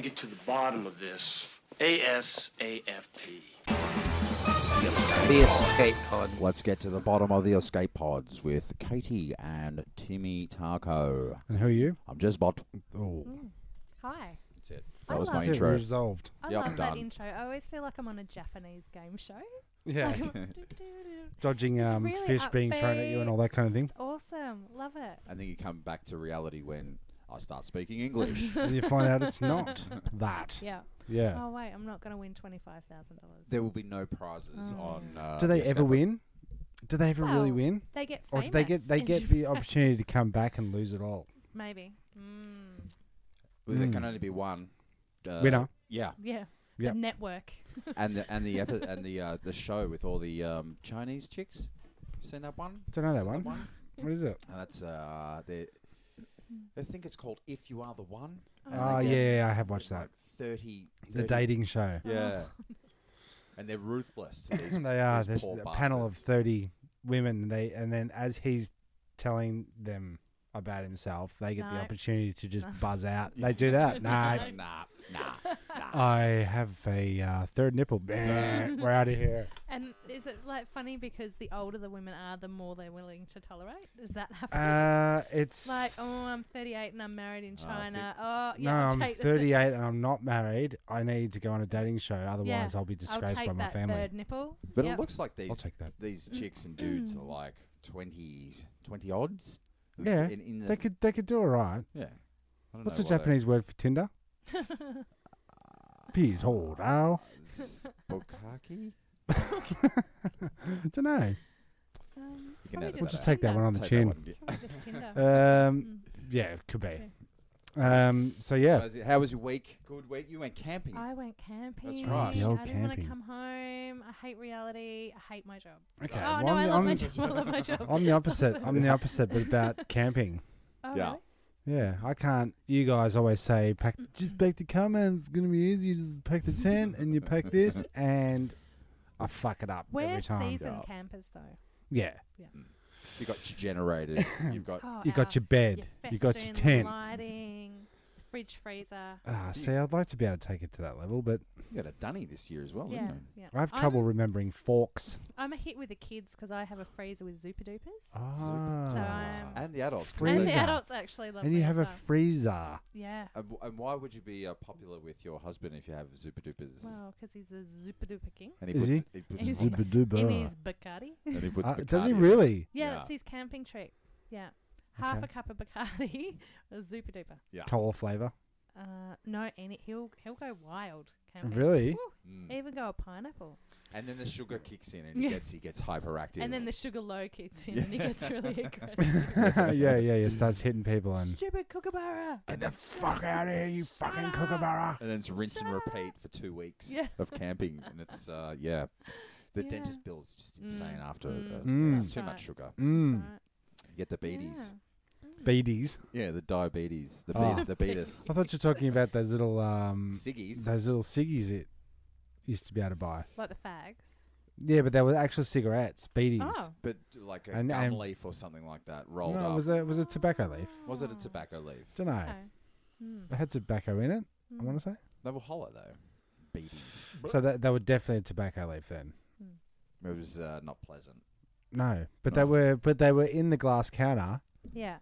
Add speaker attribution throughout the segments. Speaker 1: get to the bottom of this ASAFP.
Speaker 2: The escape pod.
Speaker 3: Let's get to the bottom of the escape pods with Katie and Timmy Tarko.
Speaker 4: And who are you?
Speaker 3: I'm Jezbot.
Speaker 4: Oh,
Speaker 5: Mm. Hi.
Speaker 3: That's it.
Speaker 5: I
Speaker 3: That was my
Speaker 4: that's it,
Speaker 3: intro.
Speaker 4: resolved.
Speaker 5: I
Speaker 3: Yep,
Speaker 5: love that
Speaker 3: done.
Speaker 5: intro. I always feel like I'm on a Japanese game show.
Speaker 4: Yeah,
Speaker 5: it's
Speaker 4: dodging
Speaker 5: It's
Speaker 4: um,
Speaker 5: really
Speaker 4: fish being thrown at you and all that kind of thing.
Speaker 5: awesome. Love it.
Speaker 3: And then you come back to reality when I start speaking English.
Speaker 4: And you find out it's not that.
Speaker 5: Yeah.
Speaker 4: Yeah.
Speaker 5: Oh wait, I'm not going to win twenty five thousand dollars.
Speaker 3: there will be no prizes on. Uh,
Speaker 4: Do they
Speaker 3: the
Speaker 4: ever
Speaker 3: escape
Speaker 4: win? Do they ever really
Speaker 5: Oh. Well,
Speaker 4: win?
Speaker 5: They get
Speaker 4: Or do
Speaker 5: famous.
Speaker 4: Oh, they get they
Speaker 5: in
Speaker 4: get
Speaker 5: Japan.
Speaker 4: the opportunity to come back and lose it all?
Speaker 5: maybe. Mm.
Speaker 3: pod. There can
Speaker 4: Mm.
Speaker 3: only be one uh,
Speaker 4: Winner.
Speaker 3: Yeah,
Speaker 5: Yeah.
Speaker 4: Yep.
Speaker 5: The network.
Speaker 3: and the and the epi- and the uh, the show with all the um, Chinese chicks. You seen that one?
Speaker 4: Don't know that
Speaker 3: Seen
Speaker 4: one. What is it?
Speaker 3: And that's uh, they. I think it's called "If You Are the One." and
Speaker 4: Oh,
Speaker 3: they
Speaker 4: yeah,
Speaker 3: get
Speaker 4: yeah, yeah, I have watched that.
Speaker 3: like 30,
Speaker 4: The
Speaker 3: 30
Speaker 4: dating show.
Speaker 3: Yeah. and they're ruthless. To these,
Speaker 4: Uh-huh. they are.
Speaker 3: these
Speaker 4: There's
Speaker 3: poor
Speaker 4: a panel of
Speaker 3: bastards.
Speaker 4: thirty women. They and then as he's telling them about himself, they get the
Speaker 5: No.
Speaker 4: opportunity to just buzz out. They do that. no,
Speaker 3: nah, nah.
Speaker 4: I have a uh, third nipple. Bah, We're out of here.
Speaker 5: And is it like funny because the older the women are, the more they're willing to tolerate? Is that happening?
Speaker 4: Uh, it's
Speaker 5: like, oh, I'm 38 and I'm married in
Speaker 3: I
Speaker 5: China. oh,
Speaker 4: no.
Speaker 5: yeah, I'll
Speaker 4: I'm
Speaker 5: take the
Speaker 4: 38 and I'm not married. I need to go on a dating show. Otherwise, I'll be
Speaker 5: I'll
Speaker 4: disgraced
Speaker 5: take
Speaker 4: by my
Speaker 5: that
Speaker 4: family.
Speaker 5: Third nipple.
Speaker 3: But
Speaker 5: Yep.
Speaker 3: it looks like these
Speaker 4: I'll take that.
Speaker 3: these chicks and dudes are like 20, 20 odds.
Speaker 4: Yeah,
Speaker 3: In, in the,
Speaker 4: They could. They could do all right.
Speaker 3: Yeah. I don't
Speaker 4: What's
Speaker 3: know
Speaker 4: the
Speaker 3: why they-
Speaker 4: Japanese word for Tinder? Peace, hold out.
Speaker 3: s- Bukkake?
Speaker 4: Don't know.
Speaker 5: Um, it's
Speaker 3: can
Speaker 5: probably
Speaker 3: edit
Speaker 4: We'll
Speaker 3: that
Speaker 4: just
Speaker 3: out.
Speaker 4: take that
Speaker 5: Tinder.
Speaker 4: one on the
Speaker 3: Take that
Speaker 4: chin.
Speaker 3: one.
Speaker 5: Probably just Tinder. Mm.
Speaker 4: Um, yeah, it could be.
Speaker 5: Okay.
Speaker 4: Um, so
Speaker 3: How
Speaker 4: yeah,
Speaker 3: was it- How was your week? Good week. You went camping.
Speaker 5: I went camping.
Speaker 3: right.
Speaker 4: The old
Speaker 5: I didn't want to
Speaker 4: camping.
Speaker 5: come home. I hate reality. I hate my job.
Speaker 4: okay. well,
Speaker 5: oh no, I
Speaker 4: I'm,
Speaker 5: love my
Speaker 4: I'm-
Speaker 5: job. I love my job.
Speaker 4: I'm the opposite. I'm the opposite, but about camping.
Speaker 5: Oh,
Speaker 3: Yeah.
Speaker 5: really?
Speaker 4: Yeah, I can't. You guys always say pack, just pack the car, man. It's gonna be easy. You just pack the tent and you pack this, and I fuck it up
Speaker 5: We're
Speaker 4: every time.
Speaker 5: seasoned
Speaker 3: Yeah.
Speaker 5: campers though.
Speaker 4: Yeah,
Speaker 3: You got your generators. You've got.
Speaker 5: Oh,
Speaker 4: you got your bed, you got your
Speaker 5: festooned
Speaker 4: tent.
Speaker 5: lighting, fridge, freezer.
Speaker 4: Ah, see, I'd like to be able to take it to that level, but
Speaker 3: You got a dunny this year as well,
Speaker 5: yeah,
Speaker 3: didn't you?
Speaker 5: yeah.
Speaker 4: I have trouble
Speaker 5: I'm,
Speaker 4: remembering forks.
Speaker 5: I'm a hit with the kids because I have a freezer with Zooper Doopers, So
Speaker 4: Ah,
Speaker 5: I'm-
Speaker 3: And the adults. 'cause
Speaker 4: Oh, Freezer.
Speaker 5: and the
Speaker 3: they-
Speaker 5: adults actually love
Speaker 4: and
Speaker 5: me
Speaker 4: you have
Speaker 5: as
Speaker 4: a
Speaker 5: well.
Speaker 4: freezer.
Speaker 5: yeah.
Speaker 3: And, uh, w- and why would you be uh, popular with your husband if you have Zupa Dupas?
Speaker 5: Well, because he's the Zooper Dooper king
Speaker 3: and he
Speaker 4: Is
Speaker 3: puts,
Speaker 4: he?
Speaker 3: puts,
Speaker 5: Is
Speaker 3: vodka-
Speaker 5: in his Bacardi. Yeah,
Speaker 3: and he puts
Speaker 4: Uh, does
Speaker 3: Bacardi
Speaker 4: he
Speaker 3: in it.
Speaker 4: really?
Speaker 5: that's his camping trick. Yeah. Half
Speaker 4: Okay.
Speaker 5: a cup of Bacardi, a Zooper Dooper.
Speaker 4: Cola flavor.
Speaker 5: Uh, no, and it, he'll he'll go wild. Camping.
Speaker 4: Really?
Speaker 5: Woo,
Speaker 3: Mm.
Speaker 5: Even go a pineapple,
Speaker 3: And then the sugar kicks in and he
Speaker 5: Yeah.
Speaker 3: gets he gets hyperactive.
Speaker 5: and then the sugar low kicks in, and he gets really aggressive.
Speaker 4: yeah, yeah, yeah. Starts hitting people and
Speaker 5: Stupid kookaburra.
Speaker 3: and then,
Speaker 4: fuck out of here, you fucking kookaburra.
Speaker 3: and then it's rinse and repeat for two weeks
Speaker 5: Yeah.
Speaker 3: of camping. And it's uh yeah. The
Speaker 5: Yeah.
Speaker 3: dentist bill is just insane
Speaker 5: Mm,
Speaker 3: after uh,
Speaker 5: mm,
Speaker 3: uh,
Speaker 4: Mm.
Speaker 3: it's
Speaker 5: that's
Speaker 3: too
Speaker 5: right.
Speaker 3: much sugar.
Speaker 4: Mm.
Speaker 5: That's
Speaker 3: You get the
Speaker 5: right.
Speaker 3: beaties.
Speaker 4: Beaties.
Speaker 3: Yeah, the diabetes. The
Speaker 4: Oh.
Speaker 3: beat, the beatus.
Speaker 4: I thought you were talking about those little um
Speaker 3: Siggies.
Speaker 4: those little ciggies that you used to be able to buy.
Speaker 5: Like the fags.
Speaker 4: Yeah, but they were actual cigarettes, beaties.
Speaker 5: Oh.
Speaker 3: But like a
Speaker 4: And-
Speaker 3: gum
Speaker 4: and-
Speaker 3: leaf or something like that rolled
Speaker 4: No,
Speaker 3: up.
Speaker 4: it was a it was a tobacco leaf.
Speaker 3: Was it a tobacco leaf?
Speaker 4: Don't know.
Speaker 5: Okay. Mm.
Speaker 4: It had tobacco in it. I
Speaker 5: Mm.
Speaker 4: want to say.
Speaker 3: They were hollow though. Beaties.
Speaker 4: So that they were definitely a tobacco leaf then.
Speaker 3: It was uh, not pleasant.
Speaker 4: No, but they
Speaker 3: No.
Speaker 4: were but they were in the glass counter
Speaker 5: Hmm. Yeah.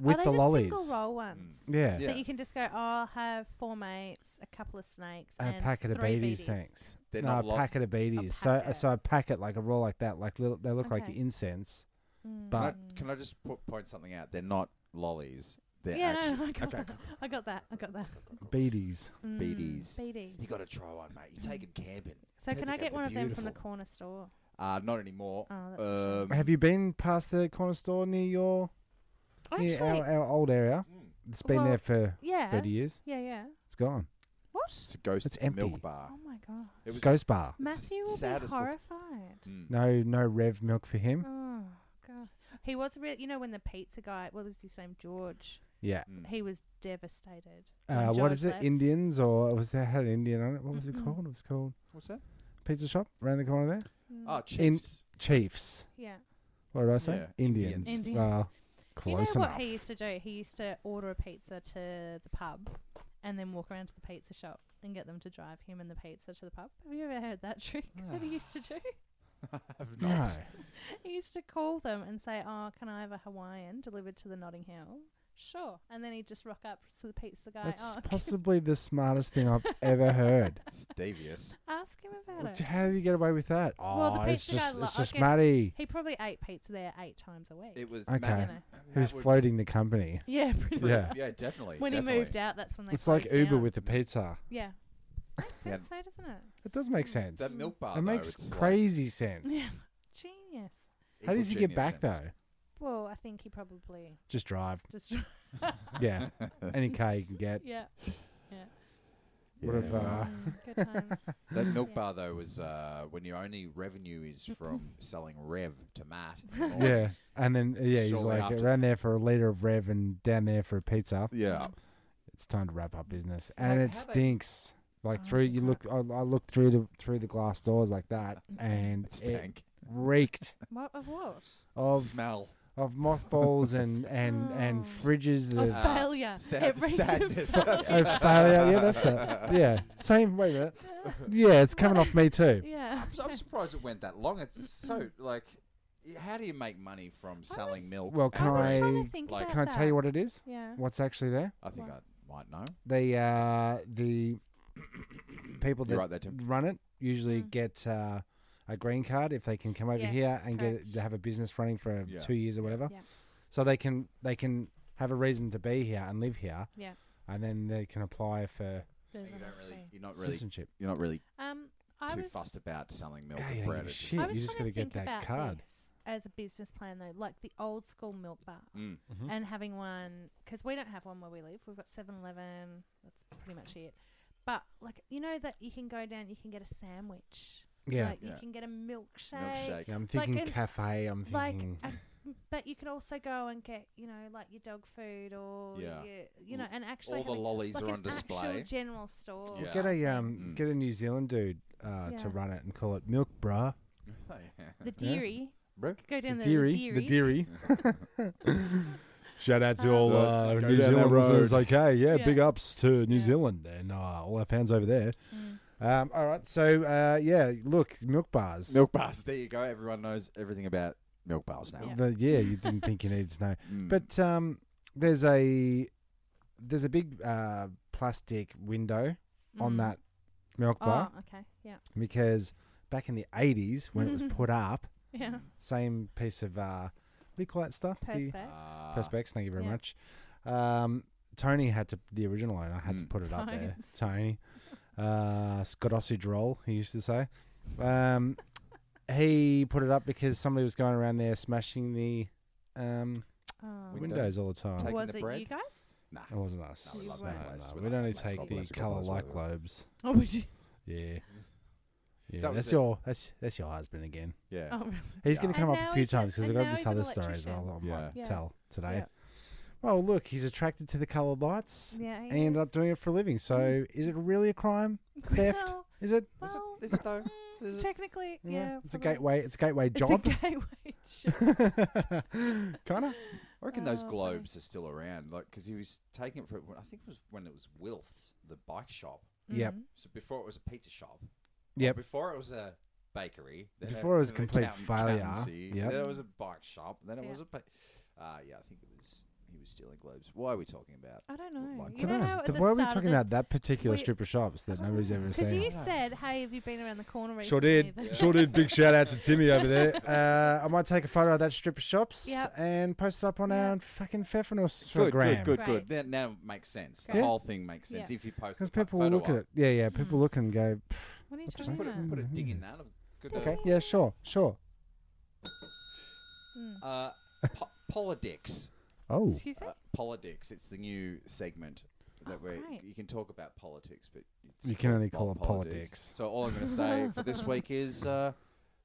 Speaker 4: with
Speaker 5: Are they
Speaker 4: the lollies.
Speaker 5: single
Speaker 3: Hmm.
Speaker 5: roll ones?
Speaker 4: Yeah.
Speaker 3: Yeah.
Speaker 5: That you can just go, oh, I'll have four mates, a couple of snakes,
Speaker 4: A
Speaker 5: and
Speaker 4: packet of
Speaker 5: three
Speaker 4: beaties, thanks.
Speaker 3: They're
Speaker 4: no,
Speaker 3: not
Speaker 4: a
Speaker 3: lo-
Speaker 4: packet of beaties. So,
Speaker 5: packet.
Speaker 4: so a packet like a roll like that, like little, they look like the
Speaker 5: Okay.
Speaker 4: incense,
Speaker 5: Mm.
Speaker 4: but
Speaker 3: Can I, can I just po- point something out? They're not lollies. They're
Speaker 5: yeah, no,
Speaker 3: actually
Speaker 5: I got,
Speaker 3: okay,
Speaker 5: that. I got that. I got that.
Speaker 4: beaties.
Speaker 5: Mm,
Speaker 3: BDs.
Speaker 5: BDs.
Speaker 3: You got to try one, mate. You take 'em camping.
Speaker 5: so can I
Speaker 3: Connecticut's
Speaker 5: get one of them from the
Speaker 3: beautiful.
Speaker 5: corner store?
Speaker 3: Uh, not anymore.
Speaker 5: Oh, that's a shame.
Speaker 3: Um,
Speaker 4: Have you been past the corner store near your near
Speaker 5: Oh, Actually,
Speaker 4: our, our old area?
Speaker 3: Mm.
Speaker 4: It's been
Speaker 5: Well,
Speaker 4: there for
Speaker 5: yeah.
Speaker 4: thirty years.
Speaker 5: Yeah, yeah.
Speaker 4: It's gone.
Speaker 5: What?
Speaker 3: It's a ghost
Speaker 4: It's empty.
Speaker 3: milk bar.
Speaker 5: Oh my god.
Speaker 3: It
Speaker 4: It's
Speaker 3: was
Speaker 4: Ghost Bar.
Speaker 3: the s-
Speaker 5: Matthew will be
Speaker 3: saddest look-
Speaker 5: horrified.
Speaker 3: Mm.
Speaker 4: No, no Rev milk for him.
Speaker 5: Oh god. He was really, you know, when the pizza guy, what was his name, George?
Speaker 4: Yeah.
Speaker 3: Mm.
Speaker 5: He was devastated. when
Speaker 4: Uh, what
Speaker 5: George
Speaker 4: is it?
Speaker 5: left.
Speaker 4: Indians or was there had an Indian on it? What was it
Speaker 5: Mm-mm.
Speaker 4: called? It was called
Speaker 3: What's that?
Speaker 4: Pizza Shop around the corner there.
Speaker 5: Mm.
Speaker 3: Oh,
Speaker 4: In-
Speaker 3: Chiefs.
Speaker 4: Chiefs.
Speaker 5: yeah.
Speaker 4: What did I say?
Speaker 3: Yeah,
Speaker 4: Indians.
Speaker 5: Indians.
Speaker 4: Well,
Speaker 5: Do you know
Speaker 4: close
Speaker 5: what
Speaker 4: enough.
Speaker 5: he used to do? He used to order a pizza to the pub and then walk around to the pizza shop and get them to drive him and the pizza to the pub. Have you ever heard that trick that
Speaker 4: Ah.
Speaker 5: he used to do?
Speaker 3: I've
Speaker 4: No.
Speaker 3: not.
Speaker 5: he used to call them and say, "Oh, can I have a Hawaiian delivered to the Notting Hill?" Sure, and then he'd just rock up to the pizza guy.
Speaker 4: That's
Speaker 5: oh,
Speaker 4: possibly the smartest thing I've ever heard.
Speaker 3: It's devious.
Speaker 5: ask him
Speaker 4: Well,
Speaker 5: about
Speaker 4: d-
Speaker 5: it.
Speaker 4: How did he get away with that? Oh,
Speaker 5: Well, the
Speaker 4: it's
Speaker 5: pizza guy
Speaker 4: just,
Speaker 5: lo-
Speaker 4: it's
Speaker 5: I
Speaker 4: just
Speaker 5: guess-
Speaker 4: Matty
Speaker 5: He probably ate pizza there eight times a week.
Speaker 3: It was
Speaker 4: Okay.
Speaker 5: you
Speaker 3: Matt,
Speaker 5: know.
Speaker 4: who's
Speaker 3: would-
Speaker 4: floating the company.
Speaker 5: Yeah, pretty
Speaker 4: Yeah.
Speaker 5: much.
Speaker 3: Yeah, definitely.
Speaker 5: When
Speaker 3: definitely.
Speaker 5: he moved out, that's when they.
Speaker 4: It's like
Speaker 5: closed
Speaker 4: Uber
Speaker 5: down.
Speaker 4: with the pizza.
Speaker 5: Yeah. Makes
Speaker 3: Yeah.
Speaker 5: sense, though, doesn't it?
Speaker 4: It does make sense.
Speaker 3: that milk bar,
Speaker 4: it
Speaker 3: though,
Speaker 4: makes
Speaker 3: it's like
Speaker 4: crazy sense.
Speaker 5: Yeah. Genius.
Speaker 4: How
Speaker 3: equal
Speaker 4: does he get
Speaker 3: genius sense.
Speaker 4: back though?
Speaker 5: Well, I think he probably
Speaker 4: Just drive.
Speaker 5: just.
Speaker 4: Yeah, any car you can get.
Speaker 5: yeah.
Speaker 4: What if,
Speaker 3: Yeah.
Speaker 4: uh,
Speaker 5: Mm, good times.
Speaker 3: That milk
Speaker 5: Yeah.
Speaker 3: bar though was uh, when your only revenue is from selling Rev to Matt.
Speaker 4: Yeah, and then uh, yeah, he's
Speaker 3: Shortly
Speaker 4: like
Speaker 3: after.
Speaker 4: around there for a liter of rev and down there for a pizza.
Speaker 3: yeah.
Speaker 4: It's time to wrap up business,
Speaker 3: Like,
Speaker 4: and
Speaker 3: how
Speaker 4: it
Speaker 3: they-
Speaker 4: stinks. Like
Speaker 5: Oh,
Speaker 4: through
Speaker 5: does
Speaker 4: you
Speaker 5: it?
Speaker 4: look, I, I looked through the through the glass doors like that, and
Speaker 3: It
Speaker 4: it
Speaker 3: stank.
Speaker 4: reeked
Speaker 5: what of what?
Speaker 4: of
Speaker 3: Smell.
Speaker 4: of mothballs and and and
Speaker 5: Oh.
Speaker 4: fridges
Speaker 5: Of
Speaker 4: that are
Speaker 5: failure.
Speaker 3: Uh, sad-
Speaker 5: it reeks of
Speaker 3: sadness.
Speaker 5: failure.
Speaker 4: oh, failure. Yeah, that's that. Yeah, same. Wait a minute. Yeah, it's coming off me too.
Speaker 5: yeah.
Speaker 3: So I'm surprised it went that long. It's so like, y- how do you make money from selling
Speaker 5: was-
Speaker 3: milk?
Speaker 4: Well,
Speaker 5: I
Speaker 4: can
Speaker 5: was
Speaker 4: I
Speaker 5: trying to think
Speaker 3: like-
Speaker 5: about
Speaker 4: can I tell you
Speaker 5: that.
Speaker 4: what it is?
Speaker 5: Yeah.
Speaker 4: What's actually there?
Speaker 3: I think
Speaker 5: What?
Speaker 3: I might know.
Speaker 4: The uh, the people that
Speaker 3: You're right there, Tim.
Speaker 4: run it usually
Speaker 5: Mm.
Speaker 4: get uh, a green card if they can come over here
Speaker 5: Yes,
Speaker 4: and get it,
Speaker 5: correct.
Speaker 4: to have a business running for
Speaker 3: Yeah.
Speaker 4: two years or whatever.
Speaker 5: Yeah.
Speaker 4: So they can they can have a reason to be here and live here.
Speaker 5: Yeah.
Speaker 4: And then they can apply for
Speaker 5: There's
Speaker 3: You
Speaker 5: an
Speaker 3: don't really,
Speaker 5: option.
Speaker 3: you're not really,
Speaker 4: citizenship.
Speaker 3: you're not really
Speaker 5: Um, I
Speaker 3: too
Speaker 5: was.
Speaker 3: fussed about selling milk
Speaker 4: Yeah, you
Speaker 3: and bread.
Speaker 4: don't give a
Speaker 3: It's just-
Speaker 4: shit.
Speaker 5: I
Speaker 4: You
Speaker 5: was
Speaker 4: just
Speaker 5: trying
Speaker 4: gotta
Speaker 5: to
Speaker 4: get
Speaker 5: think
Speaker 4: that
Speaker 5: about
Speaker 4: card.
Speaker 5: this as a business plan though, like the old school milk bar,
Speaker 3: Mm.
Speaker 4: Mhm.
Speaker 5: and having one because we don't have one where we live. We've got 7-Eleven. That's pretty much it. But like you know that you can go down, you can get a sandwich.
Speaker 4: Yeah.
Speaker 5: Like you
Speaker 3: Yeah.
Speaker 5: can get a milkshake.
Speaker 3: Milkshake.
Speaker 4: Yeah, I'm
Speaker 5: Like
Speaker 4: thinking
Speaker 5: an-
Speaker 4: cafe. I'm
Speaker 5: like
Speaker 4: thinking
Speaker 5: a- but you could also go and get you know like your dog food or
Speaker 3: Yeah.
Speaker 5: your, you know
Speaker 3: L-
Speaker 5: and actually
Speaker 3: All the
Speaker 5: having,
Speaker 3: lollies
Speaker 5: like
Speaker 3: are
Speaker 5: an
Speaker 3: on display.
Speaker 5: actual general store
Speaker 3: Yeah.
Speaker 4: get a um
Speaker 3: Mm.
Speaker 4: get a New Zealand dude uh,
Speaker 5: Yeah.
Speaker 4: to run it and call it Milk Bruh.
Speaker 5: the dairy
Speaker 3: Bro.
Speaker 5: go down
Speaker 4: the
Speaker 5: there
Speaker 4: dairy,
Speaker 5: the dairy
Speaker 4: the dairy. Shout out to all
Speaker 5: Um,
Speaker 3: Go
Speaker 4: uh, New
Speaker 3: down that
Speaker 4: Zealanders.
Speaker 3: road.
Speaker 4: It's like, hey, yeah,
Speaker 5: Yeah.
Speaker 4: big ups to New
Speaker 5: Yeah.
Speaker 4: Zealand and uh, all our fans over there.
Speaker 5: Mm.
Speaker 4: Um, all right, so uh, yeah, look, milk bars.
Speaker 3: Milk bars. There you go. Everyone knows everything about milk bars now.
Speaker 5: Yeah.
Speaker 4: The- yeah, you didn't think you needed to know,
Speaker 3: Mm.
Speaker 4: but um, there's a there's a big uh, plastic window on
Speaker 5: Mm.
Speaker 4: that milk bar
Speaker 5: oh okay yeah
Speaker 4: because back in the '80s when it was put up,
Speaker 5: yeah
Speaker 4: same piece of uh, what do you call that stuff? The-
Speaker 5: perspex
Speaker 3: Ah.
Speaker 4: Perspex, thank you very
Speaker 5: Yeah.
Speaker 4: much. Um, Tony had to, the original owner had to
Speaker 3: Mm.
Speaker 4: put it up there.
Speaker 5: Tones.
Speaker 4: Tony, uh, Scott Sausage Roll, he used to say. Um, he put it up because somebody was going around there smashing the um,
Speaker 5: um,
Speaker 3: Window.
Speaker 4: windows all the time.
Speaker 3: Taking
Speaker 5: was
Speaker 3: the
Speaker 5: it
Speaker 3: bread.
Speaker 5: you guys
Speaker 3: Nah.
Speaker 4: It wasn't us.
Speaker 5: No, we love
Speaker 4: No,
Speaker 5: that
Speaker 3: place.
Speaker 4: no,
Speaker 3: We love
Speaker 4: we don't
Speaker 3: that
Speaker 4: only
Speaker 3: place.
Speaker 4: take
Speaker 3: God
Speaker 4: the
Speaker 3: bless you, God
Speaker 4: colour
Speaker 3: bless
Speaker 4: light
Speaker 3: you.
Speaker 4: globes.
Speaker 5: oh would you
Speaker 4: Yeah. Yeah,
Speaker 3: That was
Speaker 4: that's
Speaker 3: it.
Speaker 4: your that's that's your husband again.
Speaker 3: Yeah.
Speaker 5: oh really
Speaker 4: He's
Speaker 3: Yeah.
Speaker 4: going to come
Speaker 5: And
Speaker 4: up
Speaker 5: now
Speaker 4: a few
Speaker 5: he's a-
Speaker 4: times because I've
Speaker 5: and
Speaker 4: got
Speaker 5: now
Speaker 4: this
Speaker 5: he's an
Speaker 4: other story as well. I might
Speaker 5: Yeah.
Speaker 4: tell today.
Speaker 5: Yeah.
Speaker 4: Well, look, he's attracted to the coloured lights.
Speaker 5: yeah
Speaker 4: and ended up doing it for a living. So is it really a crime? theft.
Speaker 5: well,
Speaker 4: Is it?
Speaker 3: Is it-
Speaker 5: Mm. well,
Speaker 3: is it though?
Speaker 5: mm,
Speaker 3: Is it-
Speaker 5: technically yeah,
Speaker 4: it's a
Speaker 5: probably.
Speaker 4: gateway. It's a gateway
Speaker 5: it's
Speaker 4: job.
Speaker 5: a gateway job.
Speaker 4: kind of.
Speaker 3: I reckon those
Speaker 5: Oh, funny.
Speaker 3: globes are still around, like because he was taking it for. I think it was when it was Wilf's, the bike shop.
Speaker 4: Yep.
Speaker 5: Mhm.
Speaker 3: So before it was a pizza shop. or
Speaker 4: Yep.
Speaker 3: Before it was a bakery. Then
Speaker 4: Before it was
Speaker 3: an
Speaker 4: complete
Speaker 3: accountant-
Speaker 4: failure,
Speaker 3: accountancy,
Speaker 4: yep.
Speaker 3: Then it was a bike shop. Then it
Speaker 5: Yeah.
Speaker 3: was a. Ba- uh, yeah, I think it was. He was stealing globes. Why are we talking about?
Speaker 5: I don't know.
Speaker 3: Like
Speaker 5: you know
Speaker 3: that.
Speaker 5: how at
Speaker 4: Th-
Speaker 5: the
Speaker 4: Why are we
Speaker 5: start of
Speaker 4: talking
Speaker 5: the-
Speaker 4: about that particular
Speaker 5: we-
Speaker 4: strip of shops that nobody's ever
Speaker 5: Because
Speaker 4: seen?
Speaker 5: you said, "Hey, have you been around the corner recently?"
Speaker 4: Sure did.
Speaker 5: That-
Speaker 4: Sure did. Big shout out to Timmy over there. Uh, I might take a photo of that strip of shops
Speaker 5: Yep.
Speaker 4: and post it up on
Speaker 5: Yeah.
Speaker 4: our fucking Fefanos for
Speaker 3: Good,
Speaker 4: gram.
Speaker 3: good, good,
Speaker 5: Graham.
Speaker 3: good. That now makes sense. The
Speaker 5: Graham.
Speaker 3: whole thing makes sense
Speaker 5: Yeah.
Speaker 3: if you post.
Speaker 4: Because
Speaker 3: the fu-
Speaker 4: people
Speaker 3: photo
Speaker 4: look at
Speaker 3: up.
Speaker 4: it. Yeah, yeah.
Speaker 5: Hmm.
Speaker 4: People look and go, "Pff,
Speaker 5: What are you
Speaker 4: Just
Speaker 5: talking
Speaker 3: Put a,
Speaker 5: about?
Speaker 3: put a dig in that. Good.
Speaker 4: okay, yeah, sure, sure.
Speaker 5: Mm.
Speaker 3: Uh, po- politics.
Speaker 4: Oh,
Speaker 5: Excuse me.
Speaker 3: Uh, politics. It's the new segment that
Speaker 5: Oh,
Speaker 3: we
Speaker 5: great.
Speaker 3: you can talk about politics, but it's
Speaker 4: You can only
Speaker 3: pol-
Speaker 4: call it politics.
Speaker 3: So all I'm going to say for this week is uh,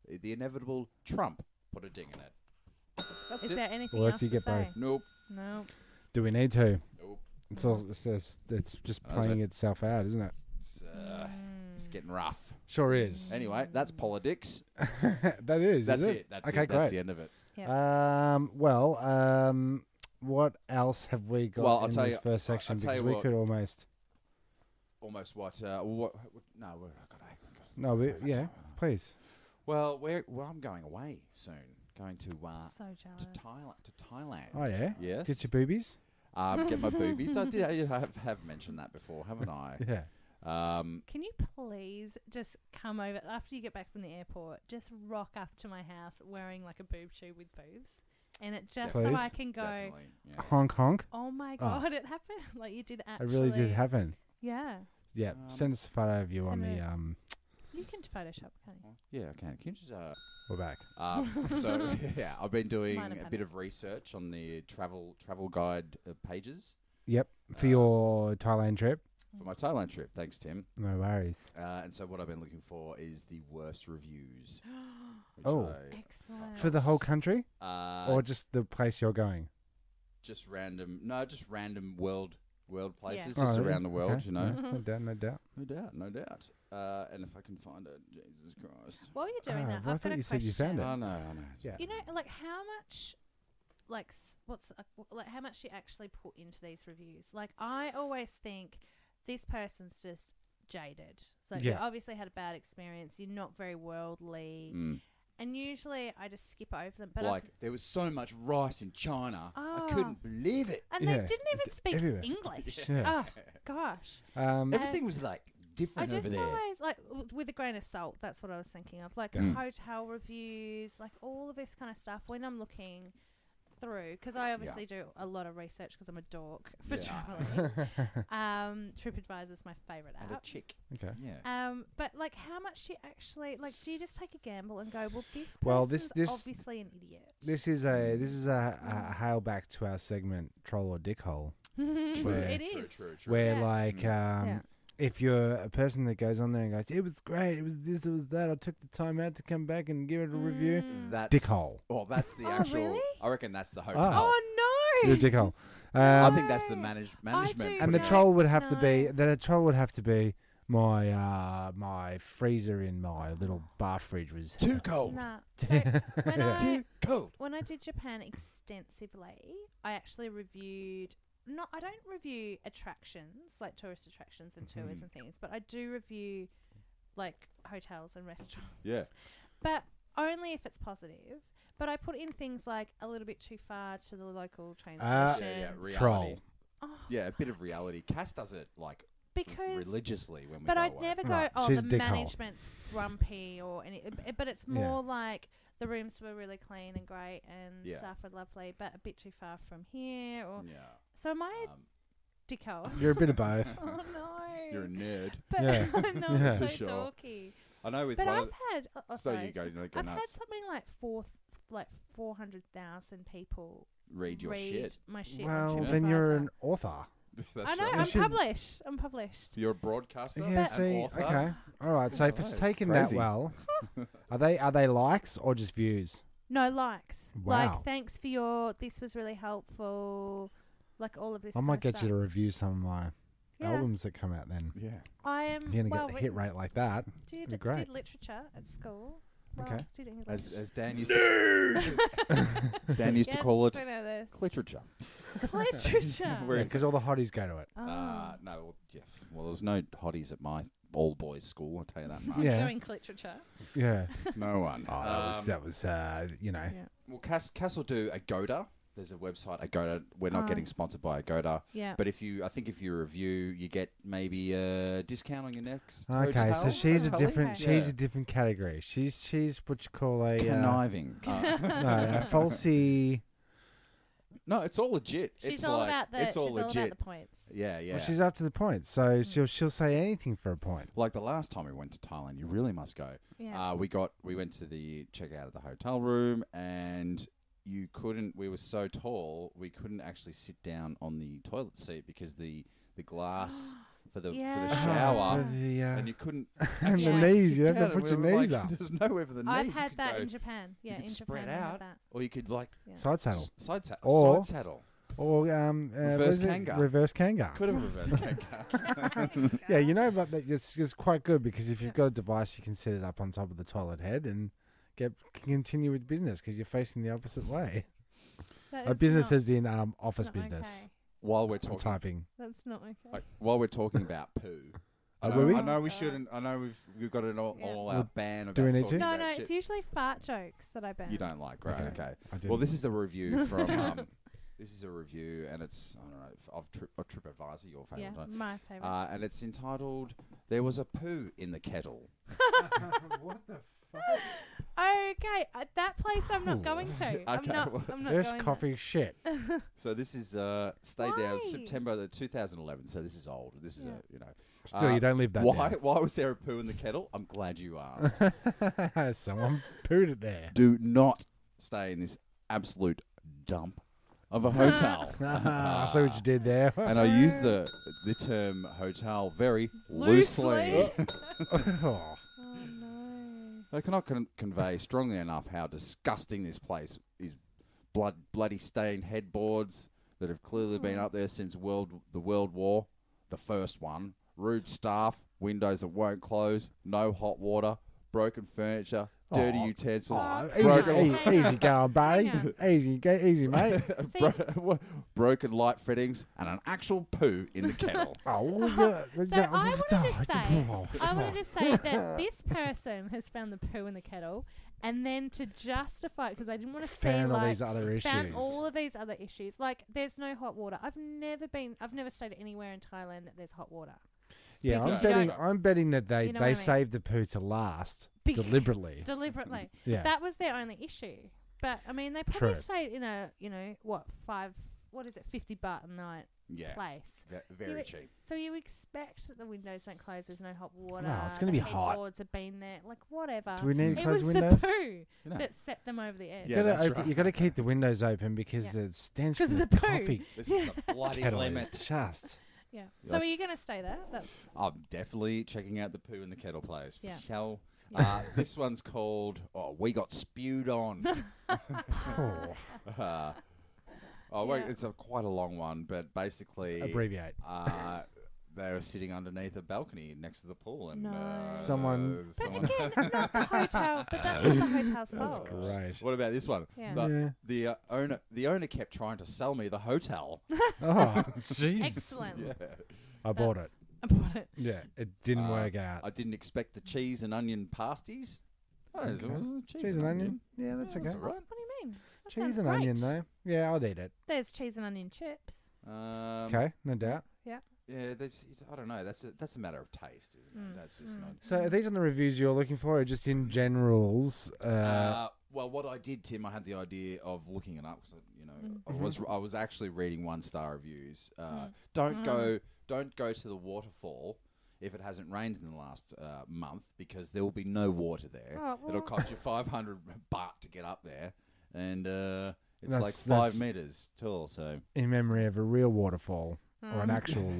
Speaker 3: the inevitable Trump. Put a ding in it. That's
Speaker 5: Is
Speaker 3: it.
Speaker 5: there anything
Speaker 4: Well,
Speaker 5: else
Speaker 4: that's you get
Speaker 5: to
Speaker 4: by-
Speaker 5: say?
Speaker 3: Nope.
Speaker 5: No.
Speaker 4: do we need to?
Speaker 3: Nope.
Speaker 4: It's all it's, it's, it's just
Speaker 3: That's
Speaker 4: playing itself out, isn't it?
Speaker 3: It's, uh,
Speaker 5: Mm.
Speaker 3: it's getting rough.
Speaker 4: Sure is.
Speaker 3: Anyway, that's politics.
Speaker 4: that is.
Speaker 3: That's
Speaker 4: is
Speaker 3: it.
Speaker 4: it.
Speaker 3: That's
Speaker 4: okay,
Speaker 3: it. That's the
Speaker 4: great.
Speaker 3: end of it.
Speaker 4: Um, well, um, what else have we got
Speaker 3: Well, I'll
Speaker 4: in
Speaker 3: tell
Speaker 4: this
Speaker 3: you-
Speaker 4: first
Speaker 3: I'll
Speaker 4: section?
Speaker 3: tell
Speaker 4: because
Speaker 3: you
Speaker 4: we
Speaker 3: what.
Speaker 4: could almost
Speaker 3: almost what? Uh, what, what no, we're, God, I, God,
Speaker 4: No, we,
Speaker 3: I've got
Speaker 4: yeah,
Speaker 3: time.
Speaker 4: please.
Speaker 3: Well, we're well. I'm going away soon. Going to uh,
Speaker 5: so jealous.
Speaker 3: to Thailand. To Thailand.
Speaker 4: Oh yeah.
Speaker 3: Yes.
Speaker 4: Did your boobies?
Speaker 3: um, get my boobies? I did. I have, have mentioned that before, haven't I?
Speaker 4: Yeah.
Speaker 3: Um,
Speaker 5: Can you please just come over after you get back from the airport? Just rock up to my house wearing like a boob shoe with boobs, and it just so I
Speaker 4: Please?
Speaker 5: can go.
Speaker 3: definitely. yes.
Speaker 4: Hong Kong.
Speaker 5: Oh my
Speaker 4: Oh.
Speaker 5: god, it happened! Like you did
Speaker 4: I
Speaker 5: actually.
Speaker 4: really did happen.
Speaker 5: Yeah,
Speaker 4: Yeah.
Speaker 3: Um,
Speaker 4: send us a photo of you on
Speaker 5: send
Speaker 4: the
Speaker 5: us-
Speaker 4: um.
Speaker 5: you can Photoshop, can't you?
Speaker 3: Yeah, I can. Can you just uh,
Speaker 4: We're back.
Speaker 3: Um, so yeah, I've been doing
Speaker 5: Minor
Speaker 3: a
Speaker 5: panic.
Speaker 3: bit of research on the travel travel guide uh, pages
Speaker 4: Yep. For
Speaker 3: Uh,
Speaker 4: your Thailand trip.
Speaker 3: for my Thailand trip. Thanks, Tim.
Speaker 4: No worries.
Speaker 3: Uh, and so what I've been looking for is the worst reviews. which
Speaker 4: Oh.
Speaker 3: I-
Speaker 5: Excellent.
Speaker 4: For the whole country,
Speaker 3: uh,
Speaker 4: or just the place you're going?
Speaker 3: just random. No, just random world world places
Speaker 5: Yeah.
Speaker 3: just
Speaker 4: Oh, yeah,
Speaker 3: around the world.
Speaker 4: okay,
Speaker 3: You know,
Speaker 4: yeah, No doubt. No doubt.
Speaker 3: no doubt, no doubt. Uh, and if I can find it, Jesus Christ.
Speaker 5: While you're doing
Speaker 4: Ah,
Speaker 5: that,
Speaker 4: well, I
Speaker 5: I've got
Speaker 4: thought
Speaker 5: a
Speaker 4: you said
Speaker 5: question.
Speaker 4: you found it.
Speaker 3: I know, I know.
Speaker 4: Yeah.
Speaker 5: You know, like how much, like s- what's uh, w- like how much you actually put into these reviews? Like I always think this person's just jaded. So you
Speaker 4: Yeah.
Speaker 5: obviously had a bad experience. You're not very worldly,
Speaker 3: Mm.
Speaker 5: and usually I just skip over them. But
Speaker 3: like there was so much rice in China, I
Speaker 5: Ah.
Speaker 3: couldn't believe it.
Speaker 5: I've, and
Speaker 4: Yeah,
Speaker 5: they didn't even
Speaker 4: it's
Speaker 5: speak
Speaker 4: everywhere.
Speaker 5: English.
Speaker 4: Yeah.
Speaker 5: Oh gosh.
Speaker 4: Um,
Speaker 3: Everything was like
Speaker 5: I
Speaker 3: different over
Speaker 5: just
Speaker 3: there.
Speaker 5: always like w- with a grain of salt. That's what I was thinking of, like
Speaker 3: Mm.
Speaker 5: hotel reviews, like all of this kind of stuff. When I'm looking through, because I obviously do a lot of research because I'm a dork for
Speaker 3: Yeah.
Speaker 5: traveling. um, TripAdvisor is my favorite
Speaker 3: And a
Speaker 5: app.
Speaker 3: chick.
Speaker 4: okay.
Speaker 3: Yeah.
Speaker 5: Um, but like, how much do you actually like? Do you just take a gamble and go, "Well, this
Speaker 4: Well,
Speaker 5: well,
Speaker 4: this- this-
Speaker 5: this obviously an idiot."
Speaker 4: This is
Speaker 3: Mm.
Speaker 4: a this is a, a hail back to our segment troll or dickhole, Where-
Speaker 5: it is.
Speaker 3: True, true, Mm. true.
Speaker 4: where
Speaker 5: Yeah.
Speaker 4: like um,
Speaker 5: Yeah.
Speaker 4: if you're a person that goes on there and goes, it was great, it was this, it was that. I took the time out to come back and give it a
Speaker 5: Mm.
Speaker 4: review.
Speaker 3: That's,
Speaker 4: Dickhole, Ah.
Speaker 3: Well, that's the
Speaker 5: Oh,
Speaker 3: actual.
Speaker 5: really?
Speaker 3: I reckon that's the hotel.
Speaker 5: Oh no!
Speaker 4: you're a dickhole.
Speaker 3: I
Speaker 4: Um,
Speaker 3: think that's the manage, management.
Speaker 5: do
Speaker 4: and the
Speaker 5: No,
Speaker 4: troll would have to be
Speaker 5: no.
Speaker 4: that a troll would have to be my uh, my freezer in my little bar fridge was
Speaker 3: Too cold.
Speaker 5: Nah. So when I
Speaker 3: Too cold.
Speaker 5: when I did Japan extensively, I actually reviewed. Not, I don't review attractions like tourist attractions and
Speaker 3: Mm-hmm.
Speaker 5: tours and things, but I do review like hotels and restaurants.
Speaker 3: Yeah.
Speaker 5: But only if it's positive. But I put in things like a little bit too far to the local train
Speaker 4: Ah.
Speaker 5: station.
Speaker 3: Yeah, yeah, reality.
Speaker 4: Troll.
Speaker 5: Oh,
Speaker 3: Yeah, a bit of reality. Cass does it like
Speaker 5: because
Speaker 3: religiously when we
Speaker 5: But
Speaker 3: go
Speaker 5: I'd
Speaker 3: away.
Speaker 5: never go,
Speaker 4: Right,
Speaker 5: oh,
Speaker 4: she's a
Speaker 5: the
Speaker 4: dickhole."
Speaker 5: management's grumpy or any. eh, b- But it's
Speaker 4: Yeah.
Speaker 5: more like the rooms were really clean and great and
Speaker 3: Yeah.
Speaker 5: staff were lovely, but a bit too far from here. Or
Speaker 3: Yeah.
Speaker 5: so am I
Speaker 3: Um,
Speaker 5: a dickhole?
Speaker 4: You're a bit of both.
Speaker 5: oh no!
Speaker 3: you're a nerd.
Speaker 5: but
Speaker 4: Yeah.
Speaker 5: I know I'm
Speaker 4: Yeah.
Speaker 5: so
Speaker 3: For sure.
Speaker 5: dorky.
Speaker 3: I know with
Speaker 5: But
Speaker 3: one of
Speaker 5: I've
Speaker 3: the,
Speaker 5: had oh, oh,
Speaker 3: so
Speaker 5: sorry.
Speaker 3: you go, you know, go
Speaker 5: I've had
Speaker 3: nuts.
Speaker 5: something like four, like four hundred thousand people
Speaker 3: Read your shit.
Speaker 5: my shit. on
Speaker 4: well, then you're
Speaker 5: TripAdvisor.
Speaker 4: an author.
Speaker 3: That's
Speaker 5: I know.
Speaker 3: right.
Speaker 5: I'm
Speaker 4: should-
Speaker 5: published. I'm published.
Speaker 3: You're a broadcaster.
Speaker 4: Yeah,
Speaker 3: an
Speaker 4: see,
Speaker 3: author.
Speaker 4: okay, all right. So if it's
Speaker 3: Nice.
Speaker 4: taken that
Speaker 3: Crazy.
Speaker 4: well, are they are they likes or just views?
Speaker 5: No likes.
Speaker 4: Wow.
Speaker 5: Like thanks for your. This was really helpful. Like all of this.
Speaker 4: I
Speaker 5: kind
Speaker 4: might
Speaker 5: of
Speaker 4: get
Speaker 5: stuff.
Speaker 4: you to review some of my
Speaker 5: Yeah.
Speaker 4: albums that come out. Then
Speaker 3: Yeah.
Speaker 5: I am.
Speaker 4: you're gonna get
Speaker 5: well,
Speaker 4: the
Speaker 5: we-
Speaker 4: hit rate like that.
Speaker 5: Did,
Speaker 4: Be great.
Speaker 5: did literature at school. Well,
Speaker 4: Okay.
Speaker 5: Did English.
Speaker 3: As, as Dan used to, as Dan used to call it
Speaker 5: Yes, we know this.
Speaker 3: literature.
Speaker 5: literature.
Speaker 3: We're-
Speaker 4: Because all the hotties go to it.
Speaker 5: oh.
Speaker 3: Uh, no, well, yeah. Well, there was no hotties at my all boys school. I'll tell you that much.
Speaker 4: Yeah.
Speaker 5: Doing literature.
Speaker 4: Yeah.
Speaker 3: No one.
Speaker 4: Oh, that was
Speaker 3: Um,
Speaker 4: that was uh, you know.
Speaker 5: Yeah.
Speaker 3: Well, Cass, Cass will do Agoda. There's a website Agoda. We're not
Speaker 5: Oh.
Speaker 3: getting sponsored by Agoda,
Speaker 5: Yeah.
Speaker 3: but if you, I think if you review, you get maybe a discount on your next.
Speaker 4: Okay, so
Speaker 3: hotel.
Speaker 4: she's a
Speaker 5: Hotel?
Speaker 4: different
Speaker 5: Okay.
Speaker 4: she's
Speaker 3: Yeah.
Speaker 4: a different category. She's she's what you call a uh,
Speaker 3: conniving. Uh,
Speaker 4: no, a falsy.
Speaker 3: no, it's all legit.
Speaker 5: she's
Speaker 3: it's
Speaker 5: all
Speaker 3: like,
Speaker 5: about the.
Speaker 3: It's all
Speaker 5: she's
Speaker 3: legit.
Speaker 5: all about the points.
Speaker 3: Yeah, yeah.
Speaker 4: Well, she's up to the point, so
Speaker 3: Mm.
Speaker 4: she'll she'll say anything for a point.
Speaker 3: like the last time we went to Thailand, you really must go.
Speaker 5: Yeah.
Speaker 3: Uh, we got we went to the check out of the hotel room and you couldn't we were so tall we couldn't actually sit down on the toilet seat because the the glass for the for the
Speaker 5: Yeah.
Speaker 3: shower
Speaker 4: For the, uh,
Speaker 3: and you couldn't
Speaker 4: and
Speaker 3: actually
Speaker 4: the knees,
Speaker 3: sit
Speaker 4: you have
Speaker 3: down, and
Speaker 4: to put
Speaker 3: we
Speaker 4: your
Speaker 3: were
Speaker 4: knees
Speaker 3: like,
Speaker 4: up.
Speaker 3: there's nowhere for the knees
Speaker 5: I've
Speaker 3: you
Speaker 5: had
Speaker 3: could
Speaker 5: that
Speaker 3: go.
Speaker 5: in Japan. Yeah,
Speaker 3: could
Speaker 5: in
Speaker 3: spread
Speaker 5: Japan I had
Speaker 3: out.
Speaker 5: that.
Speaker 3: or you could like
Speaker 5: Yeah.
Speaker 4: side saddle
Speaker 3: s- side saddle
Speaker 4: Or-
Speaker 3: side saddle
Speaker 4: or um, uh, what
Speaker 3: Reverse
Speaker 4: is it?
Speaker 3: Kanga.
Speaker 4: Reverse Kanga.
Speaker 3: could have reversed that.
Speaker 4: Yeah, you know, but that- it's, it's quite good because if you've got a device, you can set it up on top of the toilet head and get can continue with business because you're facing the opposite way.
Speaker 5: That
Speaker 4: Uh,
Speaker 5: is
Speaker 4: business
Speaker 5: not-
Speaker 4: is in um,
Speaker 5: that's
Speaker 4: office
Speaker 5: not
Speaker 4: business.
Speaker 5: okay.
Speaker 3: while we're
Speaker 4: I'm
Speaker 3: talking
Speaker 4: typing.
Speaker 5: That's not okay.
Speaker 3: like, while we're talking about poo I
Speaker 4: Oh,
Speaker 3: know,
Speaker 4: were we?
Speaker 3: I know we shouldn't. I know we've we've got an all,
Speaker 5: Yeah.
Speaker 3: all out ban about
Speaker 4: do we need
Speaker 3: talking
Speaker 4: to?
Speaker 5: No,
Speaker 3: about
Speaker 5: no,
Speaker 3: shit
Speaker 5: it's usually fart jokes that I ban.
Speaker 3: you don't like, right?
Speaker 4: Okay.
Speaker 3: Okay.
Speaker 4: I did.
Speaker 3: Well, this is a review from. Um, this is a review, and it's I don't know. if- Of trip, of TripAdvisor, your favorite.
Speaker 5: Yeah, my favorite.
Speaker 3: Uh, and it's entitled "There Was a Poo in the Kettle."
Speaker 4: what the fuck?
Speaker 5: okay, uh, that place I'm not going to. I'm
Speaker 3: Okay,
Speaker 5: not.
Speaker 3: well-
Speaker 5: I'm not
Speaker 4: This
Speaker 5: going there.
Speaker 4: coffee shit.
Speaker 3: So this is uh, stay down
Speaker 5: Why?
Speaker 3: September the 2011. So this is old. This is
Speaker 5: Yeah.
Speaker 3: a you know.
Speaker 4: Still,
Speaker 3: Uh,
Speaker 4: you don't live that
Speaker 3: Why? Why was there a poo in the kettle? I'm glad you asked.
Speaker 4: down. Someone pooed it there.
Speaker 3: Do not stay in this absolute dump of a hotel.
Speaker 4: I see what you did there.
Speaker 3: Ah. and I use the the term hotel very loosely.
Speaker 4: Oh,
Speaker 5: oh no.
Speaker 3: They cannot con- convey strongly enough how disgusting this place is. Blood, bloody stained headboards that have clearly been
Speaker 5: Hmm.
Speaker 3: up there since world the World War, the first one. Rude staff, windows that won't close, no hot water, broken furniture, dirty
Speaker 4: Aw.
Speaker 3: utensils.
Speaker 5: Aw,
Speaker 4: easy,
Speaker 3: broken-
Speaker 5: Hang
Speaker 4: easy,
Speaker 5: on.
Speaker 4: easy going, buddy.
Speaker 5: Hang
Speaker 4: Easy, go, easy, mate.
Speaker 5: See,
Speaker 3: Uh, bro- broken light fittings and an actual poo in the kettle.
Speaker 4: Oh, well, yeah, Oh, yeah,
Speaker 5: So I
Speaker 4: it's
Speaker 5: wanted
Speaker 4: all
Speaker 5: to
Speaker 4: right.
Speaker 5: say, I wanted to say that this person has found the poo in the kettle, and then to justify it because I didn't want to say
Speaker 4: Found all
Speaker 5: like
Speaker 4: these other
Speaker 5: found
Speaker 4: issues.
Speaker 5: all of these other issues. Like there's no hot water. I've never been. I've never stayed anywhere in Thailand that there's hot water.
Speaker 4: yeah, I'm
Speaker 5: because
Speaker 3: you
Speaker 4: betting.
Speaker 3: don't-
Speaker 4: I'm betting that they
Speaker 5: You know what
Speaker 4: they
Speaker 5: I mean.
Speaker 4: saved the poo to last
Speaker 5: Bec-
Speaker 4: deliberately.
Speaker 5: Deliberately.
Speaker 4: Yeah.
Speaker 5: That was their only issue. But I mean, they probably
Speaker 4: True.
Speaker 5: stayed in a you know what five what is it fifty baht a night
Speaker 3: Yeah,
Speaker 5: place.
Speaker 3: ve-
Speaker 5: You
Speaker 3: very
Speaker 5: would-
Speaker 3: cheap.
Speaker 5: So you expect that the windows don't close. There's no hot water.
Speaker 4: No, it's gonna be
Speaker 5: the
Speaker 4: hot.
Speaker 5: Headboards have been there. Like whatever.
Speaker 4: Do we need to
Speaker 5: it
Speaker 4: close
Speaker 5: was
Speaker 4: the windows?
Speaker 5: the poo
Speaker 3: You know.
Speaker 5: that set them over the edge.
Speaker 3: Yeah,
Speaker 4: you gotta
Speaker 3: that's
Speaker 4: open,
Speaker 3: right.
Speaker 4: you gotta keep the windows open because
Speaker 5: Yeah.
Speaker 4: it stench
Speaker 5: 'Cause
Speaker 4: from
Speaker 5: of the poo.
Speaker 4: coffee
Speaker 3: This is the bloody
Speaker 4: kettle.
Speaker 3: limit.
Speaker 4: It's just
Speaker 5: Yeah. So are you going to stay there? That's
Speaker 3: I'm definitely checking out the poo in the kettle place. For
Speaker 5: Yeah.
Speaker 3: Hell.
Speaker 5: Yeah.
Speaker 3: Uh, this one's called "Oh, We Got Spewed On."
Speaker 4: oh,
Speaker 3: uh, oh, wait,
Speaker 5: Yeah.
Speaker 3: it's a quite a long one, but basically,
Speaker 4: abbreviate.
Speaker 3: uh, they were sitting underneath a balcony next to the pool, and uh,
Speaker 5: No.
Speaker 4: Someone-
Speaker 5: But
Speaker 3: someone-
Speaker 5: again, not the hotel. But that's not the hotel's
Speaker 4: That's
Speaker 5: fault.
Speaker 4: great.
Speaker 3: What about this one?
Speaker 5: Yeah.
Speaker 3: The,
Speaker 4: Yeah.
Speaker 3: the uh, owner, the owner kept trying to sell me the hotel.
Speaker 4: Oh, jeez.
Speaker 5: Excellent.
Speaker 4: I bought it.
Speaker 5: That's- I bought it.
Speaker 4: Yeah, it didn't
Speaker 3: Uh,
Speaker 4: work out.
Speaker 3: I didn't expect the cheese and onion pasties. I don't know,
Speaker 4: Okay.
Speaker 3: was it
Speaker 4: Cheese and onion. Yeah, that's
Speaker 3: Yeah,
Speaker 4: okay.
Speaker 3: that's all right.
Speaker 5: What do you mean? That sounds
Speaker 4: Cheese and onion,
Speaker 5: great.
Speaker 4: though. Yeah, I'll eat it.
Speaker 5: There's cheese and onion chips.
Speaker 3: Um,
Speaker 4: Okay, no doubt.
Speaker 3: Yeah, that's, it's, I don't know. That's a, that's a matter of taste, isn't
Speaker 5: Hmm.
Speaker 3: it? That's just not.
Speaker 4: So,
Speaker 5: Mm.
Speaker 4: are these on the reviews you're looking for, or just in generals? Uh,
Speaker 3: Uh, well, what I did, Tim, I had the idea of looking it up because you know
Speaker 5: Hmm.
Speaker 3: I was I was actually reading one star reviews. Uh, Don't go
Speaker 5: Hmm.
Speaker 3: don't go to the waterfall if it hasn't rained in the last uh, month because there will be no water there.
Speaker 5: Oh,
Speaker 3: It'll
Speaker 5: well-
Speaker 3: cost you five hundred baht to get up there, and uh, it's like
Speaker 4: That's-
Speaker 3: five
Speaker 4: that's-
Speaker 3: meters tall. So
Speaker 4: in memory of a real waterfall or
Speaker 5: Mm.
Speaker 4: an actual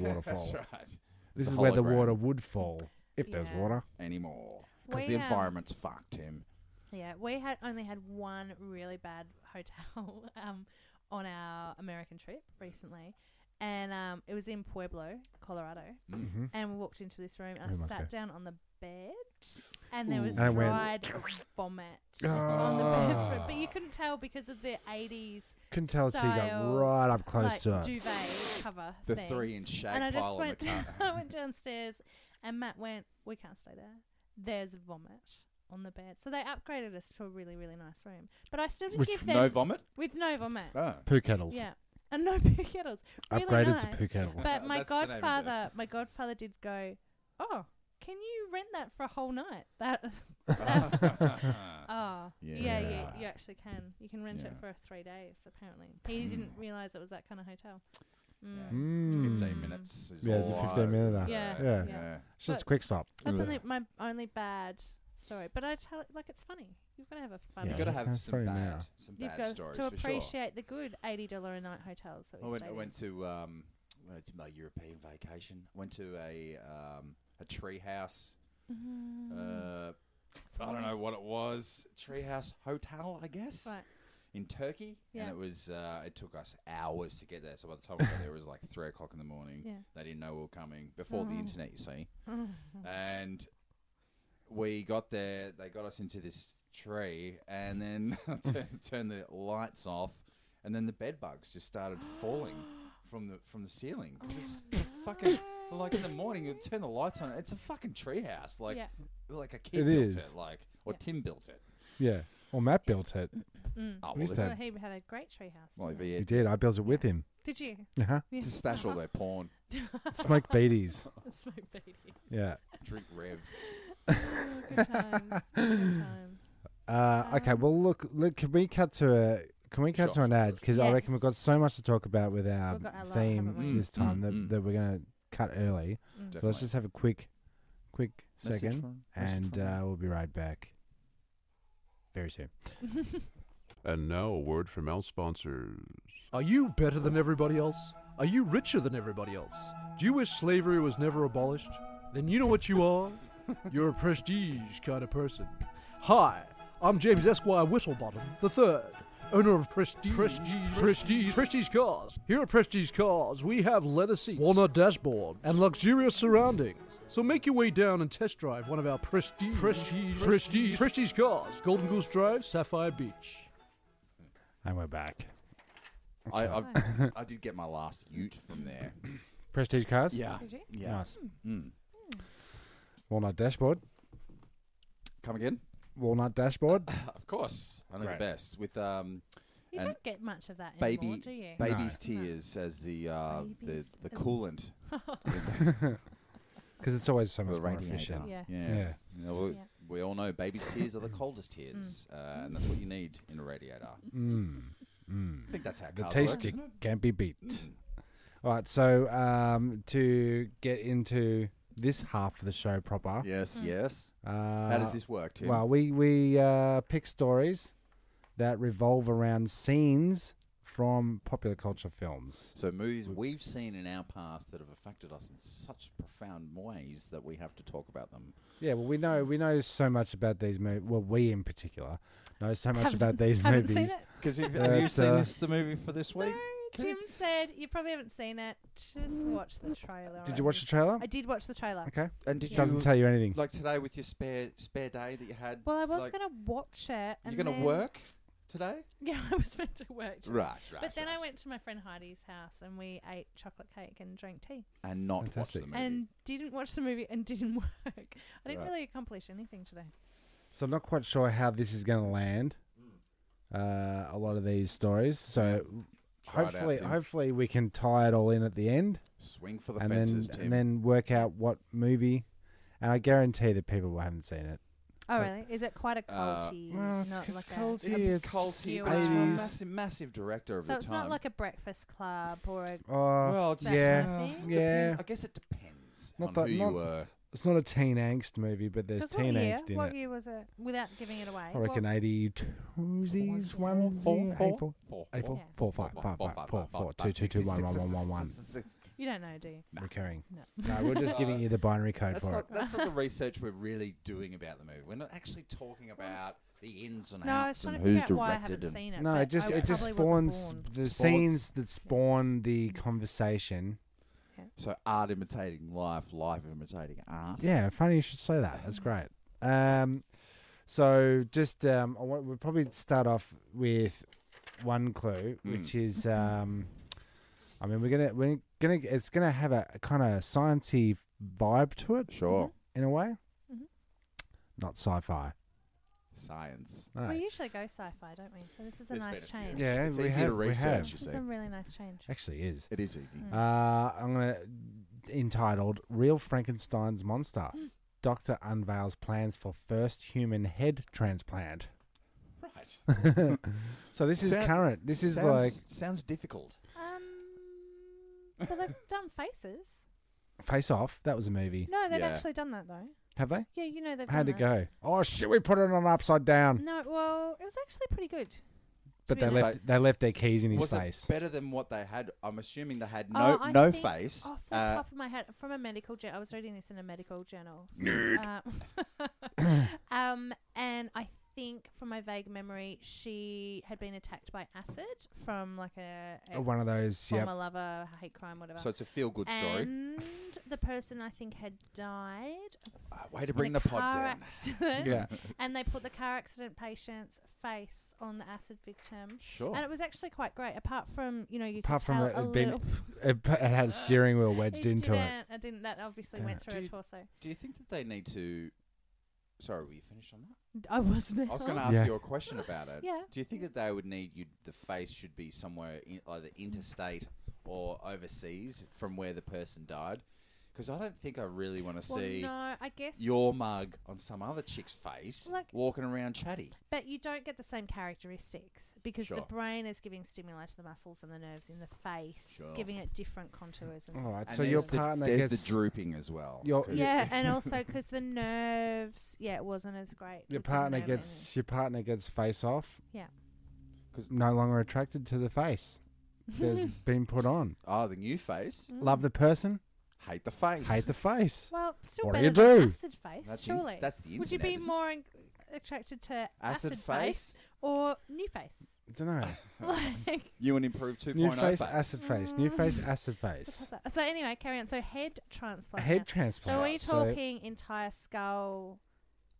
Speaker 4: waterfall.
Speaker 3: that's right.
Speaker 4: This
Speaker 3: It's
Speaker 4: is
Speaker 3: a
Speaker 4: where the
Speaker 3: hologram.
Speaker 4: water would fall if there's
Speaker 5: Yeah.
Speaker 4: water.
Speaker 3: anymore because
Speaker 5: We,
Speaker 3: the
Speaker 5: um,
Speaker 3: environment's fucked, Tim.
Speaker 5: Yeah, we had only had one really bad hotel um, on our American trip recently, and um, it was in Pueblo, Colorado.
Speaker 4: Mm-hmm.
Speaker 5: And we walked into this room, and
Speaker 4: We
Speaker 5: I
Speaker 4: must
Speaker 5: sat
Speaker 4: go.
Speaker 5: down on the bed, and there was
Speaker 4: And it went-
Speaker 5: dried vomit on the best room. But you
Speaker 4: Ah.
Speaker 5: couldn't tell because of the '80s
Speaker 4: Couldn't tell till you got
Speaker 5: Style,
Speaker 4: right up close
Speaker 5: like
Speaker 4: to it.
Speaker 5: duvet cover
Speaker 3: The
Speaker 5: thing.
Speaker 3: three-inch shag
Speaker 5: and I
Speaker 3: pile
Speaker 5: just
Speaker 3: on the
Speaker 5: went,
Speaker 3: car.
Speaker 5: I went downstairs, and Matt went, "We can't stay there. There's vomit." On the bed, so they upgraded us to a really, really nice room. But I still didn't
Speaker 3: Which
Speaker 5: give them
Speaker 3: no vomit.
Speaker 5: with no vomit.
Speaker 3: Oh.
Speaker 4: poo kettles.
Speaker 5: Yeah, and no poo kettles. Really
Speaker 4: Upgraded
Speaker 5: nice.
Speaker 4: to poo kettle.
Speaker 5: But my
Speaker 3: That's the name of it.
Speaker 5: godfather, my godfather did go. Oh, can you rent that for a whole night? That, oh, yeah. yeah,
Speaker 3: Yeah.
Speaker 5: you actually can. You can rent it
Speaker 3: Yeah. Hmm.
Speaker 5: for three days. Apparently, he didn't realize it was that kind of hotel. Mm.
Speaker 3: Yeah.
Speaker 4: Mm.
Speaker 3: 15 minutes is
Speaker 4: Yeah, it's a
Speaker 3: all
Speaker 4: 15
Speaker 3: I-
Speaker 4: minute, uh,
Speaker 5: Yeah,
Speaker 4: yeah.
Speaker 5: yeah.
Speaker 4: It's just a
Speaker 5: But-
Speaker 4: quick stop.
Speaker 5: That's
Speaker 3: Ugh.
Speaker 5: only my only bad story. But I tell it like it's funny. You've got to have a funny.
Speaker 3: You've got to
Speaker 4: Yeah.
Speaker 3: have
Speaker 4: That's
Speaker 3: some
Speaker 4: very
Speaker 3: bad,
Speaker 4: narrow.
Speaker 3: some
Speaker 5: You've
Speaker 3: bad
Speaker 5: got
Speaker 3: stories
Speaker 5: to
Speaker 3: for sure. Oh,
Speaker 5: appreciate the good eighty dollar a night hotels that
Speaker 3: I
Speaker 5: we
Speaker 3: went,
Speaker 5: stayed
Speaker 3: I went to um, I went to my European vacation. Went to a um, a treehouse.
Speaker 5: Mm. Mm-hmm.
Speaker 3: Uh, I don't know what it was. Treehouse hotel, I guess,
Speaker 5: in. Right.
Speaker 3: in Turkey.
Speaker 5: Yeah.
Speaker 3: And it was uh, it took us hours to get there. So by the time we got there, it was like three o'clock in the morning.
Speaker 5: Yeah.
Speaker 3: They didn't know we were coming before
Speaker 5: Mm.
Speaker 3: the internet, you see. and we got there. They got us into this tree, and then turn, turned the lights off, and then the bed bugs just started falling from the from the ceiling because it's fucking. like in the morning, you turn the lights on. It's a fucking treehouse. Like,
Speaker 5: Yeah.
Speaker 3: like a kid
Speaker 4: It
Speaker 3: built
Speaker 4: is.
Speaker 3: it. Like, or
Speaker 5: Yeah.
Speaker 3: Tim built it.
Speaker 4: Yeah. Well, Matt built it.
Speaker 3: Oh,
Speaker 4: We used
Speaker 3: well,
Speaker 4: to
Speaker 5: So Mm. he had a great treehouse.
Speaker 3: well,
Speaker 5: didn't
Speaker 3: if
Speaker 5: he?
Speaker 3: he
Speaker 4: He
Speaker 3: had
Speaker 4: did. I built it with him.
Speaker 5: Did you?
Speaker 4: Uh-huh.
Speaker 5: Yeah.
Speaker 3: to stash all their porn,
Speaker 4: Smoke beaties.
Speaker 5: That's my baby.
Speaker 4: Yeah.
Speaker 3: drink rev.
Speaker 5: Oh, good times. Good times.
Speaker 4: Uh, okay.
Speaker 5: Um,
Speaker 4: Well, look. Look. Can we cut to a? Can we cut to
Speaker 3: Sure,
Speaker 4: an ad? Because I reckon we've got
Speaker 5: Yes.
Speaker 4: so much to talk about with our
Speaker 5: We've got a lot,
Speaker 4: theme
Speaker 5: haven't we?
Speaker 4: this time
Speaker 3: Mm,
Speaker 4: that,
Speaker 3: mm.
Speaker 4: that we're gonna cut early.
Speaker 5: Mm.
Speaker 4: So let's
Speaker 3: Definitely.
Speaker 4: just have a quick, quick
Speaker 3: Message
Speaker 4: second,
Speaker 3: from- message
Speaker 4: and
Speaker 3: from
Speaker 4: uh,
Speaker 3: her.
Speaker 4: we'll be right back. Very soon.
Speaker 6: And now a word from our sponsors.
Speaker 7: Are you better than everybody else? Are you richer than everybody else? Do you wish slavery was never abolished? Then you know what you are. You're a prestige kind of person. Hi, I'm James Esquire Whittlebottom the Third, owner of Prestige Prestige Prestige Prestige Cars. Here at Prestige Cars, we have leather seats, walnut dashboard, and luxurious surroundings. So make your way down and test drive one of our Prestige Prestige Prestige Prestige Cars, Golden Goose Drive, Sapphire Beach.
Speaker 4: And we're back.
Speaker 3: I,
Speaker 4: So-
Speaker 3: I've, I did get my last ute from there.
Speaker 4: Prestige cars.
Speaker 5: Did you? Hmm.
Speaker 3: Yeah.
Speaker 4: Nice.
Speaker 3: Mm.
Speaker 4: Walnut dashboard.
Speaker 3: Come again?
Speaker 4: Walnut dashboard.
Speaker 3: Of course. I know
Speaker 4: Great.
Speaker 3: the best. With um,
Speaker 5: You
Speaker 3: And
Speaker 5: don't get much of that
Speaker 3: baby,
Speaker 5: anymore, do you?
Speaker 3: baby's
Speaker 5: No.
Speaker 3: tears as the uh, the
Speaker 5: Baby's-
Speaker 3: the coolant.
Speaker 4: Because it's always so
Speaker 3: The
Speaker 4: much more
Speaker 3: radiator.
Speaker 4: efficient.
Speaker 5: Yes.
Speaker 3: Yes. You know, we,
Speaker 5: Yeah. Mm.
Speaker 3: we all know baby's tears are the coldest tears, uh, and that's what you need in a radiator.
Speaker 4: Mm. Mm.
Speaker 3: I think that's how
Speaker 4: The
Speaker 3: cars
Speaker 4: taste
Speaker 3: work,
Speaker 4: kick
Speaker 3: isn't it? Mm.
Speaker 4: can't be beat. All right, so um, to get into this half of the show proper,
Speaker 3: Yes,
Speaker 5: Mm.
Speaker 3: yes.
Speaker 4: uh,
Speaker 3: how does this work, Tim?
Speaker 4: Well, we we uh, pick stories that revolve around scenes from popular culture films.
Speaker 3: so movies we've seen in our past that have affected us in such profound ways that we have to talk about them.
Speaker 4: Yeah, well, we know we know so much about these movies. Well, we in particular know so much about these
Speaker 5: haven't
Speaker 4: movies.
Speaker 5: seen it.
Speaker 3: Because have you
Speaker 4: But,
Speaker 3: seen
Speaker 4: uh,
Speaker 3: this the movie for this week?
Speaker 5: No, Tim said you probably haven't seen it. Just watch the trailer.
Speaker 4: Did you watch the trailer?
Speaker 5: I did watch the trailer.
Speaker 4: Okay,
Speaker 3: And did
Speaker 4: it doesn't tell you anything.
Speaker 3: like today with your spare spare day that you had?
Speaker 5: Well, I
Speaker 3: it's
Speaker 5: was
Speaker 3: like,
Speaker 5: gonna watch it. And
Speaker 3: You're gonna
Speaker 5: then-
Speaker 3: work today?
Speaker 5: Yeah, I was meant to work.
Speaker 3: Right, right.
Speaker 5: But then I went to my friend Heidi's house and we ate chocolate cake and drank tea
Speaker 3: and not
Speaker 4: Fantastic.
Speaker 3: watch the movie.
Speaker 5: and didn't watch the movie and didn't work. I didn't
Speaker 3: Right.
Speaker 5: really accomplish anything today.
Speaker 4: So I'm not quite sure how this is going to land. Uh, a lot of these stories. So
Speaker 3: Try it out,
Speaker 4: hopefully,
Speaker 3: Tim.
Speaker 4: hopefully we can tie it all in at the end,
Speaker 3: Swing for the
Speaker 4: and
Speaker 3: fences,
Speaker 4: then
Speaker 3: Tim.
Speaker 4: and then work out what movie. And I guarantee that people haven't seen it.
Speaker 5: Oh,
Speaker 4: But-
Speaker 5: really? Is it quite a
Speaker 3: Uh,
Speaker 5: culty?
Speaker 4: well, it's-
Speaker 5: not
Speaker 4: it's
Speaker 5: like a-
Speaker 4: culty,
Speaker 5: an
Speaker 4: it's
Speaker 3: culty,
Speaker 5: obscure
Speaker 3: but it's from a
Speaker 4: 80s.
Speaker 3: massive, massive director of
Speaker 5: So
Speaker 3: the
Speaker 5: it's
Speaker 3: time.
Speaker 5: not like a breakfast club or a.
Speaker 4: Oh,
Speaker 3: well, it's,
Speaker 5: that
Speaker 4: yeah,
Speaker 5: kind of thing?
Speaker 4: yeah.
Speaker 3: I guess it depends
Speaker 4: Not
Speaker 3: on
Speaker 4: that-
Speaker 3: who
Speaker 4: not-
Speaker 3: you uh, were.
Speaker 4: It's not a teen angst movie, but there's
Speaker 5: 'Cause what
Speaker 4: teen
Speaker 5: year?
Speaker 4: angst in
Speaker 5: what
Speaker 4: it.
Speaker 5: year was it? Without giving it away.
Speaker 4: I reckon
Speaker 5: Well,
Speaker 4: eighty twosies, ones,
Speaker 3: Four, four,
Speaker 4: April.
Speaker 3: four,
Speaker 4: April,
Speaker 5: Yeah.
Speaker 4: four, five, five, five, four, four, two, two, two, one, one, one, one, one.
Speaker 5: you don't know, do you?
Speaker 4: Recurring.
Speaker 5: No.
Speaker 4: No, we're just giving you the binary code
Speaker 3: That's
Speaker 4: for it.
Speaker 3: not, that's not the research we're really doing about the movie. We're not actually talking about the ins and
Speaker 5: No, I was
Speaker 3: outs
Speaker 5: trying
Speaker 3: and
Speaker 5: to
Speaker 3: who's
Speaker 5: figure out
Speaker 3: directed
Speaker 5: why I haven't
Speaker 3: and
Speaker 5: seen it.
Speaker 4: No,
Speaker 5: but
Speaker 4: it just
Speaker 5: I
Speaker 4: it just
Speaker 5: probably wasn't
Speaker 4: spawns
Speaker 5: born.
Speaker 4: the
Speaker 3: Spawns.
Speaker 4: scenes that spawn the conversation.
Speaker 3: So art imitating life, life imitating art.
Speaker 4: Yeah, funny you should say that. That's great. Um, so just um, I wa- we'll probably start off with one clue, which is um, I mean we're gonna we're gonna it's gonna have a, kind of sciencey vibe to it
Speaker 3: Sure.
Speaker 4: in a way,
Speaker 5: Mhm.
Speaker 4: not sci-fi.
Speaker 3: Science.
Speaker 4: No.
Speaker 5: We usually go sci-fi, don't we? So this is a
Speaker 3: There's been
Speaker 5: Mm-hmm. nice
Speaker 3: a few.
Speaker 5: change.
Speaker 4: yeah,
Speaker 3: It's
Speaker 4: we
Speaker 3: easy
Speaker 4: have,
Speaker 3: to research,
Speaker 4: We have.
Speaker 3: you
Speaker 5: This
Speaker 3: see.
Speaker 5: is a really nice change.
Speaker 4: Actually, is
Speaker 3: It is easy.
Speaker 5: Mm.
Speaker 4: uh, I'm gonna entitled "Real Frankenstein's Monster." Doctor unveils plans for first human head transplant.
Speaker 3: Right.
Speaker 4: So this is
Speaker 3: Sound-
Speaker 4: current. This is
Speaker 3: sounds,
Speaker 4: like
Speaker 3: sounds difficult.
Speaker 5: Um, well, they've done faces.
Speaker 4: Face Off. That was a movie.
Speaker 5: No, they've
Speaker 3: Yeah.
Speaker 5: actually done that though.
Speaker 4: Have they?
Speaker 5: Yeah, you know they've.
Speaker 4: How'd
Speaker 5: done
Speaker 4: it
Speaker 5: that.
Speaker 4: go? Oh shit! We put it on upside down.
Speaker 5: No, well, it was actually pretty good. to
Speaker 4: But
Speaker 5: be
Speaker 4: they
Speaker 5: honest.
Speaker 4: left. They left their keys in his
Speaker 3: Was
Speaker 4: face.
Speaker 3: it better than what they had? I'm assuming they had
Speaker 5: Oh,
Speaker 3: no
Speaker 5: I
Speaker 3: no
Speaker 5: think
Speaker 3: face.
Speaker 5: Off the
Speaker 3: uh,
Speaker 5: top of my head, from a medical journal, I was reading this in a medical journal. Uh, Um, um, and I think, from my vague memory, she had been attacked by acid from like a
Speaker 4: Uh, one of those.
Speaker 5: ex- former
Speaker 4: Yep.
Speaker 5: lover, hate crime, whatever.
Speaker 3: So it's a feel good story.
Speaker 5: and the person I think had died.
Speaker 3: Ah, way to
Speaker 5: in
Speaker 3: bring
Speaker 5: a
Speaker 3: the pod
Speaker 5: car
Speaker 3: down.
Speaker 5: Accident,
Speaker 4: Yeah.
Speaker 5: And they put the car accident patient's face on the acid victim.
Speaker 3: Sure.
Speaker 5: And it was actually quite great, apart from you know you
Speaker 4: Apart
Speaker 5: could
Speaker 4: from
Speaker 5: tell
Speaker 4: it
Speaker 5: a
Speaker 4: had been
Speaker 5: little.
Speaker 4: It, p- it had a steering wheel wedged
Speaker 5: It
Speaker 4: into it.
Speaker 5: didn't- I didn't. That obviously
Speaker 4: Damn
Speaker 5: went
Speaker 4: it.
Speaker 5: through
Speaker 3: Do
Speaker 5: a
Speaker 3: you-
Speaker 5: torso.
Speaker 3: Do you think that they need to? Sorry, were you finished on that?
Speaker 5: I wasn't.
Speaker 3: I was going to ask
Speaker 4: Yeah.
Speaker 3: you a question about it.
Speaker 5: Yeah.
Speaker 3: Do you think that they would need you? The face should be somewhere in, either interstate or overseas from where the person died, because I don't think I really want to
Speaker 5: Well,
Speaker 3: see
Speaker 5: no, I guess
Speaker 3: your mug on some other chick's face
Speaker 5: Like-
Speaker 3: walking around chatty.
Speaker 5: But you don't get the same characteristics because the
Speaker 3: Sure.
Speaker 5: brain is giving stimuli to the muscles and the nerves in the face,
Speaker 3: Sure.
Speaker 5: giving it different contours. And
Speaker 4: All right.
Speaker 3: And
Speaker 4: so your
Speaker 3: there's the-
Speaker 4: partner
Speaker 3: there's
Speaker 4: gets
Speaker 3: the drooping as well.
Speaker 4: your-
Speaker 3: 'cause-
Speaker 5: Yeah, and also because the nerves, yeah, it wasn't as great.
Speaker 4: your
Speaker 5: with the
Speaker 4: partner
Speaker 5: nerve
Speaker 4: gets your partner gets face off.
Speaker 5: Yeah.
Speaker 4: Because no longer attracted to the face that's been put on.
Speaker 3: Oh, the new face.
Speaker 5: ending.
Speaker 4: Love
Speaker 5: Mm.
Speaker 4: the person,
Speaker 3: Hate the face.
Speaker 4: hate the face.
Speaker 5: Well, still
Speaker 4: What do
Speaker 5: better
Speaker 4: you
Speaker 5: than
Speaker 4: do?
Speaker 5: acid face,
Speaker 3: That's the ins-
Speaker 5: surely.
Speaker 3: that's the
Speaker 5: Would you
Speaker 3: internet,
Speaker 5: be
Speaker 3: isn't it?
Speaker 5: more in- attracted to
Speaker 3: Acid, face.
Speaker 5: or new face?
Speaker 4: I don't know.
Speaker 5: like,
Speaker 3: You and improve 2.0
Speaker 4: New face,
Speaker 3: face.
Speaker 4: acid face. New face, acid face.
Speaker 5: so so anyway, carry on. So head
Speaker 4: A
Speaker 5: transplant.
Speaker 4: head
Speaker 5: So are
Speaker 4: transplant.
Speaker 5: you talking entire skull,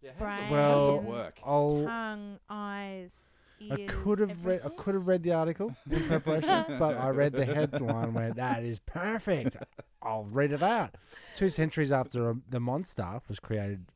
Speaker 3: Yeah, how does it-
Speaker 5: brain,
Speaker 3: how does it
Speaker 4: Well-
Speaker 3: work?
Speaker 4: I'll
Speaker 5: tongue, eyes,
Speaker 4: I
Speaker 5: ears?
Speaker 4: could have read. I
Speaker 5: everything?
Speaker 4: could have read the article in preparation, but I read the headline. and Went that is perfect. I'll read it out. Two centuries after um, the monster was created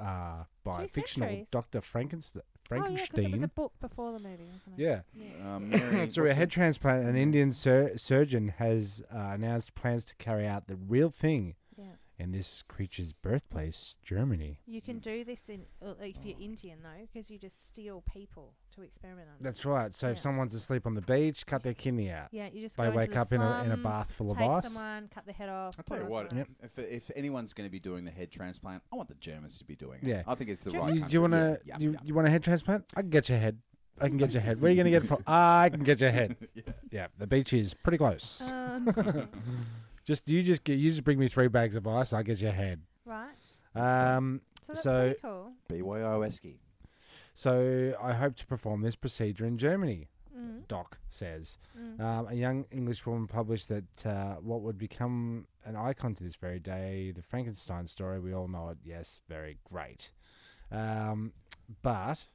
Speaker 4: uh, by
Speaker 5: Two
Speaker 4: fictional
Speaker 5: centuries?
Speaker 4: Doctor Frankenstein.
Speaker 5: Oh yeah, because it was a
Speaker 4: Frankenstein.
Speaker 5: book before the movie, wasn't it?
Speaker 4: Yeah,
Speaker 3: Um, Mary,
Speaker 4: through a
Speaker 3: what's
Speaker 4: head
Speaker 3: it-
Speaker 4: transplant,
Speaker 5: Mm.
Speaker 4: an Indian sur- surgeon has uh, announced plans to carry out the real thing
Speaker 5: Yeah.
Speaker 4: in this creature's birthplace, Germany.
Speaker 5: You
Speaker 3: Mm.
Speaker 5: can do this in uh, if you're
Speaker 3: Oh.
Speaker 5: Indian though, because you just steal people to experiment on.
Speaker 4: That's right. So if
Speaker 5: Yeah.
Speaker 4: someone's asleep on the beach, cut their kidney out.
Speaker 5: yeah, you just
Speaker 4: They
Speaker 5: go into
Speaker 4: wake
Speaker 5: the
Speaker 4: up in a- in a
Speaker 5: slums,
Speaker 4: bath full of
Speaker 5: take
Speaker 4: ice.
Speaker 5: Someone cut their head off.
Speaker 3: I'll tell you
Speaker 5: put on
Speaker 3: what,
Speaker 5: some ice.
Speaker 3: if, if anyone's going to be doing the head transplant, I want the Germans to be doing it.
Speaker 4: Yeah.
Speaker 3: I think it's the
Speaker 5: Do you-
Speaker 3: right
Speaker 4: You, do
Speaker 3: country.
Speaker 4: you want to?
Speaker 3: Yeah, yeah,
Speaker 4: you,
Speaker 3: yeah.
Speaker 4: you want a head transplant? I can get your head. I can get your head. Where are you going to get it from? I can get your head. yeah. the beach is pretty close.
Speaker 5: Um,
Speaker 4: just you just get you just bring me three bags of ice. I get your head.
Speaker 5: right.
Speaker 4: Um,
Speaker 5: So that's
Speaker 4: So-
Speaker 5: pretty cool.
Speaker 3: BYOSKI.
Speaker 4: so I hope to perform this procedure in Germany.
Speaker 5: Mm,
Speaker 4: Doc says
Speaker 5: mm.
Speaker 4: um, a young English woman published that uh, what would become an icon to this very day, the Frankenstein story. We all know it. Yes, very great. Um, but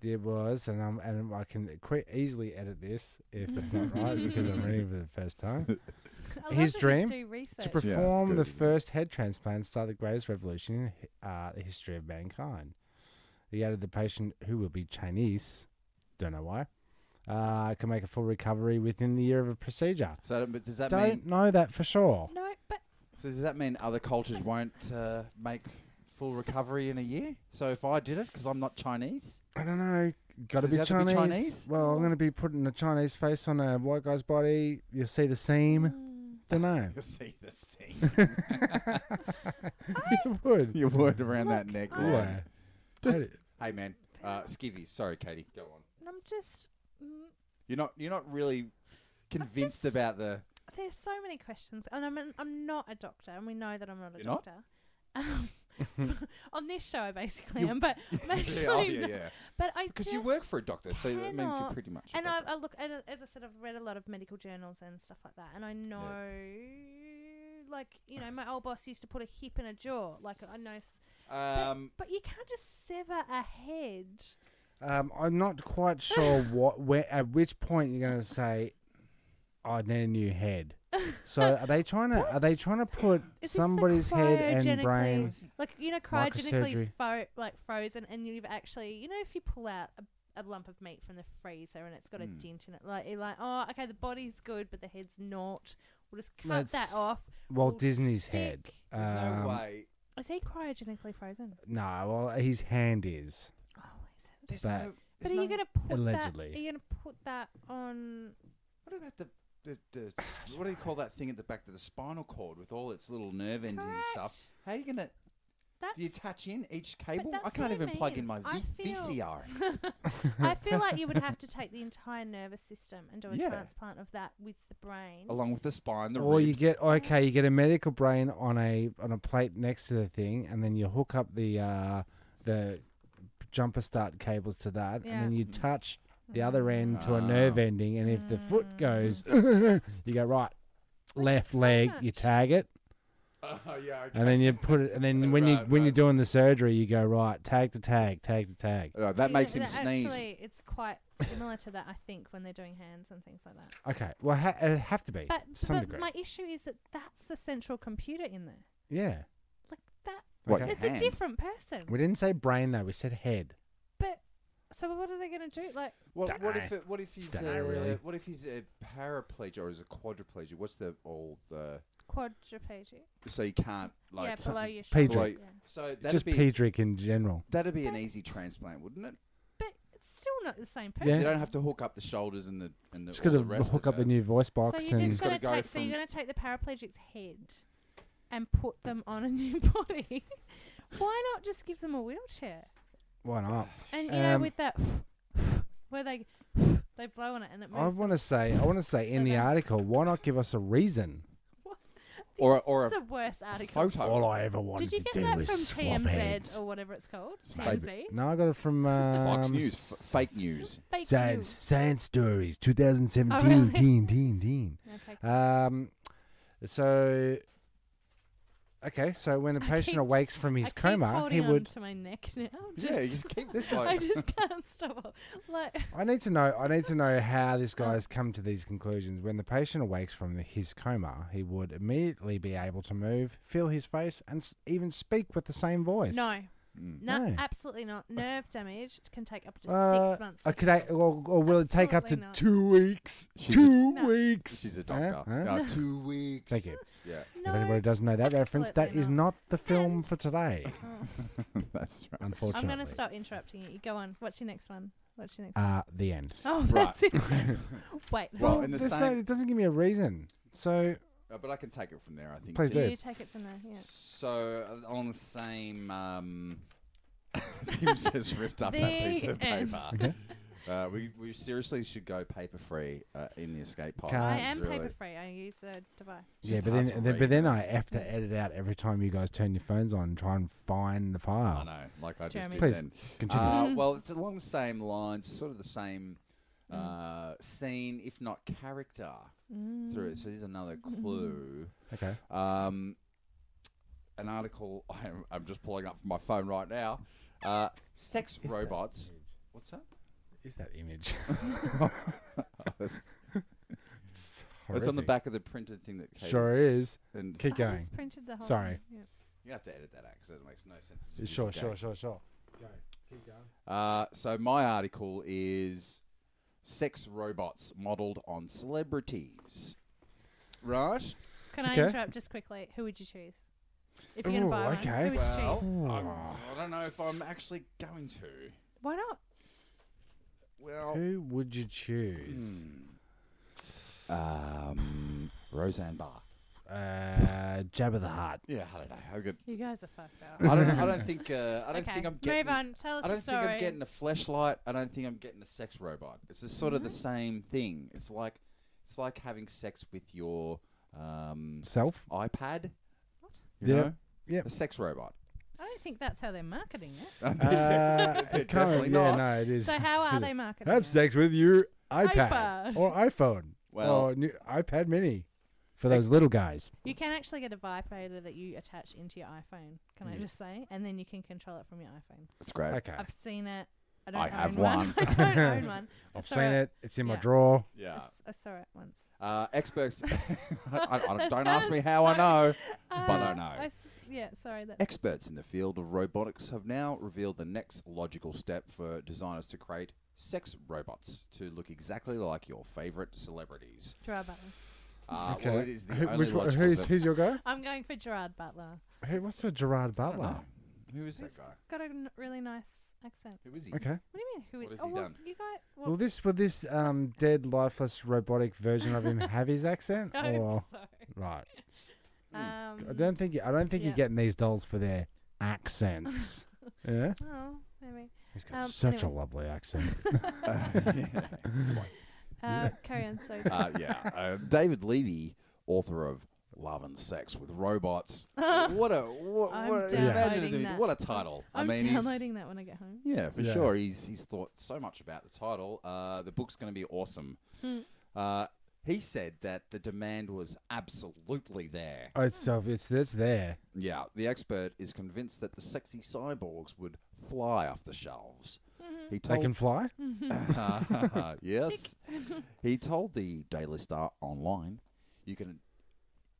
Speaker 4: there was, and, i and I can quite easily edit this if it's not right because I'm reading it for the first time.
Speaker 5: I love
Speaker 4: his
Speaker 5: that you
Speaker 4: dream
Speaker 5: do research.
Speaker 4: To perform
Speaker 3: good,
Speaker 4: the
Speaker 3: yeah.
Speaker 4: first head transplant started the greatest revolution in hi- uh, the history of mankind. He added the patient, who will be Chinese, don't know why, uh, can make a full recovery within the year of a procedure.
Speaker 3: So, that- but does that
Speaker 4: don't
Speaker 3: mean?
Speaker 4: know that for sure.
Speaker 5: no, but
Speaker 3: So does that mean other cultures won't uh, make full recovery in a year? So if I did it, because I'm not Chinese,
Speaker 4: I don't know. Got to
Speaker 3: Does
Speaker 4: be
Speaker 3: it have to be
Speaker 4: Chinese.
Speaker 3: Chinese?
Speaker 4: Well, I'm going to be putting a Chinese face on a white guy's body. You'll see the seam.
Speaker 5: mm.
Speaker 4: Don't know.
Speaker 3: you'll see the scene.
Speaker 4: you would.
Speaker 3: You're worried around that
Speaker 5: Look,
Speaker 3: neck
Speaker 5: I-
Speaker 3: line.
Speaker 4: Yeah.
Speaker 3: Just-
Speaker 4: Edit.
Speaker 3: Hey man, uh, skivvies. Sorry, Katie. Go on.
Speaker 5: I'm just. Mm,
Speaker 3: You're not. You're not really convinced
Speaker 5: just-
Speaker 3: about the.
Speaker 5: there's so many questions, and I'm an, I'm not a doctor, and we know that I'm not a
Speaker 3: You're not?
Speaker 5: doctor. Um, on this show, I basically
Speaker 3: You-
Speaker 5: am, but
Speaker 3: yeah, oh,
Speaker 5: actually
Speaker 3: yeah,
Speaker 5: not.
Speaker 3: yeah.
Speaker 5: but I
Speaker 3: Because you work
Speaker 5: just-
Speaker 3: for a doctor, so that means you're
Speaker 5: cannot-
Speaker 3: pretty much. a
Speaker 5: And I,
Speaker 3: doctor.
Speaker 5: I look at it- as I said, I've read a lot of medical journals and stuff like that, and I know, like you know, my old boss used to put a hip in a jaw. Like I know, s- but-
Speaker 3: Um,
Speaker 5: but, you can't just sever a head.
Speaker 4: Um, I'm not quite sure what where at which point you're going to say, "Oh, "I need a new head." So are they trying to are they trying to put
Speaker 5: Is this the
Speaker 4: somebody's head and brain?
Speaker 5: cryogenically- like you know, cryogenically
Speaker 4: Microsurgery.
Speaker 5: fro- like frozen, and you've actually, you know, if you pull out a, a lump of meat from the freezer and it's got a
Speaker 3: Mm.
Speaker 5: dent in it, like you're like, oh, okay, the body's good, but the head's not. We'll just cut
Speaker 4: That's
Speaker 5: that off.
Speaker 4: Walt
Speaker 5: We'll
Speaker 4: Disney's
Speaker 5: stick-
Speaker 4: head.
Speaker 3: there's
Speaker 4: Um,
Speaker 3: no way.
Speaker 5: Is he cryogenically frozen?
Speaker 4: No, well, his hand is.
Speaker 5: Oh, is it?
Speaker 3: There's
Speaker 4: but-
Speaker 3: no.
Speaker 5: But
Speaker 3: there's
Speaker 5: are
Speaker 3: no,
Speaker 5: you gonna put
Speaker 4: allegedly.
Speaker 5: that? Are you gonna put that on?
Speaker 3: What about the the, the s- what do you call that thing at the back of the spinal cord with all its little nerve endings and stuff?
Speaker 5: Correct.
Speaker 3: How are you gonna
Speaker 5: That's.
Speaker 3: do you attach in each cable? I
Speaker 5: that's
Speaker 3: can't
Speaker 5: what I
Speaker 3: even plug in my
Speaker 5: mean. I
Speaker 3: v-
Speaker 5: feel-
Speaker 3: VCR.
Speaker 5: I feel like you would have to take the entire nervous system and do a
Speaker 3: Yeah.
Speaker 5: transplant of that with the brain.
Speaker 3: along with the spine, the
Speaker 4: Or you
Speaker 3: ribs.
Speaker 4: get okay, you get a medical brain on a on a plate next to the thing, and then you hook up the uh, the jumper start cables to that,
Speaker 5: Yeah. Mm.
Speaker 4: and then you touch the other end to a
Speaker 3: Ah.
Speaker 4: nerve ending, and if the foot goes, you go right, left
Speaker 5: so
Speaker 4: leg, you
Speaker 5: much.
Speaker 4: tag it,
Speaker 3: Oh, yeah, okay.
Speaker 4: and then you put it, and then when you
Speaker 3: Right,
Speaker 4: when you're
Speaker 3: right.
Speaker 4: doing the surgery, you go right, tag to tag, tag to tag.
Speaker 3: Right, that
Speaker 5: See,
Speaker 3: makes him
Speaker 5: that
Speaker 3: sneeze.
Speaker 5: Actually, it's quite similar to that, I think, when they're doing hands and things like that.
Speaker 4: Okay, well ha- it'd have to be
Speaker 5: But,
Speaker 4: to some
Speaker 5: but
Speaker 4: degree.
Speaker 5: my issue is that that's the central computer in there.
Speaker 4: yeah,
Speaker 5: Like that,
Speaker 3: What,
Speaker 4: Okay.
Speaker 5: it's
Speaker 3: hand?
Speaker 5: a different person.
Speaker 4: we didn't say brain though. We said head.
Speaker 5: But so what are they going to do? Like,
Speaker 3: What,
Speaker 4: Dunno.
Speaker 3: what if it, what if he's
Speaker 4: Dunno,
Speaker 3: uh,
Speaker 4: really.
Speaker 3: what if he's a paraplegic or is a quadriplegic? What's the old uh,
Speaker 5: quadriplegic.
Speaker 3: so you can't like
Speaker 5: yeah, below your
Speaker 4: Pedro.
Speaker 5: shoulder.
Speaker 3: Like-
Speaker 5: Yeah.
Speaker 3: so that'd
Speaker 4: Just
Speaker 3: be
Speaker 4: Pedrick in general.
Speaker 3: that'd be an easy transplant, wouldn't it?
Speaker 5: But it's still not the same person.
Speaker 4: Yeah.
Speaker 3: 'Cause You don't have to hook up the shoulders and the and the,
Speaker 4: Just
Speaker 3: all
Speaker 4: got to
Speaker 3: the rest
Speaker 4: hook
Speaker 3: of
Speaker 4: up the
Speaker 3: it.
Speaker 4: new voice box
Speaker 5: So
Speaker 4: and
Speaker 5: you're just
Speaker 3: gotta
Speaker 5: going to
Speaker 3: go
Speaker 5: take. So you're
Speaker 3: from-
Speaker 5: going to take the paraplegic's head and put them on a new body. Why not just give them a wheelchair?
Speaker 4: why not?
Speaker 5: And you know,
Speaker 4: Um,
Speaker 5: with that, where they they blow on it and it
Speaker 4: I
Speaker 5: moves.
Speaker 4: want to say, I want to say in the article, why not give us a reason?
Speaker 3: or
Speaker 5: This
Speaker 3: or
Speaker 5: is
Speaker 3: a
Speaker 5: the worst article.
Speaker 3: photo.
Speaker 4: I ever wanted
Speaker 5: Did you get that from TMZ or whatever it's called? TMZ.
Speaker 4: No, I got it from um,
Speaker 3: Fox News, f- fake news.
Speaker 5: Fake
Speaker 4: Science,
Speaker 5: news.
Speaker 4: science stories, 2017,
Speaker 5: Oh, really?
Speaker 4: teen, teen, teen.
Speaker 5: Okay.
Speaker 4: Um, so, okay, so when a
Speaker 5: I
Speaker 4: patient
Speaker 5: keep-
Speaker 4: awakes from
Speaker 5: I
Speaker 4: his
Speaker 5: keep
Speaker 4: coma, he
Speaker 5: holding
Speaker 4: would.
Speaker 5: on to my neck now.
Speaker 3: yeah,
Speaker 5: Just,
Speaker 3: you just keep this.
Speaker 5: I
Speaker 3: Like,
Speaker 5: just can't stop. Like,
Speaker 4: I need to know. I need to know how this guy's come to these conclusions. When the patient awakes from his coma, he would immediately be able to move, feel his face, and s- even speak with the same voice.
Speaker 5: no,
Speaker 3: Mm.
Speaker 5: no,
Speaker 4: No.
Speaker 5: absolutely not. Nerve damage can take up to
Speaker 4: Uh,
Speaker 5: six months.
Speaker 4: uh, could I, or, or will it take up to
Speaker 5: Absolutely not.
Speaker 4: two weeks?
Speaker 3: She's a-
Speaker 4: two
Speaker 5: No.
Speaker 4: weeks.
Speaker 3: She's a
Speaker 4: Huh?
Speaker 3: doctor.
Speaker 4: Huh?
Speaker 3: No, two weeks.
Speaker 4: Thank you.
Speaker 3: Yeah,
Speaker 5: No,
Speaker 4: if anybody doesn't know that reference, that is
Speaker 5: absolutely
Speaker 4: not the film
Speaker 5: And-
Speaker 4: for today,
Speaker 5: Oh,
Speaker 3: that's right.
Speaker 5: I'm
Speaker 4: unfortunately.
Speaker 5: going to stop interrupting you. You Go on. What's your next one? What's your next? one?
Speaker 4: Uh, the end.
Speaker 5: Oh,
Speaker 3: right.
Speaker 5: that's it. Wait.
Speaker 3: Well,
Speaker 5: hold
Speaker 3: in the
Speaker 4: There's no-
Speaker 3: same-
Speaker 4: it doesn't give me a reason. So
Speaker 3: Uh, but I can take it from there. I think.
Speaker 4: Please
Speaker 3: too.
Speaker 5: on.
Speaker 4: do.
Speaker 5: You take it from there. Yeah.
Speaker 3: So uh, on the same, um, Tim says ripped up that
Speaker 5: The
Speaker 3: piece of
Speaker 5: end.
Speaker 3: paper. Uh, we, we seriously should go paper free uh, in the escape pod.
Speaker 4: Can't.
Speaker 5: I
Speaker 3: This
Speaker 5: am
Speaker 3: is really-
Speaker 5: paper free. I use a device.
Speaker 4: yeah,
Speaker 3: just
Speaker 4: but
Speaker 3: hard
Speaker 4: then,
Speaker 3: to
Speaker 4: then but
Speaker 3: read
Speaker 4: then
Speaker 3: those.
Speaker 4: I have to edit out every time you guys turn your phones on and try and find the
Speaker 3: I
Speaker 4: file.
Speaker 3: know, like I just
Speaker 5: Jeremy.
Speaker 3: did
Speaker 4: Please,
Speaker 3: then.
Speaker 4: Continue.
Speaker 3: Uh,
Speaker 5: Mhm.
Speaker 3: well, it's along the same lines, sort of the same uh,
Speaker 5: Mm-hmm.
Speaker 3: scene, if not character,
Speaker 5: Mm.
Speaker 3: through it. So here's another
Speaker 5: Mm-hmm.
Speaker 3: clue.
Speaker 4: okay.
Speaker 3: Um, an article I'm, I'm just pulling up from my phone right now. Uh, sex
Speaker 4: that
Speaker 3: robots. What's that?
Speaker 4: Is that image?
Speaker 3: That's- It's
Speaker 4: it's
Speaker 3: on the
Speaker 4: horrific.
Speaker 3: back of the printed thing that came.
Speaker 4: Sure is.
Speaker 3: And
Speaker 4: Keep
Speaker 5: I
Speaker 4: going.
Speaker 5: just printed the whole
Speaker 4: Sorry.
Speaker 5: thing, yeah.
Speaker 3: you have to edit that out because it makes no sense. It's a visual
Speaker 4: Sure, sure,
Speaker 3: gag.
Speaker 4: sure, sure. Go. Keep going.
Speaker 3: Uh, so my article is sex robots modeled on celebrities. Right?
Speaker 5: Can
Speaker 4: Okay.
Speaker 5: I interrupt just quickly? Who would you choose? If you're going
Speaker 4: Ooh,
Speaker 5: to buy one,
Speaker 4: okay.
Speaker 5: who would you choose?
Speaker 3: I'm-
Speaker 4: Oh.
Speaker 3: I don't know if I'm actually going to.
Speaker 5: Why not?
Speaker 3: Well, hmm.
Speaker 4: Who would you choose?
Speaker 3: um, Roseanne Barr. Hmm.
Speaker 4: Uh, Jabba the Hutt.
Speaker 3: Yeah, I don't know. I, could,
Speaker 5: You guys are fucked up.
Speaker 3: I don't. I don't think. Uh, I don't
Speaker 5: okay.
Speaker 3: think I'm getting.
Speaker 5: Move on. Tell us
Speaker 3: I
Speaker 5: the
Speaker 3: don't think
Speaker 5: story.
Speaker 3: I'm getting a flashlight. I don't think I'm getting a sex robot. It's the sort
Speaker 5: Mm-hmm.
Speaker 3: of the same thing. It's like, it's like having sex with your um,
Speaker 4: Self.
Speaker 3: iPad.
Speaker 5: What?
Speaker 3: You
Speaker 4: Yeah.
Speaker 3: know?
Speaker 4: Yep.
Speaker 3: A sex robot.
Speaker 5: I don't think that's how they're marketing it.
Speaker 3: Uh,
Speaker 4: Uh,
Speaker 3: they're
Speaker 4: it kind of-
Speaker 3: definitely
Speaker 4: yeah,
Speaker 3: not.
Speaker 4: no, it is.
Speaker 5: So how are they marketing
Speaker 4: Have
Speaker 5: it?
Speaker 4: sex with your iPad,
Speaker 5: iPad.
Speaker 4: or iPhone
Speaker 3: Well-
Speaker 4: or new iPad Mini for those little guys.
Speaker 5: You can actually get a vibrator that you attach into your iPhone. Can I just say? And then you can control it from your iPhone.
Speaker 3: That's great.
Speaker 4: Okay,
Speaker 5: I've seen it. I don't
Speaker 3: I
Speaker 5: own
Speaker 3: have one.
Speaker 5: I don't own one. I
Speaker 4: I've
Speaker 5: saw
Speaker 4: seen it. It's in my
Speaker 5: Yeah.
Speaker 4: drawer.
Speaker 5: I,
Speaker 3: Yeah.
Speaker 5: s- I saw it once.
Speaker 3: Uh, experts. I, I,
Speaker 5: That
Speaker 3: don't- don't ask me
Speaker 5: sounds
Speaker 3: how I
Speaker 5: so-
Speaker 3: know. But
Speaker 5: Uh,
Speaker 3: I know.
Speaker 5: s- yeah, sorry. That
Speaker 3: Experts in the field of robotics have now revealed the next logical step for designers to create sex robots to look exactly like your favorite celebrities.
Speaker 5: Gerard Butler.
Speaker 3: Uh,
Speaker 4: Okay,
Speaker 3: well, it is the
Speaker 4: Who-
Speaker 3: only
Speaker 4: which one,
Speaker 3: logical
Speaker 4: who's
Speaker 3: step-
Speaker 4: who's your guy?
Speaker 5: I'm going for Gerard Butler.
Speaker 4: Hey, what's with Gerard
Speaker 3: I don't
Speaker 4: Butler?
Speaker 3: know. Who is that
Speaker 5: Who's
Speaker 3: guy?
Speaker 5: got a n- really nice accent.
Speaker 3: Who is he?
Speaker 4: Okay.
Speaker 5: What do you mean? Who is?
Speaker 3: What has
Speaker 5: oh,
Speaker 3: he
Speaker 5: well,
Speaker 3: done?
Speaker 5: you guys. Well,
Speaker 4: Will this will this um, dead, lifeless, robotic version of him have his accent?
Speaker 5: I'm
Speaker 4: or
Speaker 5: sorry.
Speaker 4: right?
Speaker 5: Um,
Speaker 4: oh, Hmm. I don't think I don't think you're
Speaker 5: yeah.
Speaker 4: getting these dolls for their accents. yeah,
Speaker 5: Oh, maybe.
Speaker 4: he's got
Speaker 5: Um,
Speaker 4: such a
Speaker 5: anyway.
Speaker 4: lovely accent.
Speaker 3: yeah. It's like-
Speaker 5: Uh, Carry on. So
Speaker 3: um, uh, yeah. Uh, David Levy, author of Love and Sex with Robots. what a what,
Speaker 5: I'm
Speaker 3: what, a,
Speaker 5: downloading
Speaker 3: imagine if he's-
Speaker 5: that.
Speaker 3: what a title.
Speaker 5: I'm
Speaker 3: mean, he's-
Speaker 5: downloading that when I get home.
Speaker 3: Yeah, for
Speaker 4: Yeah.
Speaker 3: sure. He's he's thought so much about the title. Uh, the book's going to be awesome.
Speaker 5: Hmm.
Speaker 3: Uh, he said that the demand was absolutely there.
Speaker 4: Oh, it's so it's it's there.
Speaker 3: Yeah, the expert is convinced that the sexy cyborgs would fly off the shelves.
Speaker 5: Mm-hmm.
Speaker 3: He
Speaker 4: They
Speaker 3: told
Speaker 4: can fly.
Speaker 3: yes. he told the Daily Star online, "You can,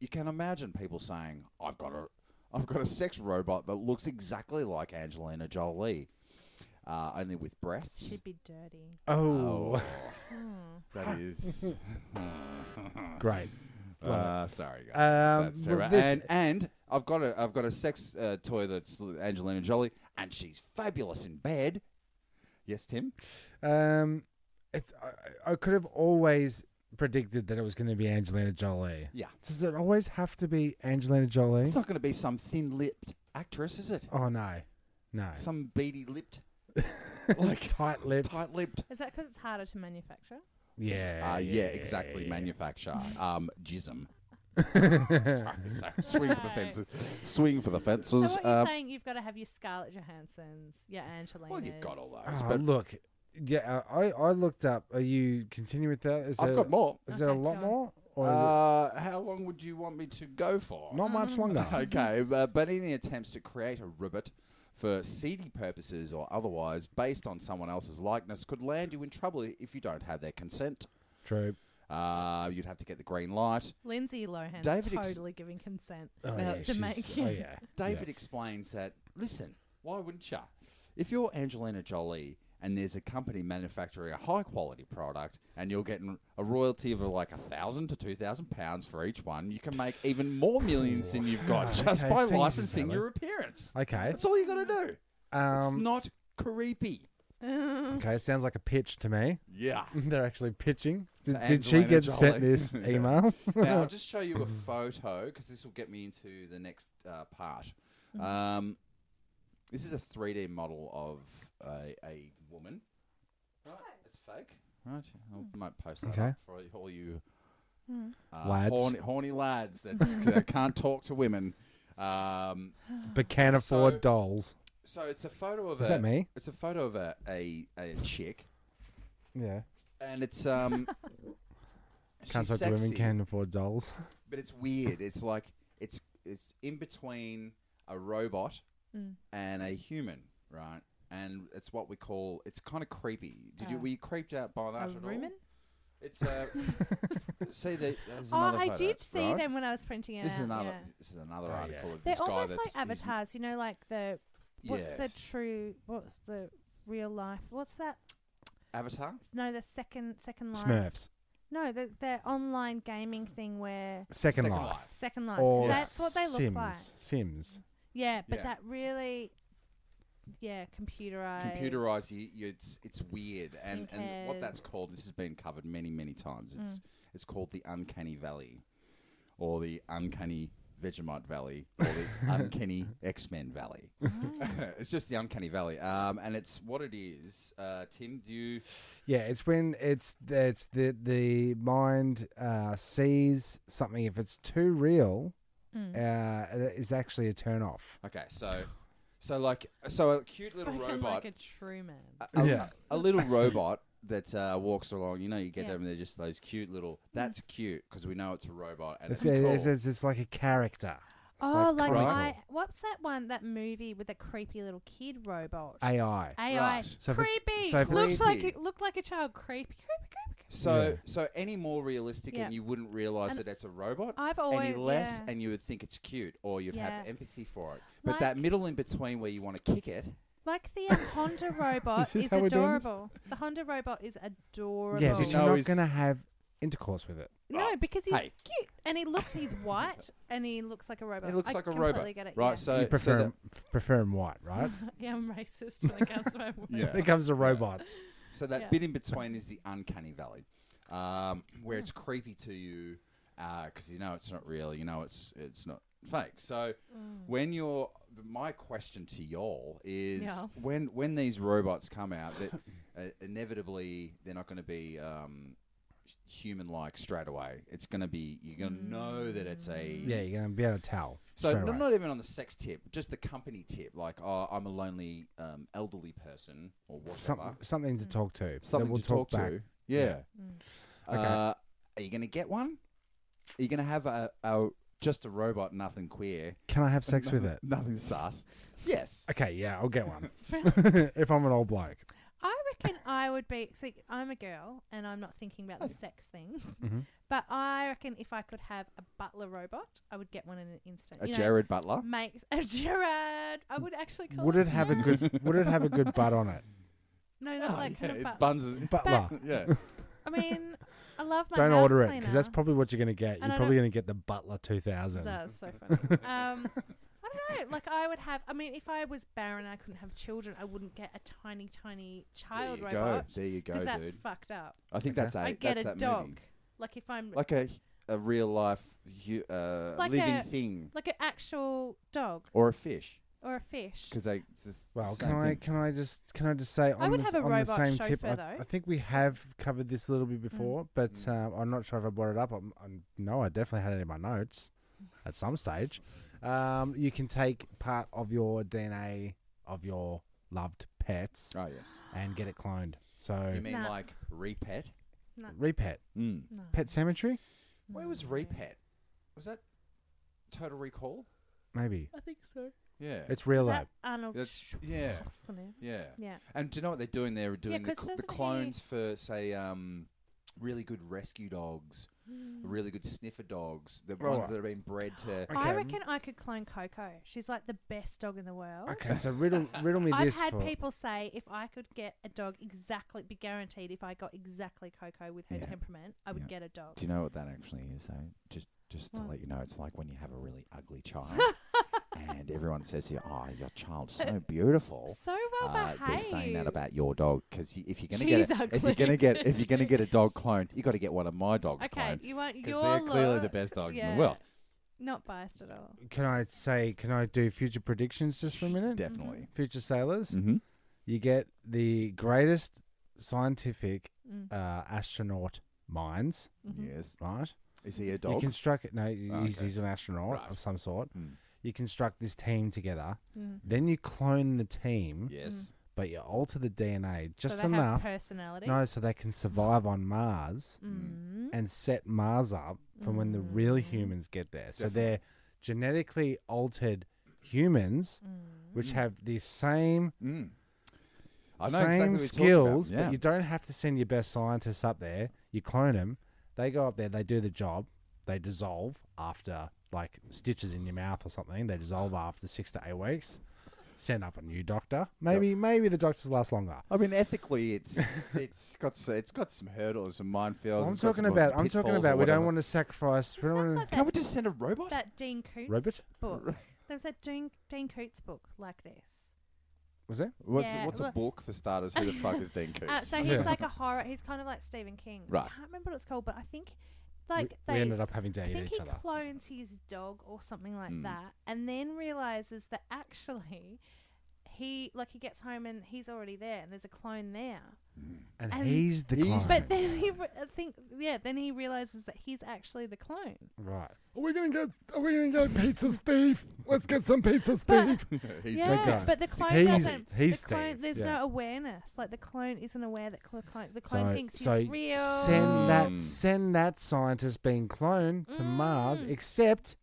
Speaker 3: you can imagine people saying, "I've got a, I've got a sex robot that looks exactly like Angelina Jolie, uh, only with breasts."
Speaker 5: She'd be dirty.
Speaker 4: Oh,
Speaker 3: that is
Speaker 4: Oh, great.
Speaker 3: uh, sorry, guys.
Speaker 4: Um,
Speaker 3: that's
Speaker 4: well,
Speaker 3: terrible.
Speaker 4: this-
Speaker 3: and and I've got a I've got a sex uh, toy that's Angelina Jolie, and she's fabulous in bed. Yes, Tim.
Speaker 4: Um, it's I- I, I could have always predicted that it was going to be Angelina Jolie.
Speaker 3: Yeah.
Speaker 4: Does it always have to be Angelina Jolie?
Speaker 3: It's not going to be some thin-lipped actress, is it?
Speaker 4: oh no, no.
Speaker 3: Some beady-lipped, like
Speaker 4: Tight lips.
Speaker 3: tight-lipped.
Speaker 5: Is that because it's harder to manufacture?
Speaker 4: Yeah.
Speaker 3: Uh, yeah, exactly. Manufacture. Um, jism. sorry, sorry. Swing for the fences. Swing for the
Speaker 5: So
Speaker 3: fences.
Speaker 5: what you're
Speaker 3: Uh,
Speaker 5: saying, you've got to have your Scarlett Johansson's, your Angelinas.
Speaker 3: well, you've got all those,
Speaker 4: Oh,
Speaker 3: but
Speaker 4: look, yeah. I I looked up. Are you continuing with that? Is
Speaker 3: I've
Speaker 4: there-
Speaker 3: got more.
Speaker 4: Is there a
Speaker 5: Okay,
Speaker 4: lot
Speaker 5: go on.
Speaker 4: more? Or is
Speaker 3: Uh, how long would you want me to go for?
Speaker 4: it not
Speaker 5: um,
Speaker 4: much longer.
Speaker 3: okay, uh, but any attempts to create a ribbit for seedy purposes or otherwise based on someone else's likeness could land you in trouble if you don't have their consent.
Speaker 4: True.
Speaker 3: Uh, you'd have to get the green light.
Speaker 5: Lindsay Lohan's
Speaker 3: David ex-
Speaker 5: totally giving consent.
Speaker 4: Oh,
Speaker 3: Now-
Speaker 4: yeah,
Speaker 5: To make
Speaker 4: she's-
Speaker 5: it.
Speaker 4: oh yeah.
Speaker 3: David explains that, listen, why wouldn't you? If you're Angelina Jolie and there's a company manufacturing a high quality product and you're getting a royalty of like a thousand to two thousand pounds for each one, you can make even more millions than you've got just
Speaker 4: Okay,
Speaker 3: by
Speaker 4: thank you,
Speaker 3: licensing
Speaker 4: fella.
Speaker 3: your appearance.
Speaker 4: Okay.
Speaker 3: That's all you gotta do.
Speaker 4: Um,
Speaker 3: it's not creepy.
Speaker 4: Okay, sounds like a pitch to me.
Speaker 3: Yeah.
Speaker 4: They're actually pitching. Did,
Speaker 3: To
Speaker 4: did she
Speaker 3: Angelina
Speaker 4: get sent
Speaker 3: Jolie.
Speaker 4: this
Speaker 3: Yeah.
Speaker 4: email?
Speaker 3: now I'll just show you a photo because this will get me into the next uh, part.
Speaker 4: Mm-hmm.
Speaker 3: Um, this is a 3D model of a, a woman. Right, it's fake. Right, I might post that
Speaker 4: Hmm. Okay.
Speaker 3: up for all you
Speaker 5: Hmm.
Speaker 3: uh,
Speaker 4: Lads.
Speaker 3: horny, horny lads that's- that can't talk to women. Um,
Speaker 4: but can afford
Speaker 3: So-
Speaker 4: dolls.
Speaker 3: so it's a photo of
Speaker 4: Is
Speaker 3: a,
Speaker 4: that me?
Speaker 3: It's a photo of a a, a chick,
Speaker 4: Yeah.
Speaker 3: and it's um.
Speaker 4: Can't
Speaker 3: she's
Speaker 4: talk to women,
Speaker 3: sexy.
Speaker 4: can afford dolls.
Speaker 3: but it's weird. It's like it's it's in between a robot
Speaker 5: Mm.
Speaker 3: and a human, right? And it's what we call it's kind of creepy. Did you
Speaker 5: Uh,
Speaker 3: were you creeped out by that
Speaker 5: A
Speaker 3: at
Speaker 5: rumen?
Speaker 3: all? It's uh, see the, there's
Speaker 5: Oh,
Speaker 3: another
Speaker 5: I
Speaker 3: photo,
Speaker 5: did see
Speaker 3: right?
Speaker 5: them when I was printing it
Speaker 3: This is
Speaker 5: out.
Speaker 3: another
Speaker 5: yeah.
Speaker 3: this is another
Speaker 4: yeah.
Speaker 3: article of
Speaker 5: They're
Speaker 3: this guy
Speaker 5: almost
Speaker 3: that's
Speaker 5: like
Speaker 3: he's-
Speaker 5: avatars, you know, like the what's
Speaker 3: Yes.
Speaker 5: the true, what's the real life, what's that?
Speaker 3: Avatar?
Speaker 5: S- No, the second second life.
Speaker 4: Smurfs.
Speaker 5: No, the the online gaming thing where
Speaker 4: Second,
Speaker 3: Second
Speaker 4: Life.
Speaker 3: Life.
Speaker 5: Second Life.
Speaker 4: Or
Speaker 5: That's what they
Speaker 4: Sims.
Speaker 5: look like.
Speaker 4: Sims.
Speaker 5: Yeah, but
Speaker 3: Yeah.
Speaker 5: that really, yeah, computerized.
Speaker 3: computerized you, you it's it's weird and and what
Speaker 5: Thinkhead.
Speaker 3: that's called this has been covered many many times
Speaker 5: Mm.
Speaker 3: it's it's called the uncanny valley or the uncanny vegemite valley or the uncanny x-men valley it's just the uncanny valley um and it's what it is uh tim do you
Speaker 4: Yeah, it's when it's it's the the mind uh, sees something if it's too real,
Speaker 5: Mm.
Speaker 4: uh, it is actually a turn off.
Speaker 3: okay so so like so a cute little
Speaker 5: Spoken
Speaker 3: robot Uh,
Speaker 5: like a true man.
Speaker 3: a,
Speaker 4: Yeah.
Speaker 3: a little robot that uh, walks along. You know, you get
Speaker 5: Yeah.
Speaker 3: over there just those cute little. That's cute because we know it's a robot and
Speaker 4: It's
Speaker 3: it's,
Speaker 4: it's,
Speaker 3: cool.
Speaker 4: it's, it's, like a character. It's
Speaker 5: oh, like,
Speaker 4: comical.
Speaker 5: I what's that one? That movie with the creepy little kid robot.
Speaker 4: AI.
Speaker 5: AI
Speaker 3: Right.
Speaker 4: So if it's-
Speaker 5: creepy.
Speaker 4: so if it's-
Speaker 5: looks like
Speaker 3: Creepy.
Speaker 5: it looked like a child. Creepy, creepy, creepy. creepy.
Speaker 3: So
Speaker 4: Yeah.
Speaker 3: so any more realistic
Speaker 5: Yeah.
Speaker 3: and you wouldn't realise
Speaker 5: And
Speaker 3: that it's a robot.
Speaker 5: I've always
Speaker 3: any less
Speaker 5: yeah.
Speaker 3: and you would think it's cute or you'd have
Speaker 5: Yes.
Speaker 3: empathy for it. But
Speaker 5: Like-
Speaker 3: that middle in between where you want to kick it,
Speaker 5: like the um, Honda robot
Speaker 4: Is this
Speaker 5: is
Speaker 4: how we're doing this?
Speaker 5: adorable. The Honda robot is adorable.
Speaker 4: Yeah, but
Speaker 3: you
Speaker 4: you're
Speaker 3: know
Speaker 4: not
Speaker 3: is-
Speaker 4: going to have intercourse with it.
Speaker 5: No, because he's
Speaker 3: hey.
Speaker 5: cute and he looks he's white and he looks like a robot.
Speaker 3: it looks
Speaker 5: I
Speaker 3: like a
Speaker 5: completely
Speaker 3: robot,
Speaker 5: Get it.
Speaker 3: right?
Speaker 5: Yeah.
Speaker 3: So
Speaker 4: you prefer
Speaker 3: so, that-
Speaker 4: him, f- prefer him white, right?
Speaker 5: yeah, I'm racist when it comes to my work.
Speaker 4: When it comes to robots.
Speaker 3: so that
Speaker 5: Yeah.
Speaker 3: bit in between is the uncanny valley, um, where it's creepy to you because you know it's not real, you know it's it's not fake. So
Speaker 5: Mm.
Speaker 3: when you're, my question to y'all is
Speaker 5: Yeah.
Speaker 3: when when these robots come out, that uh, inevitably they're not going to be um, human like straight away. It's gonna be you're gonna know that it's a
Speaker 5: Mm.
Speaker 4: Yeah, you're gonna be able to tell.
Speaker 3: So
Speaker 4: straight
Speaker 3: not,
Speaker 4: away.
Speaker 3: not even on the sex tip, just the company tip. Like, oh, I'm a lonely um, elderly person or whatever.
Speaker 4: Some, something
Speaker 5: Mm.
Speaker 4: to talk to. that
Speaker 3: Something
Speaker 4: we'll
Speaker 3: to talk,
Speaker 4: back.
Speaker 3: to. Yeah.
Speaker 4: Okay.
Speaker 3: Uh, are you gonna get one? Are you gonna have a, a just a robot, nothing queer,
Speaker 4: Can I have sex with
Speaker 3: nothing-
Speaker 4: it?
Speaker 3: nothing sus? Yes.
Speaker 4: Okay, yeah, I'll get one. if I'm an old bloke.
Speaker 5: I reckon I would be. See, I'm a girl, and I'm not thinking
Speaker 4: Oh.
Speaker 5: about the sex thing.
Speaker 3: Mm-hmm.
Speaker 5: But I reckon if I could have a butler robot, I would get one in an instant.
Speaker 3: A
Speaker 5: You know,
Speaker 3: Jared Butler.
Speaker 5: makes a Gerard. I would actually call.
Speaker 4: Would it have a
Speaker 5: Gerard.
Speaker 4: good would it have a good butt on it?
Speaker 5: No, not
Speaker 3: Oh,
Speaker 5: like
Speaker 3: yeah,
Speaker 5: kind of
Speaker 3: it
Speaker 5: butler.
Speaker 3: buns is-
Speaker 4: Butler.
Speaker 3: yeah.
Speaker 5: I mean, I love my.
Speaker 4: Don't
Speaker 5: house
Speaker 4: order it
Speaker 5: cleaner.
Speaker 4: because that's probably what you're going to get.
Speaker 5: I
Speaker 4: You're
Speaker 5: don't-
Speaker 4: probably going to get the Butler 2000.
Speaker 5: That's so funny. um, I don't know. Like I would have. I mean, if I was barren, and I couldn't have children. I wouldn't get a tiny, tiny
Speaker 3: There
Speaker 5: child
Speaker 3: you go.
Speaker 5: robot
Speaker 3: There you go,
Speaker 5: because that's
Speaker 3: dude.
Speaker 5: fucked up.
Speaker 3: I think that's a,
Speaker 5: I get
Speaker 3: that's
Speaker 5: a
Speaker 3: that
Speaker 5: dog.
Speaker 3: movie.
Speaker 5: Like if I'm like,
Speaker 3: Like a a real life hu- uh,
Speaker 5: Like
Speaker 3: living
Speaker 5: a-
Speaker 3: thing
Speaker 5: an actual dog
Speaker 3: or a fish
Speaker 5: or a fish.
Speaker 3: because they it's just
Speaker 4: Well,
Speaker 3: same
Speaker 4: can I
Speaker 3: thing.
Speaker 4: can I just can I just say on,
Speaker 5: would
Speaker 4: the,
Speaker 5: have a
Speaker 4: on
Speaker 5: robot
Speaker 4: the same tip? I,
Speaker 5: chauffeur, though. Mm.
Speaker 4: I think we have covered this a little bit before, but
Speaker 3: Mm.
Speaker 4: um, I'm not sure if I brought it up. I'm, I'm, no, I definitely had it in my notes at some stage. Um, you can take part of your DNA of your loved pets
Speaker 3: Oh yes.
Speaker 4: and get it cloned. So
Speaker 3: You mean
Speaker 5: Nah.
Speaker 3: like repet?
Speaker 4: repet,
Speaker 3: Mm.
Speaker 5: No.
Speaker 4: pet cemetery,
Speaker 3: Where
Speaker 5: Mm.
Speaker 3: was repet? Was that Total Recall?
Speaker 4: maybe
Speaker 5: I think so.
Speaker 3: Yeah.
Speaker 4: it's real
Speaker 5: Is
Speaker 4: though.
Speaker 5: that Arnold
Speaker 3: That's- yeah.
Speaker 5: Schwarzenegger?
Speaker 3: yeah.
Speaker 5: Yeah.
Speaker 3: And do you know what they're doing? They're doing the,
Speaker 5: 'cause
Speaker 3: cl- the
Speaker 5: doesn't he-
Speaker 3: clones for say um, really good rescue dogs,
Speaker 5: Mm.
Speaker 3: really good sniffer dogs, the
Speaker 4: Right.
Speaker 3: ones that have been bred to.
Speaker 4: Okay.
Speaker 5: I reckon I could clone Coco. She's like the best dog in the world.
Speaker 4: Okay, so riddle riddle me
Speaker 5: I've
Speaker 4: this.
Speaker 5: had
Speaker 4: for,
Speaker 5: people say if I could get a dog exactly, be guaranteed if I got exactly Coco with her
Speaker 3: Yeah.
Speaker 5: temperament, I would
Speaker 3: Yeah.
Speaker 5: get a dog.
Speaker 3: Do you know what that actually is, though? Just, just to
Speaker 5: What?
Speaker 3: let you know, it's like when you have a really ugly child, and everyone says to you, "Oh, your child's so beautiful."
Speaker 5: So well
Speaker 3: Uh,
Speaker 5: behaved.
Speaker 3: they're saying that about your dog because you, if you're gonna
Speaker 5: She's
Speaker 3: get a, if
Speaker 5: ugly.
Speaker 3: you're gonna get if you're gonna get a dog cloned, you got to get one of my dogs
Speaker 5: Okay,
Speaker 3: cloned
Speaker 5: you want
Speaker 3: because
Speaker 5: your
Speaker 3: they're clearly the
Speaker 5: look-
Speaker 3: best dogs in
Speaker 5: Yeah.
Speaker 3: the world.
Speaker 5: Not biased at all.
Speaker 4: Can I say? Can I do future predictions just for a minute?
Speaker 3: Definitely.
Speaker 4: Future sailors.
Speaker 3: Mm-hmm.
Speaker 4: you get the greatest scientific
Speaker 5: Mm.
Speaker 4: uh, astronaut minds,
Speaker 5: Mm-hmm.
Speaker 3: Yes.
Speaker 4: right?
Speaker 3: Is he a
Speaker 4: You
Speaker 3: dog?
Speaker 4: construct no, he's,
Speaker 3: Oh, okay.
Speaker 4: he's an astronaut
Speaker 3: Right.
Speaker 4: of some sort.
Speaker 3: Mm.
Speaker 4: You construct this team together,
Speaker 5: Mm.
Speaker 4: then you clone the team,
Speaker 3: Yes.
Speaker 4: but you alter the DNA just
Speaker 5: so they have
Speaker 4: enough,
Speaker 5: personalities.
Speaker 4: no, so they can survive on Mars
Speaker 5: Mm.
Speaker 4: and set Mars up for when the real humans get there. So
Speaker 3: Definitely.
Speaker 4: they're genetically altered humans, which have the same
Speaker 3: Mm. I know
Speaker 4: same
Speaker 3: exactly what you're talking about.
Speaker 4: skills,
Speaker 3: Yeah.
Speaker 4: but you don't have to send your best scientists up there. You clone them. They go up there. They do the job. They dissolve after like stitches in your mouth or something. They dissolve after six to eight weeks. Send up a new doctor. Maybe maybe the doctors last longer.
Speaker 3: I mean, ethically, it's it's got s- it's got some hurdles, some minefields.
Speaker 4: I'm
Speaker 3: it's got
Speaker 4: talking
Speaker 3: some
Speaker 4: about I'm talking
Speaker 3: pitfalls or
Speaker 4: about we
Speaker 3: whatever.
Speaker 4: don't want to sacrifice. We
Speaker 5: Sounds
Speaker 4: don't want
Speaker 5: like
Speaker 3: Can't we just send a robot?
Speaker 5: that Dean Coots
Speaker 4: Rabbit?
Speaker 5: book. There was that Dean, Dean Coots book like this.
Speaker 4: was it?
Speaker 3: what's
Speaker 5: Yeah,
Speaker 3: what's
Speaker 5: well-
Speaker 3: a book for starters? Who the fuck is Dean Coots?
Speaker 5: Uh, so
Speaker 4: Yeah.
Speaker 5: he's like a horror. He's kind of like Stephen King.
Speaker 3: Right.
Speaker 5: I can't remember what it's called, but I think
Speaker 4: We-
Speaker 5: like
Speaker 4: we,
Speaker 5: they.
Speaker 4: ended up having to
Speaker 5: I
Speaker 4: eat
Speaker 5: think
Speaker 4: each
Speaker 5: he
Speaker 4: other.
Speaker 5: clones his dog or something like
Speaker 3: Mm.
Speaker 5: that, and then realizes that actually, he like he gets home and he's already there, and there's a clone there.
Speaker 4: and,
Speaker 5: and-
Speaker 4: he's the
Speaker 3: He's
Speaker 4: clone.
Speaker 5: But then he, re- I think, yeah, then he realizes that he's actually the clone.
Speaker 4: right. Are we gonna get? Are we gonna get pizza, Steve? Let's get some pizza, Steve.
Speaker 3: He's
Speaker 5: yeah,
Speaker 4: the
Speaker 5: but the clone
Speaker 4: He's-
Speaker 5: doesn't.
Speaker 4: he's
Speaker 5: the clone,
Speaker 4: Steve,
Speaker 5: there's
Speaker 4: yeah.
Speaker 5: no awareness. Like the clone isn't aware that cl- clone, the clone thinks he's real.
Speaker 4: Send
Speaker 3: Mm.
Speaker 4: that send that scientist being cloned to Mars,
Speaker 5: Mm.
Speaker 4: except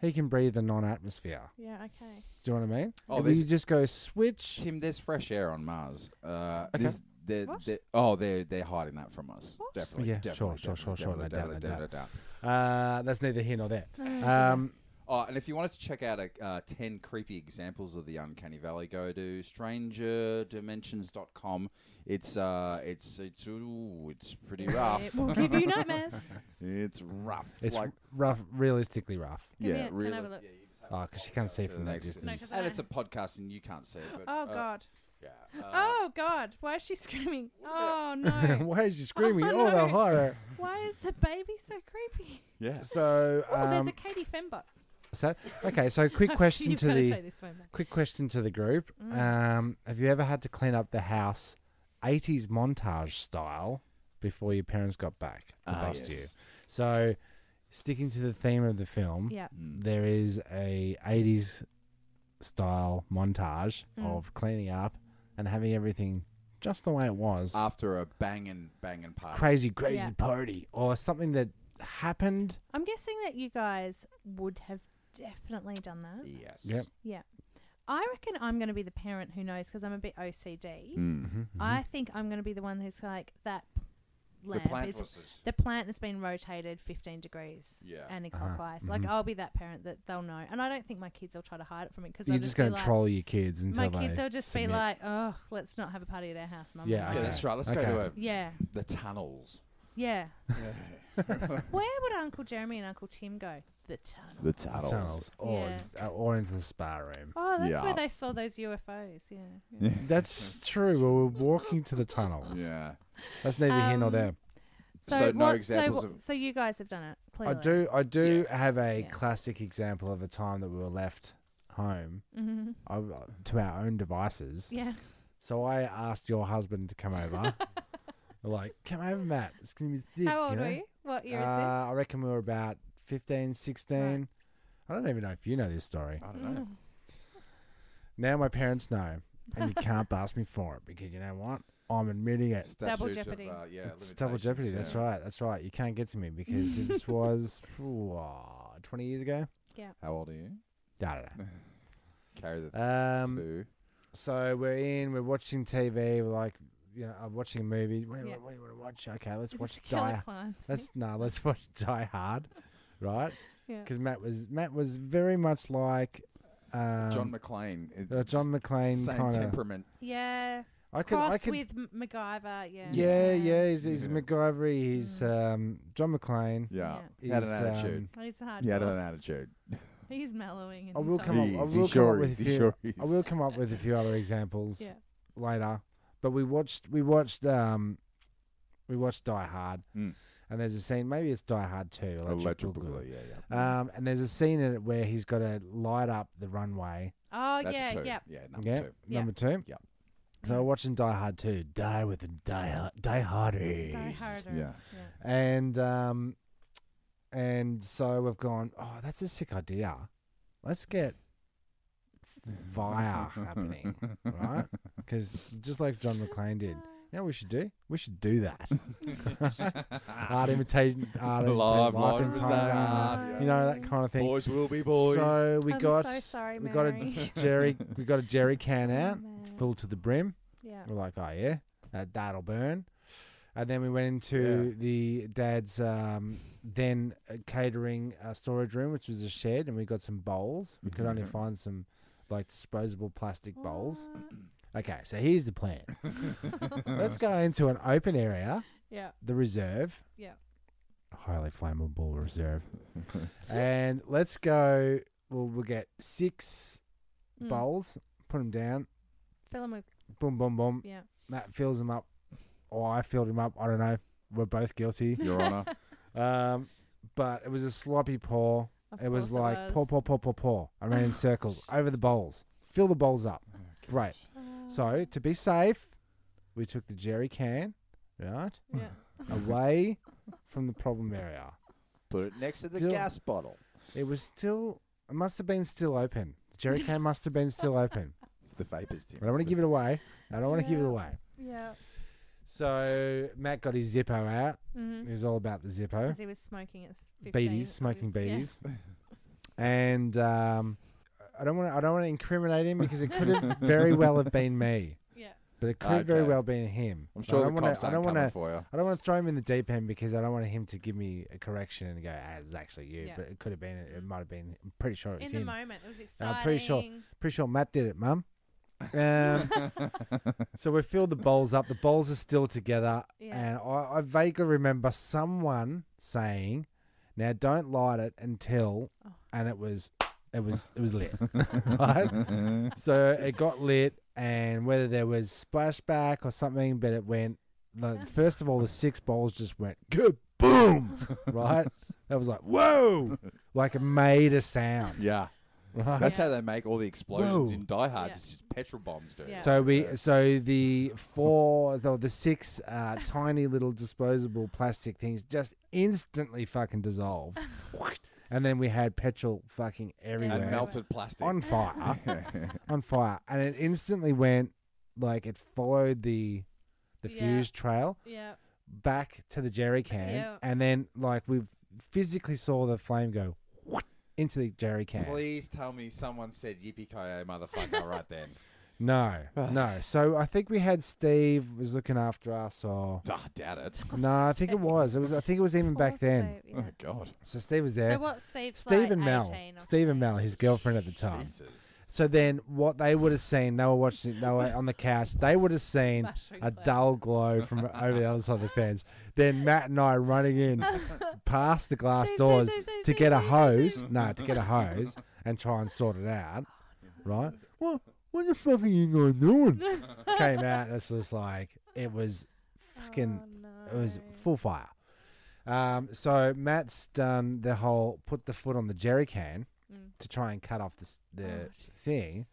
Speaker 4: he can breathe the non-atmosphere.
Speaker 5: yeah, okay.
Speaker 4: Do you know what I mean?
Speaker 3: Oh,
Speaker 4: If
Speaker 3: there's-
Speaker 4: you just go switch.
Speaker 3: Tim, there's fresh air on Mars. Uh,
Speaker 4: Okay.
Speaker 3: there's- they're,
Speaker 5: What?
Speaker 3: they're- oh, they're they're hiding that from us.
Speaker 5: What?
Speaker 3: Definitely.
Speaker 4: Yeah,
Speaker 3: definitely,
Speaker 4: sure, sure,
Speaker 3: definitely,
Speaker 4: sure, sure,
Speaker 3: definitely,
Speaker 4: no doubt,
Speaker 3: definitely,
Speaker 4: no
Speaker 3: definitely, definitely.
Speaker 4: Uh, that's neither here nor there. Um,
Speaker 3: Oh, and if you wanted to check out a, uh, 10 creepy examples of the uncanny valley, go to strangerdimensions.com. It's uh it's it's ooh, it's pretty rough.
Speaker 5: It will give you nightmares.
Speaker 3: it's rough.
Speaker 4: it's
Speaker 3: like
Speaker 4: rough, realistically rough.
Speaker 5: Give
Speaker 3: yeah,
Speaker 5: me a- can I
Speaker 3: real-
Speaker 5: have a look?
Speaker 3: yeah, you just have
Speaker 4: Oh, because you can't see
Speaker 3: to
Speaker 4: from that
Speaker 3: next-
Speaker 4: distance.
Speaker 5: 'cause
Speaker 3: and
Speaker 5: I-
Speaker 3: it's a podcast and you can't see it, but
Speaker 5: Oh
Speaker 3: uh,
Speaker 5: God.
Speaker 3: yeah. uh,
Speaker 5: oh God. Why is she screaming? Oh no.
Speaker 4: Why is she screaming?
Speaker 5: Oh,
Speaker 4: Oh, the
Speaker 5: no.
Speaker 4: horror!
Speaker 5: Why is the baby so creepy?
Speaker 3: yeah.
Speaker 4: So,
Speaker 5: Oh, there's
Speaker 4: um,
Speaker 5: a Katie Fembot.
Speaker 4: so- okay. So, quick question
Speaker 5: You've
Speaker 4: to
Speaker 5: got
Speaker 4: the
Speaker 5: to take this one back.
Speaker 4: Quick question to the group.
Speaker 5: Mm.
Speaker 4: Um, have you ever had to clean up the house 80s montage style before your parents got back to
Speaker 3: Ah,
Speaker 4: bust
Speaker 3: yes.
Speaker 4: you. So, sticking to the theme of the film,
Speaker 5: Yeah.
Speaker 3: Mm.
Speaker 4: there is a 80s style montage
Speaker 5: Mm.
Speaker 4: of cleaning up and having everything just the way it was.
Speaker 3: After a banging, banging party.
Speaker 4: crazy, crazy
Speaker 5: Yeah.
Speaker 4: party or something that happened.
Speaker 5: I'm guessing that you guys would have definitely done that.
Speaker 3: Yes.
Speaker 4: Yep.
Speaker 5: I reckon I'm going to be the parent who knows because I'm a bit OCD.
Speaker 3: Mm.
Speaker 4: Mm-hmm.
Speaker 5: I think I'm going to be the one who's like that p-
Speaker 3: The
Speaker 5: lamp
Speaker 3: plant
Speaker 5: is
Speaker 3: was.
Speaker 5: the plant has been rotated 15 degrees
Speaker 3: Yeah.
Speaker 5: anti-clockwise. Like
Speaker 4: Mhm.
Speaker 5: I'll be that parent that they'll know, and I don't think my kids will try to hide it from me because
Speaker 4: You're just going to troll your kids
Speaker 5: my
Speaker 4: until
Speaker 5: kids
Speaker 4: they
Speaker 5: will just be
Speaker 4: submit.
Speaker 5: like, "Oh, let's not have a party at our house, mum."
Speaker 4: Yeah,
Speaker 3: Yeah,
Speaker 5: Like,
Speaker 4: okay.
Speaker 3: that's right. Let's
Speaker 4: Okay.
Speaker 3: go to a,
Speaker 5: yeah,
Speaker 3: the tunnels.
Speaker 5: yeah. Where would Uncle Jeremy and Uncle Tim go? The tunnel.
Speaker 3: The
Speaker 4: tunnels or,
Speaker 5: Yeah.
Speaker 4: it's- uh, or into the spa room.
Speaker 5: Oh, that's
Speaker 3: Yeah.
Speaker 5: where they saw those UFOs. Yeah. yeah.
Speaker 4: That's true. We were walking to the tunnels.
Speaker 3: Yeah.
Speaker 4: That's neither here nor
Speaker 5: Um,
Speaker 4: there.
Speaker 5: So,
Speaker 3: So no
Speaker 5: what-
Speaker 3: examples
Speaker 5: so, what-
Speaker 3: of-
Speaker 5: so you guys have done it.
Speaker 4: I
Speaker 5: Clearly.
Speaker 4: do. I do have a
Speaker 5: Yeah.
Speaker 4: classic example of a time that we were left home
Speaker 5: hmm
Speaker 4: uh, to our own devices.
Speaker 5: Yeah.
Speaker 4: So I asked your husband to come over. like, come over, Matt. It's gonna be sick.
Speaker 5: How old
Speaker 4: you know?
Speaker 5: were you? What year is
Speaker 4: Uh,
Speaker 5: this?
Speaker 4: I reckon we were about 15, 16.
Speaker 5: Right.
Speaker 4: I don't even know if you know this story.
Speaker 3: I don't
Speaker 5: Mm. Mm-hmm.
Speaker 3: know.
Speaker 4: Now my parents know, and you can't ask me for it because you know what? I'm admitting it.
Speaker 3: It's
Speaker 5: Double
Speaker 3: statute of,
Speaker 5: jeopardy.
Speaker 3: uh, yeah,
Speaker 4: It's double
Speaker 3: limitations,
Speaker 4: jeopardy.
Speaker 3: yeah.
Speaker 4: That's right. That's right. You can't get to me because this was phew, ah, 20 years ago.
Speaker 3: How old are you?
Speaker 4: I don't know.
Speaker 3: Carry the
Speaker 4: Um,
Speaker 3: two.
Speaker 4: So we're in, we're watching TV, we're like, you know, I'm watching a movie. What do, you
Speaker 5: Yeah.
Speaker 4: what do you want to watch? Okay, let's
Speaker 5: This
Speaker 4: watch
Speaker 5: is Killer
Speaker 4: Die.
Speaker 5: Clowns.
Speaker 4: Let's no, let's watch Die Hard, right?
Speaker 5: Yeah.
Speaker 4: Because Matt was Matt was very much like um,
Speaker 3: John McClane. It's
Speaker 4: uh, John McClane
Speaker 3: Same
Speaker 4: kind of.
Speaker 3: temperament.
Speaker 5: Yeah.
Speaker 4: I could, I
Speaker 5: Cross
Speaker 4: could,
Speaker 5: with M- MacGyver. Yeah. Mm.
Speaker 4: yeah, yeah. He's, he's
Speaker 3: Yeah.
Speaker 4: MacGyver. He's um, John McClane. um,
Speaker 3: Yeah.
Speaker 5: Yeah.
Speaker 3: He had an
Speaker 4: He's,
Speaker 3: attitude.
Speaker 5: He's a hard.
Speaker 3: he had
Speaker 5: Yeah.
Speaker 3: an attitude.
Speaker 5: He's mellowing. In
Speaker 4: I will
Speaker 5: his
Speaker 4: come
Speaker 5: own-
Speaker 4: up.
Speaker 3: He
Speaker 4: I
Speaker 3: is, he
Speaker 4: will come
Speaker 3: sure
Speaker 4: up with
Speaker 3: is,
Speaker 4: a
Speaker 3: he
Speaker 4: few.
Speaker 3: sure
Speaker 4: I
Speaker 3: is.
Speaker 4: will come up with a few other examples
Speaker 5: Yeah.
Speaker 4: later. But we watched. We watched. Um, we watched Die Hard,
Speaker 3: Mm.
Speaker 4: and there's a scene. Maybe it's Die Hard Two.
Speaker 3: Electric Boogaloo. Yeah, yeah.
Speaker 4: Um, and there's a scene in it where he's got to light up the runway.
Speaker 5: Oh
Speaker 3: That's
Speaker 5: yeah.
Speaker 3: two.
Speaker 5: Yeah.
Speaker 3: Yeah, number
Speaker 4: yeah,
Speaker 3: two.
Speaker 5: Yeah.
Speaker 4: number two.
Speaker 3: Yep.
Speaker 4: So we're watching Die Hard Two. Die with the Die Hard, Die Harders.
Speaker 5: Die harder.
Speaker 3: Yeah.
Speaker 5: yeah.
Speaker 4: And um, and so we've gone. Oh, that's a sick idea. Let's get fire happening, right? Because just like John McClane did. You know what we should do? We should do that. art imitation, art imitation,
Speaker 3: Ah. Live,
Speaker 4: life,
Speaker 3: live
Speaker 4: and time.
Speaker 3: imitation
Speaker 4: art,
Speaker 3: art,
Speaker 4: You know that kind of thing.
Speaker 3: Boys will be boys.
Speaker 4: So we
Speaker 5: I'm
Speaker 4: got
Speaker 5: so sorry,
Speaker 4: we got a
Speaker 5: Mary.
Speaker 4: jerry we got a jerry can
Speaker 5: Oh,
Speaker 4: out
Speaker 5: man.
Speaker 4: full to the brim.
Speaker 5: Yeah.
Speaker 4: We're like, oh yeah, that that'll burn. And then we went into the dad's um, then uh, catering uh, storage room, which was a shed, and we got some bowls. We could only find some like disposable plastic bowls.
Speaker 5: What?
Speaker 4: Okay, so here's the plan. Let's go into an open area,
Speaker 5: Yeah.
Speaker 4: the reserve,
Speaker 5: Yeah.
Speaker 4: highly flammable reserve. and let's go. Well, we'll get six
Speaker 5: Mm.
Speaker 4: bowls, put them down,
Speaker 5: Fill 'em with.
Speaker 4: boom, boom, boom.
Speaker 5: Yeah.
Speaker 4: Matt fills them up, or I filled him up. I don't know. We're both guilty.
Speaker 3: Your Honor.
Speaker 4: Um, but it was a sloppy pour.
Speaker 5: Of
Speaker 4: It was
Speaker 5: course
Speaker 4: like
Speaker 5: it
Speaker 4: pour,
Speaker 5: was. Oh,
Speaker 4: pour, pour, pour, pour. I ran in circles over the bowls. Fill the bowls up. Great.
Speaker 5: Uh, Oh.
Speaker 4: So to be safe, we took the jerry can, right,
Speaker 5: Yeah.
Speaker 4: away from the problem area.
Speaker 3: Put it next to the
Speaker 4: Still-
Speaker 3: gas bottle.
Speaker 4: It was still. It must have been still open. The jerry can must have been still open.
Speaker 3: It's the vapors, Tim.
Speaker 4: I don't want to give it away. I don't want to give it
Speaker 5: Yeah.
Speaker 4: away.
Speaker 5: Yeah.
Speaker 4: So Matt got his Zippo out.
Speaker 5: Mm-hmm.
Speaker 4: It was all about the Zippo
Speaker 5: Because he was smoking at 15.
Speaker 4: beaties, smoking
Speaker 5: obviously.
Speaker 4: beaties, and um, I don't want to. I don't want to incriminate him because it could have very well have been me,
Speaker 5: Yeah. yeah.
Speaker 4: but it could have very
Speaker 3: Okay.
Speaker 4: well been him.
Speaker 3: I'm
Speaker 4: But
Speaker 3: sure
Speaker 4: I
Speaker 3: the
Speaker 4: don't wanna-
Speaker 3: cops
Speaker 4: I
Speaker 3: aren't
Speaker 4: don't
Speaker 3: coming
Speaker 4: wanna-
Speaker 3: for you.
Speaker 4: I don't want to throw him in the deep end because I don't want him to give me a correction and go, ah, it's actually you.
Speaker 5: Yeah. Mm-hmm.
Speaker 4: But it could have been, it might have been, I'm pretty sure it was
Speaker 5: In the
Speaker 4: him.
Speaker 5: moment, it was exciting.
Speaker 4: I'm pretty sure- Pretty sure Matt did it, mum. Um, so we filled the bowls up. The bowls are still together.
Speaker 5: Yeah.
Speaker 4: And I, I vaguely remember someone saying, now don't light it until,
Speaker 5: Oh.
Speaker 4: and it was, it was, it was lit. right? So it got lit, and whether there was splashback or something, but it went. Like, first of all, the six bowls just went boom, right? That was like whoa, like it made a sound,
Speaker 3: yeah.
Speaker 4: Right.
Speaker 3: That's how they make all the explosions
Speaker 4: Whoa.
Speaker 3: in Die Hard.
Speaker 5: Yeah.
Speaker 3: It's just petrol bombs, dude.
Speaker 5: Yeah.
Speaker 4: So we so the four the, the six uh, tiny little disposable plastic things just instantly fucking dissolve, and then we had petrol fucking everywhere
Speaker 3: and melted plastic.
Speaker 4: on fire, on fire, and it instantly went like it followed the the
Speaker 5: Yeah.
Speaker 4: fuse trail
Speaker 5: Yeah.
Speaker 4: back to the jerry can,
Speaker 5: Yeah.
Speaker 4: and then like we physically saw the flame go into the jerry can.
Speaker 3: Please tell me someone said yippee ki motherfucker right then.
Speaker 4: No, no. So I think we had Steve was looking after us, or
Speaker 3: I Ah, doubt it.
Speaker 4: no, I think it was. It was. I think it was even back then.
Speaker 5: Also, yeah.
Speaker 3: Oh God.
Speaker 4: So Steve was
Speaker 5: So
Speaker 4: there.
Speaker 5: what Steve's
Speaker 4: Steve
Speaker 5: like
Speaker 4: and Mel,
Speaker 5: 18 or
Speaker 4: Steve and
Speaker 5: something.
Speaker 4: Mel, his girlfriend at the time.
Speaker 3: Jesus.
Speaker 4: So then, what they would have seen, they were watching, they were on the couch. They would have seen
Speaker 5: Mushroom
Speaker 4: a
Speaker 5: cloud.
Speaker 4: dull glow from over the other side of the fence. Then Matt and I running in past the glass
Speaker 5: Steve, Steve,
Speaker 4: doors
Speaker 5: Steve, Steve,
Speaker 4: to
Speaker 5: Steve,
Speaker 4: get a
Speaker 5: Steve, Steve,
Speaker 4: hose. No, to get a hose and try and sort it out. Right? What? What the fuck are you guys doing? Came out. and It's just like it was fucking.
Speaker 5: Oh,
Speaker 4: It was
Speaker 5: no.
Speaker 4: full fire. Um, so Matt's done the whole put the foot on the jerry can
Speaker 5: Mm.
Speaker 4: to try and cut off the, s- the
Speaker 5: Oh,
Speaker 4: thing,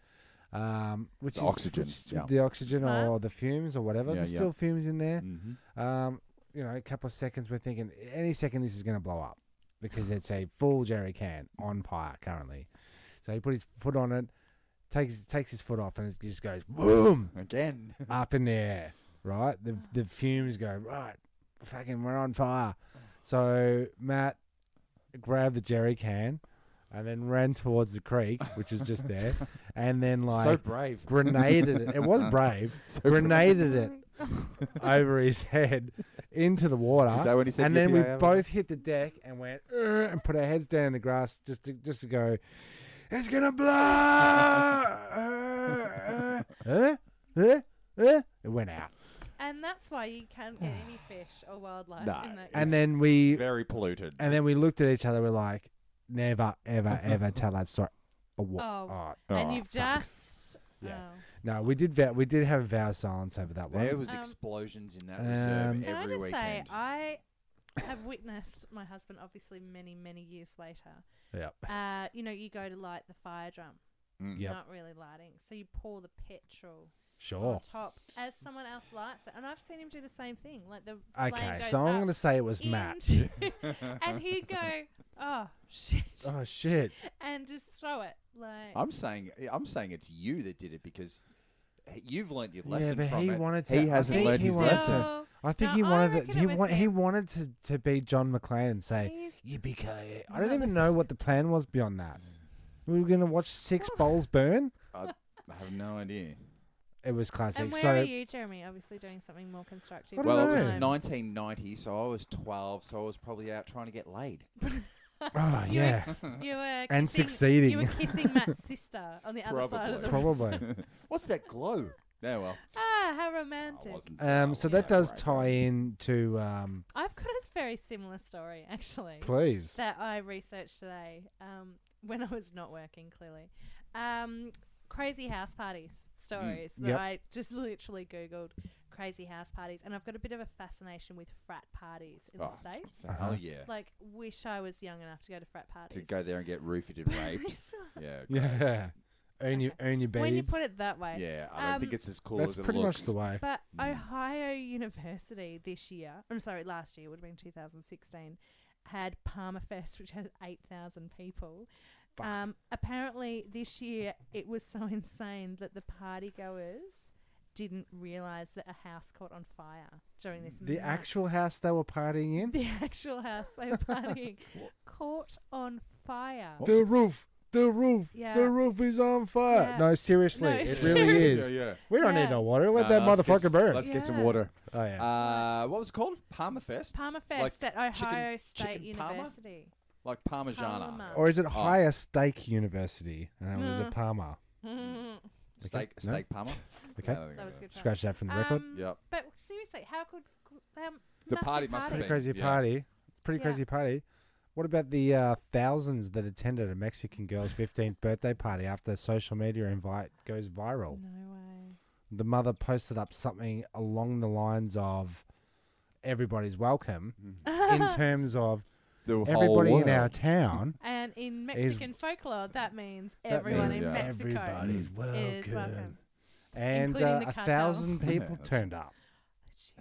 Speaker 4: um, which
Speaker 3: The
Speaker 4: is
Speaker 3: oxygen,
Speaker 4: which is
Speaker 3: yeah.
Speaker 4: the oxygen or
Speaker 5: Smart.
Speaker 4: the fumes or whatever.
Speaker 3: Yeah,
Speaker 4: There's
Speaker 3: yeah.
Speaker 4: still fumes in there.
Speaker 3: Mm-hmm.
Speaker 4: Um, you know, a couple of seconds. We're thinking any second this is going to blow up because it's a full jerry can on fire currently. So he put his foot on it, takes takes his foot off, and it just goes boom
Speaker 3: Again.
Speaker 4: up in the air, right? The the fumes go right. Fucking, we're on fire. So Matt grabbed the jerry can and then ran towards the creek, which is just there, and then like
Speaker 3: so brave.
Speaker 4: grenaded it. It was brave.
Speaker 3: So brave.
Speaker 4: grenaded it over his head into the water.
Speaker 3: Is that when he said
Speaker 4: and then we
Speaker 3: yippee-ki-yay?
Speaker 4: both hit the deck and went "Ugh," and put our heads down in the grass just to just to go. It's gonna blow. Uh, uh, uh, uh. It went out,
Speaker 5: And that's why you can't get any fish or wildlife
Speaker 3: No.
Speaker 5: in that.
Speaker 4: and
Speaker 5: country.
Speaker 4: then we
Speaker 3: Very polluted.
Speaker 4: and then we looked at each other. We're like, never, ever, ever tell that story. Oh, wha-
Speaker 5: Oh.
Speaker 4: oh,
Speaker 5: and you've
Speaker 4: fuck.
Speaker 5: just
Speaker 4: Yeah.
Speaker 5: oh.
Speaker 4: no, we did vow, we did have a vow of silence over that one.
Speaker 3: there was
Speaker 5: Um,
Speaker 3: explosions in that
Speaker 4: um,
Speaker 3: reserve
Speaker 4: Can
Speaker 5: Can I
Speaker 3: every
Speaker 5: just
Speaker 3: weekend.
Speaker 5: say, I have witnessed my husband, obviously, many, many years later.
Speaker 4: Yep.
Speaker 5: Uh, you know, you go to light the fire drum,
Speaker 3: Mm.
Speaker 4: Yep.
Speaker 5: not really lighting. So you pour the petrol
Speaker 4: Sure.
Speaker 5: on top as someone else lights it. And I've seen him do the same thing. Like the flame
Speaker 4: Okay,
Speaker 5: goes
Speaker 4: so I'm
Speaker 5: up
Speaker 4: gonna say it was Matt.
Speaker 5: into- and he'd go, oh, shit.
Speaker 4: Oh shit!
Speaker 5: And just throw it. Like,
Speaker 3: I'm saying, I'm saying it's you that did it because you've learnt your lesson
Speaker 4: yeah, but
Speaker 3: from
Speaker 4: he
Speaker 3: it.
Speaker 4: wanted to.
Speaker 3: He
Speaker 4: I
Speaker 3: hasn't
Speaker 4: think
Speaker 3: learned
Speaker 4: he
Speaker 3: his
Speaker 4: wanted
Speaker 3: lesson.
Speaker 4: To, I think
Speaker 5: No,
Speaker 4: he
Speaker 5: I
Speaker 4: wanted
Speaker 5: reckon
Speaker 4: to, he,
Speaker 5: it was
Speaker 4: wa- he
Speaker 5: him.
Speaker 4: wanted to, to be John McClane and say
Speaker 5: He's-
Speaker 4: yippee I don't even know what the plan was beyond that. We were going to watch six
Speaker 5: Well-
Speaker 4: bowls burn.
Speaker 3: I have no idea.
Speaker 4: It was classic.
Speaker 5: and where
Speaker 4: so
Speaker 5: are you, Jeremy? Obviously doing something more constructive.
Speaker 4: I don't
Speaker 3: Well,
Speaker 5: at
Speaker 3: it
Speaker 5: the
Speaker 3: was
Speaker 4: know.
Speaker 5: time.
Speaker 3: 1990, so I was 12, so I was probably out trying to get laid.
Speaker 4: oh
Speaker 5: You were-
Speaker 4: yeah,
Speaker 5: You were
Speaker 4: and
Speaker 5: kissing-
Speaker 4: succeeding.
Speaker 5: You were kissing Matt's sister on the other side of the
Speaker 3: Probably.
Speaker 5: room.
Speaker 4: probably.
Speaker 3: What's that glow? Yeah, well,
Speaker 5: Ah, how
Speaker 3: I
Speaker 5: romantic.
Speaker 3: wasn't- I
Speaker 4: Um, so
Speaker 3: wasn't
Speaker 4: that does
Speaker 3: great.
Speaker 4: tie in to um,
Speaker 5: I've got a very similar story actually
Speaker 4: please.
Speaker 5: that I researched today um, when I was not working clearly. Um, crazy house parties stories that
Speaker 4: Mm, Yep.
Speaker 5: I just literally googled crazy house parties, and I've got a bit of a fascination with frat parties in
Speaker 3: Oh,
Speaker 5: the states.
Speaker 4: Uh-huh.
Speaker 3: Hell yeah.
Speaker 5: Like, wish I was young enough to go to frat parties.
Speaker 3: To go there and get roofied and raped. Yeah. great.
Speaker 4: Yeah, earn your earn your beads.
Speaker 5: when you put it that way,
Speaker 3: Yeah, I don't
Speaker 5: Um,
Speaker 3: think it's as cool
Speaker 4: That's
Speaker 3: as it
Speaker 4: pretty
Speaker 3: looks.
Speaker 4: much the way.
Speaker 5: But Ohio University this year, I'm sorry, last year, it would have been 2016, had Palmerfest, which had 8,000 people. Um, apparently, this year it was so insane that the party goers didn't realize that a house caught on fire during this.
Speaker 4: The
Speaker 5: ma-
Speaker 4: actual house they were partying in.
Speaker 5: mm. the actual house they were partying caught on fire.
Speaker 4: The roof, the roof,
Speaker 5: Yeah.
Speaker 4: the roof is on fire.
Speaker 5: Yeah.
Speaker 4: No, seriously,
Speaker 5: No,
Speaker 4: it really
Speaker 5: seriously.
Speaker 4: is.
Speaker 3: yeah.
Speaker 4: We don't need
Speaker 5: Yeah.
Speaker 4: no water.
Speaker 3: No,
Speaker 4: Let that
Speaker 3: no, let's
Speaker 4: motherfucker
Speaker 3: get s-
Speaker 4: burn.
Speaker 3: Let's get some
Speaker 5: Yeah.
Speaker 3: water.
Speaker 4: oh yeah.
Speaker 3: Uh, what was it called? Palmerfest?
Speaker 5: Palmerfest at
Speaker 3: chicken-
Speaker 5: Ohio State
Speaker 3: chicken parma?
Speaker 5: University.
Speaker 3: Like Parmigiana.
Speaker 5: Palmer.
Speaker 4: or is it Higher Stake University? And it was a
Speaker 5: uh, No.
Speaker 4: Palmer.
Speaker 3: Steak,
Speaker 4: No?
Speaker 3: steak Palmer? No,
Speaker 4: Okay.
Speaker 3: I don't think
Speaker 5: That was
Speaker 3: so.
Speaker 5: a good. try.
Speaker 4: Scratch that from the record.
Speaker 5: Um,
Speaker 3: Yep.
Speaker 5: But seriously, how could um,
Speaker 3: The
Speaker 5: massive
Speaker 3: party must have
Speaker 4: Pretty
Speaker 3: been-
Speaker 4: crazy
Speaker 3: yeah.
Speaker 4: party. It's pretty
Speaker 5: Yeah.
Speaker 4: crazy party. What about the uh, thousands that attended a Mexican girl's 15th birthday party after social media invite goes viral?
Speaker 5: No way.
Speaker 4: The mother posted up something along the lines of everybody's welcome in terms of
Speaker 3: the whole
Speaker 4: everybody
Speaker 3: world.
Speaker 4: in our town.
Speaker 5: And in
Speaker 4: Is-
Speaker 5: Mexican folklore, that means
Speaker 4: That
Speaker 5: everyone
Speaker 4: means
Speaker 5: in
Speaker 3: yeah.
Speaker 5: Mexico
Speaker 4: everybody's
Speaker 5: is
Speaker 4: welcome.
Speaker 5: welcome.
Speaker 4: And
Speaker 5: Including
Speaker 4: uh,
Speaker 5: the
Speaker 4: a
Speaker 5: cartel.
Speaker 4: thousand people
Speaker 3: that's-
Speaker 4: turned up.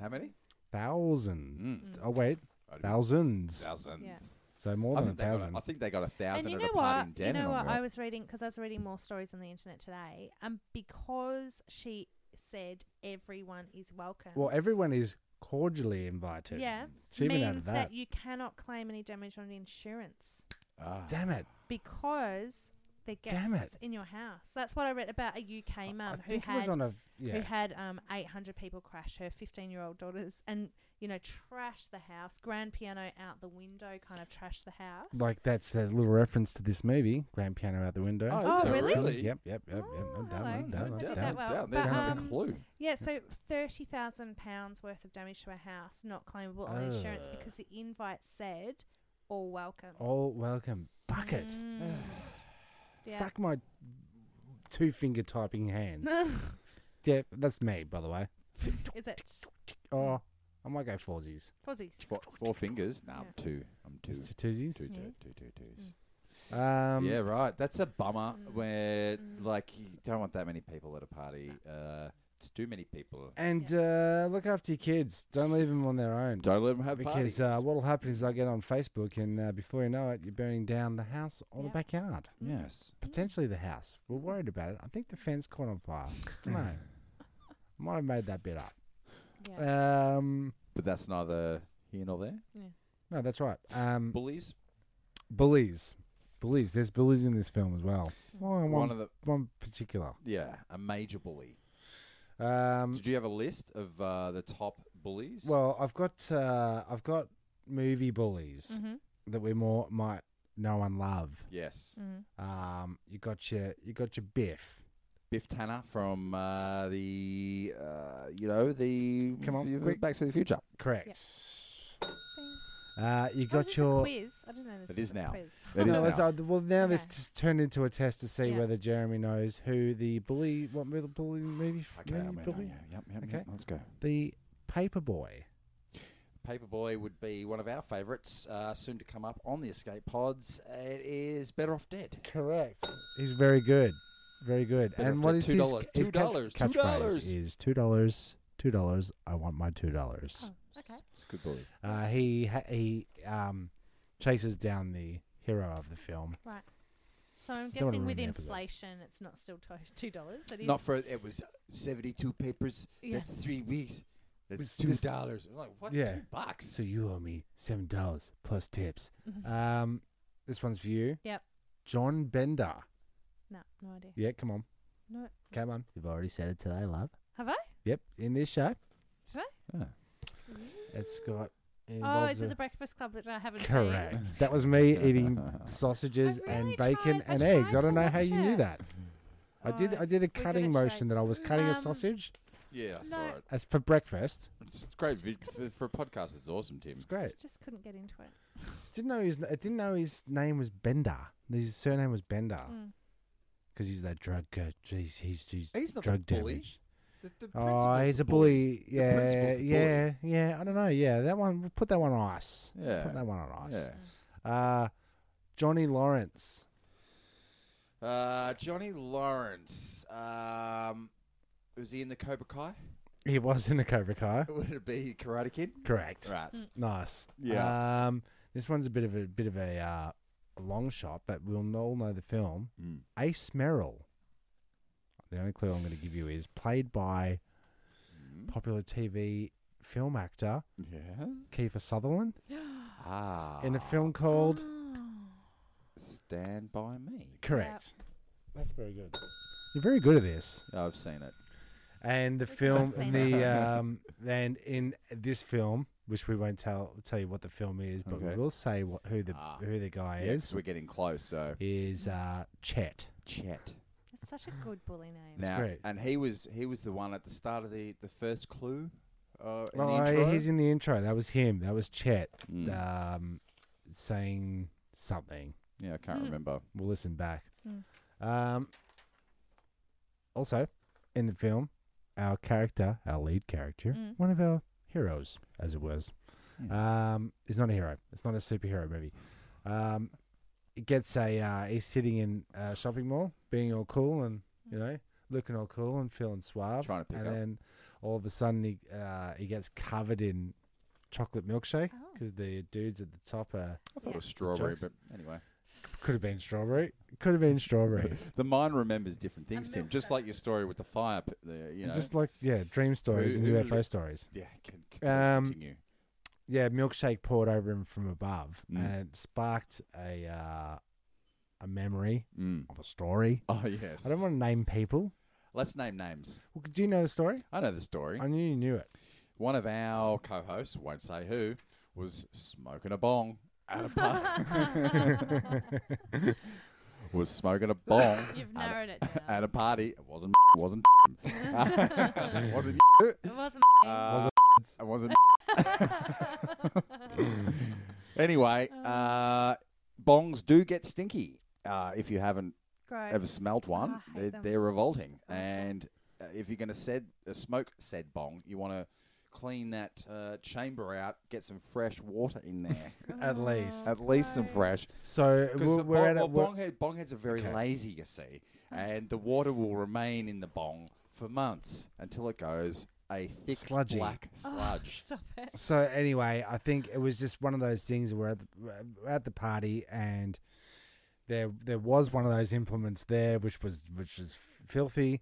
Speaker 3: How many?
Speaker 4: Thousand.
Speaker 3: Mm.
Speaker 4: Oh wait,
Speaker 3: I'd be-
Speaker 4: thousands.
Speaker 3: Thousands.
Speaker 5: Yeah.
Speaker 4: So more
Speaker 3: I,
Speaker 4: than a
Speaker 3: think they got
Speaker 4: thousand.
Speaker 3: a, I think they got a
Speaker 5: And
Speaker 3: thousand
Speaker 5: you
Speaker 3: at
Speaker 5: know
Speaker 3: a party
Speaker 5: what?
Speaker 3: in
Speaker 5: You
Speaker 3: Denver.
Speaker 5: know what?
Speaker 3: right?
Speaker 5: I was reading because I was reading more stories on the internet today, and because she said everyone is welcome.
Speaker 4: Well, everyone is cordially invited.
Speaker 5: yeah,
Speaker 4: She even added
Speaker 5: means
Speaker 4: that.
Speaker 5: you cannot claim any damage on insurance
Speaker 3: Ah.
Speaker 4: Damn it.
Speaker 5: because the
Speaker 4: Damn
Speaker 5: guests
Speaker 4: it.
Speaker 5: in your house. That's what I read about a UK
Speaker 4: I
Speaker 5: mum who
Speaker 4: think it was
Speaker 5: had
Speaker 4: on a yeah.
Speaker 5: who had um, 800 people crash her 15 year old daughters and you know trash the house grand piano out the window kind of trash the house
Speaker 4: Like that's a little reference to this movie, Grand Piano Out the Window.
Speaker 3: Oh,
Speaker 5: Oh,
Speaker 3: is it
Speaker 5: really?
Speaker 3: really?
Speaker 4: Yep, yep, yep, yep.
Speaker 5: Oh,
Speaker 4: No doubt, no
Speaker 5: hello.
Speaker 4: doubt,
Speaker 5: I
Speaker 4: no
Speaker 5: did that
Speaker 4: doubt.
Speaker 5: well.
Speaker 3: doubt.
Speaker 5: but,
Speaker 3: There's another
Speaker 5: um,
Speaker 3: clue.
Speaker 5: yeah so 30000 pounds worth of damage to a house not claimable on insurance
Speaker 4: Ugh.
Speaker 5: because the invite said all welcome
Speaker 4: All welcome. Bucket.
Speaker 5: Mm. yeah
Speaker 4: Fuck my two finger typing hands. yeah, that's me, by the way.
Speaker 5: is it
Speaker 4: Oh, I might go foursies.
Speaker 5: fuzzies
Speaker 3: Four, four fingers? No,
Speaker 5: Yeah.
Speaker 3: I'm two. I'm two.
Speaker 4: Is it twosies?
Speaker 3: Two, two,
Speaker 5: Yeah.
Speaker 3: two, two, twos.
Speaker 4: Mm. Um,
Speaker 3: yeah, right. That's a bummer.
Speaker 5: Mm.
Speaker 3: Where
Speaker 5: Mm.
Speaker 3: like you don't want that many people at a party. Uh, it's too many people.
Speaker 4: And uh, look after your kids. Don't leave them on their own.
Speaker 3: Don't let them have
Speaker 4: because
Speaker 3: parties.
Speaker 4: uh, what will happen is they'll get on Facebook, and uh, before you know it, you're burning down the house or the
Speaker 5: Yeah.
Speaker 4: backyard.
Speaker 3: yes.
Speaker 4: Potentially the house. We're worried about it. I think the fence caught on fire. Don't know. Might have made that bit up.
Speaker 5: yeah.
Speaker 4: Um,
Speaker 3: But that's neither here nor there.
Speaker 4: no, that's right. Um,
Speaker 3: Bullies.
Speaker 4: bullies. Bullies. There's bullies in this film as well. Well, in
Speaker 3: One,
Speaker 4: one,
Speaker 3: of the
Speaker 4: one particular.
Speaker 3: yeah, a major bully.
Speaker 4: Um,
Speaker 3: Did you have a list of uh, the top bullies?
Speaker 4: well, I've got uh, I've got movie bullies
Speaker 5: mm-hmm.
Speaker 4: that we more might know and love.
Speaker 3: yes.
Speaker 5: Mm.
Speaker 4: Um, you got your you got your Biff.
Speaker 3: Biff Tanner from uh, the uh, you know the
Speaker 4: Come on,
Speaker 3: the-
Speaker 4: quick.
Speaker 3: Back to the Future.
Speaker 4: Correct. Uh, you
Speaker 5: Oh, is
Speaker 4: got
Speaker 5: this a
Speaker 4: your.
Speaker 5: quiz I didn't know this
Speaker 3: It
Speaker 5: was
Speaker 3: is
Speaker 5: a
Speaker 3: now.
Speaker 5: quiz.
Speaker 3: That is
Speaker 4: no, it's,
Speaker 3: now.
Speaker 4: uh, well, now this
Speaker 5: Okay.
Speaker 4: just turned into a test to see
Speaker 5: Yeah.
Speaker 4: whether Jeremy knows who the bully, what movie bully movie, f-
Speaker 3: Okay,
Speaker 4: movie
Speaker 3: I mean, oh,
Speaker 4: bully?
Speaker 3: yeah, yep, yep,
Speaker 4: Okay.
Speaker 3: yep, let's go.
Speaker 4: the paperboy.
Speaker 5: uh,
Speaker 3: Paperboy would be one of our favourites, uh, soon to come up on the escape pods. It is Better Off Dead.
Speaker 4: Correct. He's very good, very good.
Speaker 3: Better
Speaker 4: and
Speaker 3: off
Speaker 4: what
Speaker 3: to
Speaker 4: is his,
Speaker 3: $2,
Speaker 4: his catch-
Speaker 3: $2,
Speaker 4: catchphrase?
Speaker 3: $2.
Speaker 4: Is two dollars, two dollars. I want my two dollars.
Speaker 5: oh, okay
Speaker 3: It's a good bully.
Speaker 5: Oh.
Speaker 4: Uh, he ha- he um, chases down the hero of the film.
Speaker 5: So I'm
Speaker 4: Don't wanna
Speaker 5: guessing
Speaker 4: ruin
Speaker 5: with
Speaker 4: the episode.
Speaker 5: inflation, it's not still tw- two dollars. It is
Speaker 3: Not for it was seventy-two papers.
Speaker 5: Yeah.
Speaker 3: That's three weeks. That's
Speaker 4: Was
Speaker 3: two
Speaker 4: this-
Speaker 3: dollars. I'm like what?
Speaker 4: Yeah.
Speaker 3: Two bucks.
Speaker 4: So you owe me seven dollars plus tips.
Speaker 5: Mhm.
Speaker 4: Um, this one's for you.
Speaker 5: Yep.
Speaker 4: John Bender.
Speaker 5: no, no idea.
Speaker 4: Yeah, come on,
Speaker 5: No,
Speaker 4: come on. You've already said it today, love.
Speaker 5: have I?
Speaker 4: Yep, in this show,
Speaker 5: Did I?
Speaker 4: it's got. it
Speaker 5: Oh,
Speaker 4: involves
Speaker 5: is it
Speaker 4: a-
Speaker 5: the Breakfast Club that I haven't
Speaker 4: correct? That was me eating sausages
Speaker 5: I really
Speaker 4: and bacon
Speaker 5: tried- I
Speaker 4: and eggs.
Speaker 5: tried
Speaker 4: I don't
Speaker 5: to
Speaker 4: know how you
Speaker 5: watch
Speaker 4: knew
Speaker 5: it.
Speaker 4: that. I did.
Speaker 5: Oh,
Speaker 4: I did a
Speaker 5: give
Speaker 4: cutting
Speaker 5: it a
Speaker 4: motion
Speaker 5: try.
Speaker 4: that I was cutting a
Speaker 5: Um,
Speaker 4: sausage.
Speaker 3: Yeah, I
Speaker 5: No.
Speaker 3: saw it.
Speaker 4: That's for breakfast.
Speaker 3: It's great vid- for, for a podcast. It's awesome, Tim.
Speaker 4: It's great.
Speaker 5: seen? Just couldn't get into it.
Speaker 4: Didn't know his. I didn't know his name was Bender. His surname was Bender
Speaker 5: Mm.
Speaker 4: because he's that drug. Uh, geez, he's, he's
Speaker 3: Oh, He's not
Speaker 4: drug
Speaker 3: a bully.
Speaker 4: damage.
Speaker 3: The, the
Speaker 4: Oh,
Speaker 3: principal's
Speaker 4: he's
Speaker 3: the
Speaker 4: a bully. Yeah,
Speaker 3: principal's the bully.
Speaker 4: yeah, yeah. I don't know. Yeah, that one. We'll put that one on ice. Put
Speaker 3: Yeah.
Speaker 4: that one on ice.
Speaker 3: Yeah.
Speaker 4: Uh, Johnny Lawrence.
Speaker 3: Uh, Johnny Lawrence. Um, was he in the Cobra Kai?
Speaker 4: He was in the Cobra Kai.
Speaker 3: Would it be Karate Kid?
Speaker 4: Correct.
Speaker 3: Right.
Speaker 4: Nice.
Speaker 3: Yeah.
Speaker 4: Um, this one's a bit of a bit of a uh, long shot, but we'll n- all know the film.
Speaker 3: Mm.
Speaker 4: Ace Merrill. The only clue I'm going to give you is played by
Speaker 3: Mm.
Speaker 4: popular TV film actor
Speaker 3: Yeah.
Speaker 4: Kiefer Sutherland
Speaker 3: Ah.
Speaker 4: in a film called
Speaker 5: Ah. Oh.
Speaker 3: Stand by Me.
Speaker 4: Correct. That's very good. You're very good at this.
Speaker 3: I've seen it.
Speaker 4: And the
Speaker 5: We
Speaker 4: film,
Speaker 5: can't say
Speaker 4: and the um, and in this film, which we won't tell tell you what the film is, but we
Speaker 3: Okay.
Speaker 4: will say what, who the
Speaker 3: Ah.
Speaker 4: who the guy
Speaker 3: Yeah, 'cause
Speaker 4: is.
Speaker 3: we're getting close, so
Speaker 4: Is uh, Chet.
Speaker 3: Chet.
Speaker 5: It's such a good bully name.
Speaker 3: Now,
Speaker 4: great.
Speaker 3: and he was he was the one at the start of the the first clue. Uh, in
Speaker 4: Well,
Speaker 3: the
Speaker 4: I-
Speaker 3: intro.
Speaker 4: Oh, he's in the intro. That was him. That was Chet
Speaker 3: Mm.
Speaker 4: um, saying something.
Speaker 3: yeah, I can't
Speaker 5: Mm.
Speaker 3: remember.
Speaker 4: We'll listen back.
Speaker 5: Mm.
Speaker 4: Um, also, in the film, our character, our lead character,
Speaker 5: Mm.
Speaker 4: one of our heroes, as it was, Um, it's not a hero. It's not a superhero movie. Um, it gets a uh, he's sitting in a shopping mall, being all cool and
Speaker 5: Mm.
Speaker 4: you know looking all cool and feeling suave.
Speaker 3: Trying to pick
Speaker 4: and
Speaker 3: up.
Speaker 4: then all of a sudden he uh, he gets covered in chocolate milkshake
Speaker 5: Oh.
Speaker 4: because the dudes at the top are
Speaker 3: I thought it was strawberry, but anyway.
Speaker 4: could have been strawberry, could have been strawberry.
Speaker 3: The mind remembers different things, Tim. Just like your story with the fire pit there, you know.
Speaker 4: Just like yeah, dream stories and
Speaker 3: who-
Speaker 4: UFO stories.
Speaker 3: yeah, can, can
Speaker 4: Um,
Speaker 3: continue.
Speaker 4: Yeah, milkshake poured over him from above,
Speaker 3: Mm.
Speaker 4: and it sparked a uh, a memory
Speaker 3: Mm.
Speaker 4: of a story.
Speaker 3: Oh, yes.
Speaker 4: I don't want to name people.
Speaker 3: Let's name names.
Speaker 4: Well, do you know the story?
Speaker 3: I know the story.
Speaker 4: I knew you knew it.
Speaker 3: One of our co hosts, won't say who, was smoking a bong at a party. was smoking a bong
Speaker 5: You've
Speaker 3: at,
Speaker 5: narrowed it
Speaker 3: a,
Speaker 5: down.
Speaker 3: at a party. It wasn't. wasn't. wasn't.
Speaker 5: It wasn't.
Speaker 3: Uh, it wasn't. anyway, uh, bongs do get stinky. Uh, if you haven't
Speaker 5: Gross.
Speaker 3: ever smelt one,
Speaker 5: Ah, I hate
Speaker 3: they're,
Speaker 5: them.
Speaker 3: they're revolting.
Speaker 5: Awful.
Speaker 3: And uh, if you're going to said uh, smoke said bong, you want to clean that uh, chamber out, get some fresh water in there,
Speaker 4: At least.
Speaker 3: at least some
Speaker 5: Oh, gross.
Speaker 3: fresh.
Speaker 4: So
Speaker 3: Because
Speaker 4: Uh,
Speaker 3: the bong,
Speaker 4: we're, we're at
Speaker 3: well,
Speaker 4: it. we're-
Speaker 3: bong, head, bong heads are very
Speaker 4: Okay.
Speaker 3: lazy, you see, and the water will remain in the bong for months until it goes a thick
Speaker 4: Sludgy.
Speaker 3: black
Speaker 5: Oh,
Speaker 3: sludge.
Speaker 5: stop it.
Speaker 4: So anyway, I think it was just one of those things. We're at the, we're at the party, and there there was one of those implements there, which was which was filthy.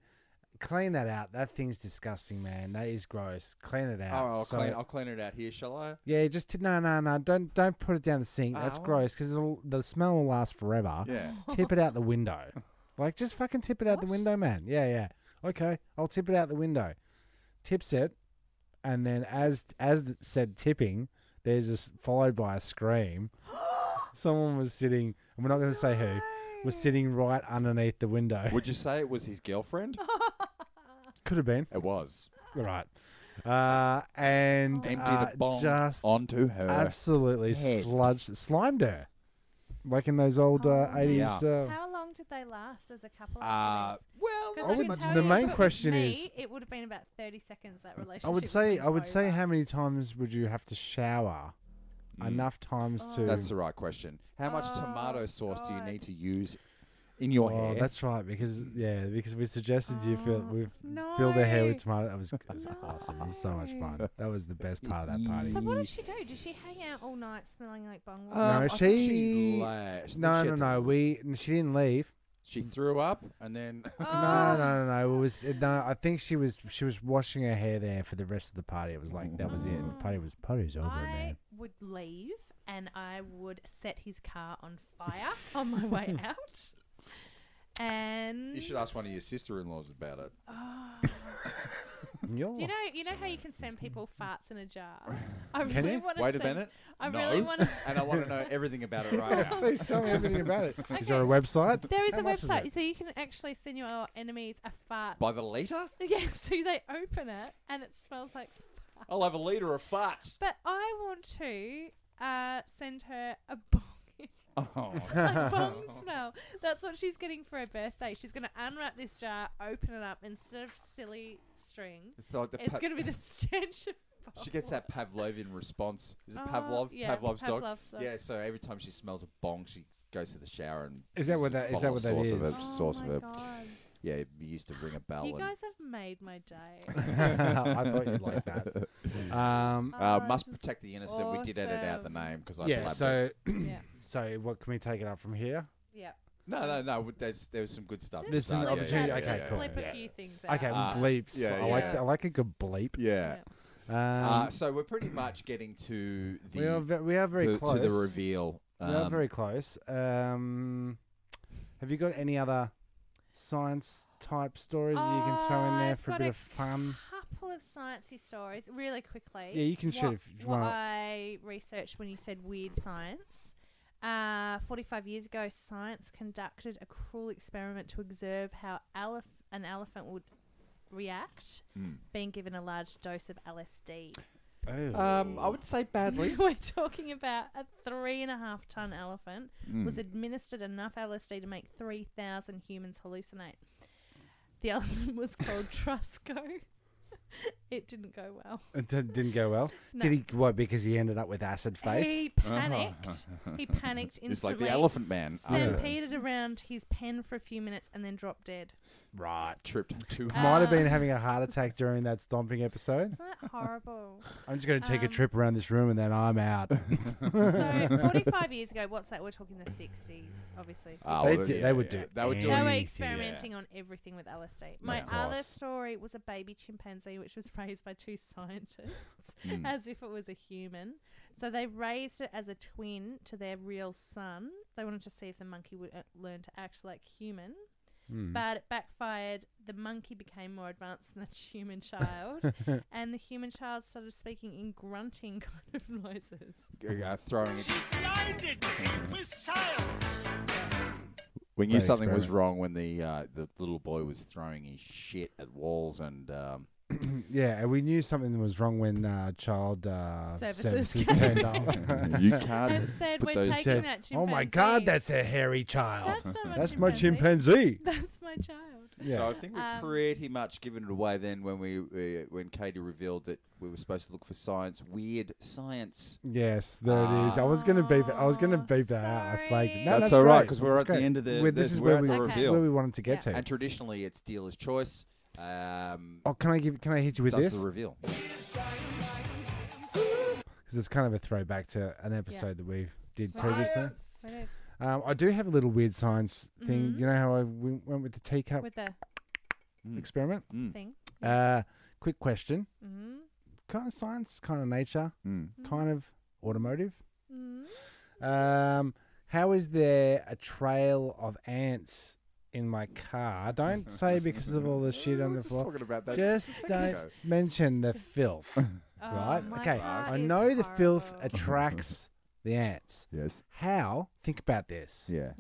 Speaker 4: Clean that out. That thing's disgusting, man. That is gross. Clean it out.
Speaker 3: Oh, I'll
Speaker 4: So-
Speaker 3: clean. I'll clean it out here, shall I?
Speaker 4: Yeah, just to, no, no, no. Don't don't put it down the sink. That's
Speaker 3: Oh.
Speaker 4: gross because the smell will last forever.
Speaker 3: Yeah.
Speaker 4: Tip it out the window. Like just fucking tip it out the
Speaker 5: What?
Speaker 4: window, man. Yeah, yeah. Okay, I'll tip it out the window. Tips it, and then as as th- said tipping, there's this followed by a scream. Someone was sitting, and we're not going to say who, was sitting right underneath the window.
Speaker 3: Would you say it was his girlfriend?
Speaker 4: Could have been
Speaker 3: it was.
Speaker 4: right. Uh, and
Speaker 3: Emptied
Speaker 4: uh,
Speaker 3: a bong
Speaker 4: just
Speaker 3: onto her.
Speaker 4: absolutely
Speaker 3: Head.
Speaker 4: sludged, slimed her, like in those old
Speaker 5: Oh,
Speaker 4: uh, 80s.
Speaker 3: yeah.
Speaker 4: Uh,
Speaker 5: How long did they last as a couple?
Speaker 3: Uh,
Speaker 5: after this?
Speaker 3: well,
Speaker 5: 'Cause
Speaker 4: I
Speaker 5: can
Speaker 4: would-
Speaker 5: tell
Speaker 4: the
Speaker 5: you,
Speaker 4: main
Speaker 5: if it was
Speaker 4: question
Speaker 5: me,
Speaker 4: is-
Speaker 5: it would have been about thirty seconds that relationship.
Speaker 4: I would say,
Speaker 5: would've
Speaker 4: I would say
Speaker 5: been
Speaker 4: how many times would you have to shower? Enough times
Speaker 5: Oh.
Speaker 4: to.
Speaker 3: Mm. That's the right question. How much tomato sauce do you
Speaker 5: God.
Speaker 3: need to use in your
Speaker 4: Oh,
Speaker 3: hair?
Speaker 4: that's right because yeah, because we suggested you fill
Speaker 5: Oh,
Speaker 4: we fill their hair with
Speaker 5: no.
Speaker 4: tomato. That was, that was awesome. It was so much fun. That was the best part of that
Speaker 5: over.
Speaker 4: party.
Speaker 5: So what does she do? Does she hang out all night smelling like bong? water?
Speaker 4: Uh,
Speaker 3: Um,
Speaker 4: no,
Speaker 3: I thought she
Speaker 4: she-
Speaker 3: la- she-
Speaker 4: no,
Speaker 3: she
Speaker 4: no,
Speaker 3: had
Speaker 4: no.
Speaker 3: to-
Speaker 4: We she didn't leave.
Speaker 3: She threw up and then.
Speaker 5: Oh,
Speaker 4: No, no, no, no. It was no. I think she was she was washing her hair there for the rest of the party. It was like that was it. The party was party's over,
Speaker 5: I
Speaker 4: man.
Speaker 5: would leave and I would set his car on fire on my way out. And ah,
Speaker 3: you should ask one of your sister-in-laws about it.
Speaker 4: You're
Speaker 5: you know, you know how you can send people farts in a jar. I
Speaker 4: Can
Speaker 5: really
Speaker 4: you?
Speaker 5: want to
Speaker 3: Wait a
Speaker 5: send,
Speaker 3: minute.
Speaker 5: I
Speaker 3: no.
Speaker 5: really want to.
Speaker 3: and I want to know everything about it right now.
Speaker 4: Please tell me everything about it. Is there a
Speaker 5: Okay.
Speaker 4: website?
Speaker 5: There is
Speaker 4: How
Speaker 5: a
Speaker 4: much is
Speaker 5: website,
Speaker 4: it?
Speaker 5: so you can actually send your enemies a fart.
Speaker 3: By the liter,
Speaker 5: yeah, so they open it and it smells like. Fart.
Speaker 3: I'll have a liter of farts.
Speaker 5: But I want to uh, send her a bong.
Speaker 3: Oh,
Speaker 5: like bong smell. That's what she's getting for her birthday. She's going to unwrap this jar, open it up, instead of silly string,
Speaker 3: it's like the.
Speaker 5: it's
Speaker 3: Pa-
Speaker 5: going to be the stench of bong.
Speaker 3: she gets that Pavlovian response. Is it
Speaker 5: Oh,
Speaker 3: Pavlov?
Speaker 5: yeah,
Speaker 3: Pavlov's dog.
Speaker 5: Pavlov's dog.
Speaker 3: Yeah. So every time she smells a bong, she goes to the shower and.
Speaker 4: Is that
Speaker 3: uses
Speaker 4: what
Speaker 3: a
Speaker 4: that- is
Speaker 3: bottle
Speaker 4: that
Speaker 3: of
Speaker 4: what
Speaker 3: sauce of
Speaker 4: that is?
Speaker 3: her-
Speaker 5: Oh
Speaker 3: sauce of
Speaker 5: my
Speaker 3: her-
Speaker 5: God.
Speaker 3: Yeah, it used to ring a bell.
Speaker 5: You
Speaker 3: and-
Speaker 5: guys have made my day.
Speaker 4: I thought you'd like that. Um,
Speaker 3: Uh,
Speaker 5: Oh,
Speaker 3: must
Speaker 5: this is
Speaker 3: protect the innocent. We did edit out the
Speaker 5: awesome.
Speaker 3: name because I
Speaker 4: yeah.
Speaker 3: blabbed
Speaker 4: So
Speaker 3: it.
Speaker 5: yeah.
Speaker 4: so what can we take it up from here?
Speaker 5: Yeah.
Speaker 3: no, no, no. There's there was some good stuff.
Speaker 4: There's some
Speaker 3: Yeah, yeah,
Speaker 4: opportunity-
Speaker 3: yeah,
Speaker 4: okay,
Speaker 3: yeah,
Speaker 4: cool.
Speaker 5: Flip
Speaker 3: yeah.
Speaker 5: a few things out.
Speaker 4: Okay,
Speaker 3: Uh,
Speaker 4: bleeps.
Speaker 3: yeah,
Speaker 4: I like
Speaker 3: yeah.
Speaker 4: I like a good bleep.
Speaker 3: Yeah.
Speaker 4: Um,
Speaker 3: Uh, so we're pretty much getting to the
Speaker 4: we are ve- we are very
Speaker 3: to,
Speaker 4: close.
Speaker 3: to the reveal.
Speaker 4: we are
Speaker 3: Um,
Speaker 4: very close. Um, have you got any other science type stories that you can throw in
Speaker 5: Oh,
Speaker 4: there
Speaker 5: I've
Speaker 4: for a
Speaker 5: got
Speaker 4: bit of fun?
Speaker 5: Couple of sciencey stories, really quickly.
Speaker 4: Yeah, you can shoot
Speaker 5: What,
Speaker 4: if you
Speaker 5: what
Speaker 4: wanna-
Speaker 5: I researched when you said weird science. Uh, 45 years ago, science conducted a cruel experiment to observe how elef- an elephant would react being given a large dose of LSD.
Speaker 3: um, I would say badly.
Speaker 5: We're talking about a three and a half ton elephant
Speaker 3: hmm, Mm.
Speaker 5: was administered enough LSD to make 3,000 humans hallucinate. The elephant was called Trusco. It didn't go well.
Speaker 4: It did- didn't go well.
Speaker 5: No.
Speaker 4: Did he? What? Because he ended up with acid face.
Speaker 5: He panicked. he panicked instantly.
Speaker 3: Uh-huh. It's like the Elephant Man. uh, after
Speaker 5: Stampeded around his pen for a few minutes and then dropped dead.
Speaker 4: Right.
Speaker 3: Tripped too hard.
Speaker 4: Might have been
Speaker 5: Um,
Speaker 4: having a heart attack during that stomping episode.
Speaker 5: Isn't that horrible?
Speaker 4: I'm just going to take a
Speaker 5: um,
Speaker 4: trip around this room and then I'm out.
Speaker 5: so 45 years ago, what's that? We're talking the 60s, obviously.
Speaker 3: Ah,
Speaker 4: They
Speaker 3: well,
Speaker 4: did-
Speaker 3: yeah,
Speaker 4: they would
Speaker 3: yeah.
Speaker 4: do
Speaker 3: They would do
Speaker 5: They were
Speaker 3: it.
Speaker 4: anything.
Speaker 5: experimenting on everything with LSD. My other
Speaker 3: course.
Speaker 5: story was a baby chimpanzee which was raised by two scientists
Speaker 4: Hmm.
Speaker 3: Mm.
Speaker 5: as if it was a human. So they raised it as a twin to their real son. They wanted to see if the monkey would uh, learn to act like human.
Speaker 4: Hmm.
Speaker 5: But it backfired. The monkey became more advanced than the human child, and the human child started speaking in grunting kind of noises.
Speaker 3: Uh, throwing it.
Speaker 1: Blinded with science.
Speaker 3: We knew
Speaker 4: Great
Speaker 3: something was
Speaker 4: experiment.
Speaker 3: wrong when the uh, the little boy was throwing his shit at walls and um,
Speaker 4: yeah, and we knew something was wrong when uh, child uh,
Speaker 5: Services
Speaker 4: services,
Speaker 5: came.
Speaker 4: turned up.
Speaker 3: you can't
Speaker 5: And said,
Speaker 3: put
Speaker 5: "We're
Speaker 3: those-
Speaker 5: taking
Speaker 4: Said,
Speaker 5: that chimpanzee."
Speaker 4: oh my god, that's a hairy child.
Speaker 5: that's not my
Speaker 4: That's
Speaker 5: chimpanzee.
Speaker 4: my chimpanzee.
Speaker 5: That's my child.
Speaker 4: Yeah.
Speaker 3: So I think we've
Speaker 5: Um,
Speaker 3: pretty much given it away then when we uh, when Katie revealed that we were supposed to look for science, weird science.
Speaker 4: Yes, there it is. I was gonna beep it. I was gonna beep that out. I flagged it. No,
Speaker 5: That's
Speaker 4: that's
Speaker 3: all right,
Speaker 4: great.
Speaker 3: 'cause we're
Speaker 4: That's
Speaker 3: at the
Speaker 4: great.
Speaker 3: end of the-
Speaker 4: We're- this
Speaker 3: this-
Speaker 4: is
Speaker 3: we're
Speaker 4: where
Speaker 3: at
Speaker 4: we
Speaker 5: the
Speaker 4: this is
Speaker 5: reveal.
Speaker 4: where we wanted to get
Speaker 5: Yeah.
Speaker 4: to.
Speaker 3: And traditionally, it's dealer's choice. Um,
Speaker 4: Oh, can I give? Can I hit you with
Speaker 3: does
Speaker 4: this?
Speaker 3: the reveal?
Speaker 4: Because it's kind of a throwback to an episode that we did previously.
Speaker 5: What if-
Speaker 4: Um, I do have a little weird science thing.
Speaker 5: Mhm.
Speaker 4: You know how I w- went with the teacup
Speaker 5: With the
Speaker 4: experiment?
Speaker 5: thing.
Speaker 4: Uh, quick question.
Speaker 5: Mm-hmm.
Speaker 4: Kind of science, kind of nature,
Speaker 3: Mm.
Speaker 4: kind of automotive.
Speaker 5: Mm-hmm.
Speaker 4: Um, how is there a trail of ants in my car? Don't say because of all the shit on the floor.
Speaker 3: Talking about that.
Speaker 4: Just don't
Speaker 3: ago.
Speaker 4: mention the filth,
Speaker 5: Oh,
Speaker 4: right? okay, I know the filth attracts the ants.
Speaker 3: yes.
Speaker 4: How? Think about this.
Speaker 3: Yeah.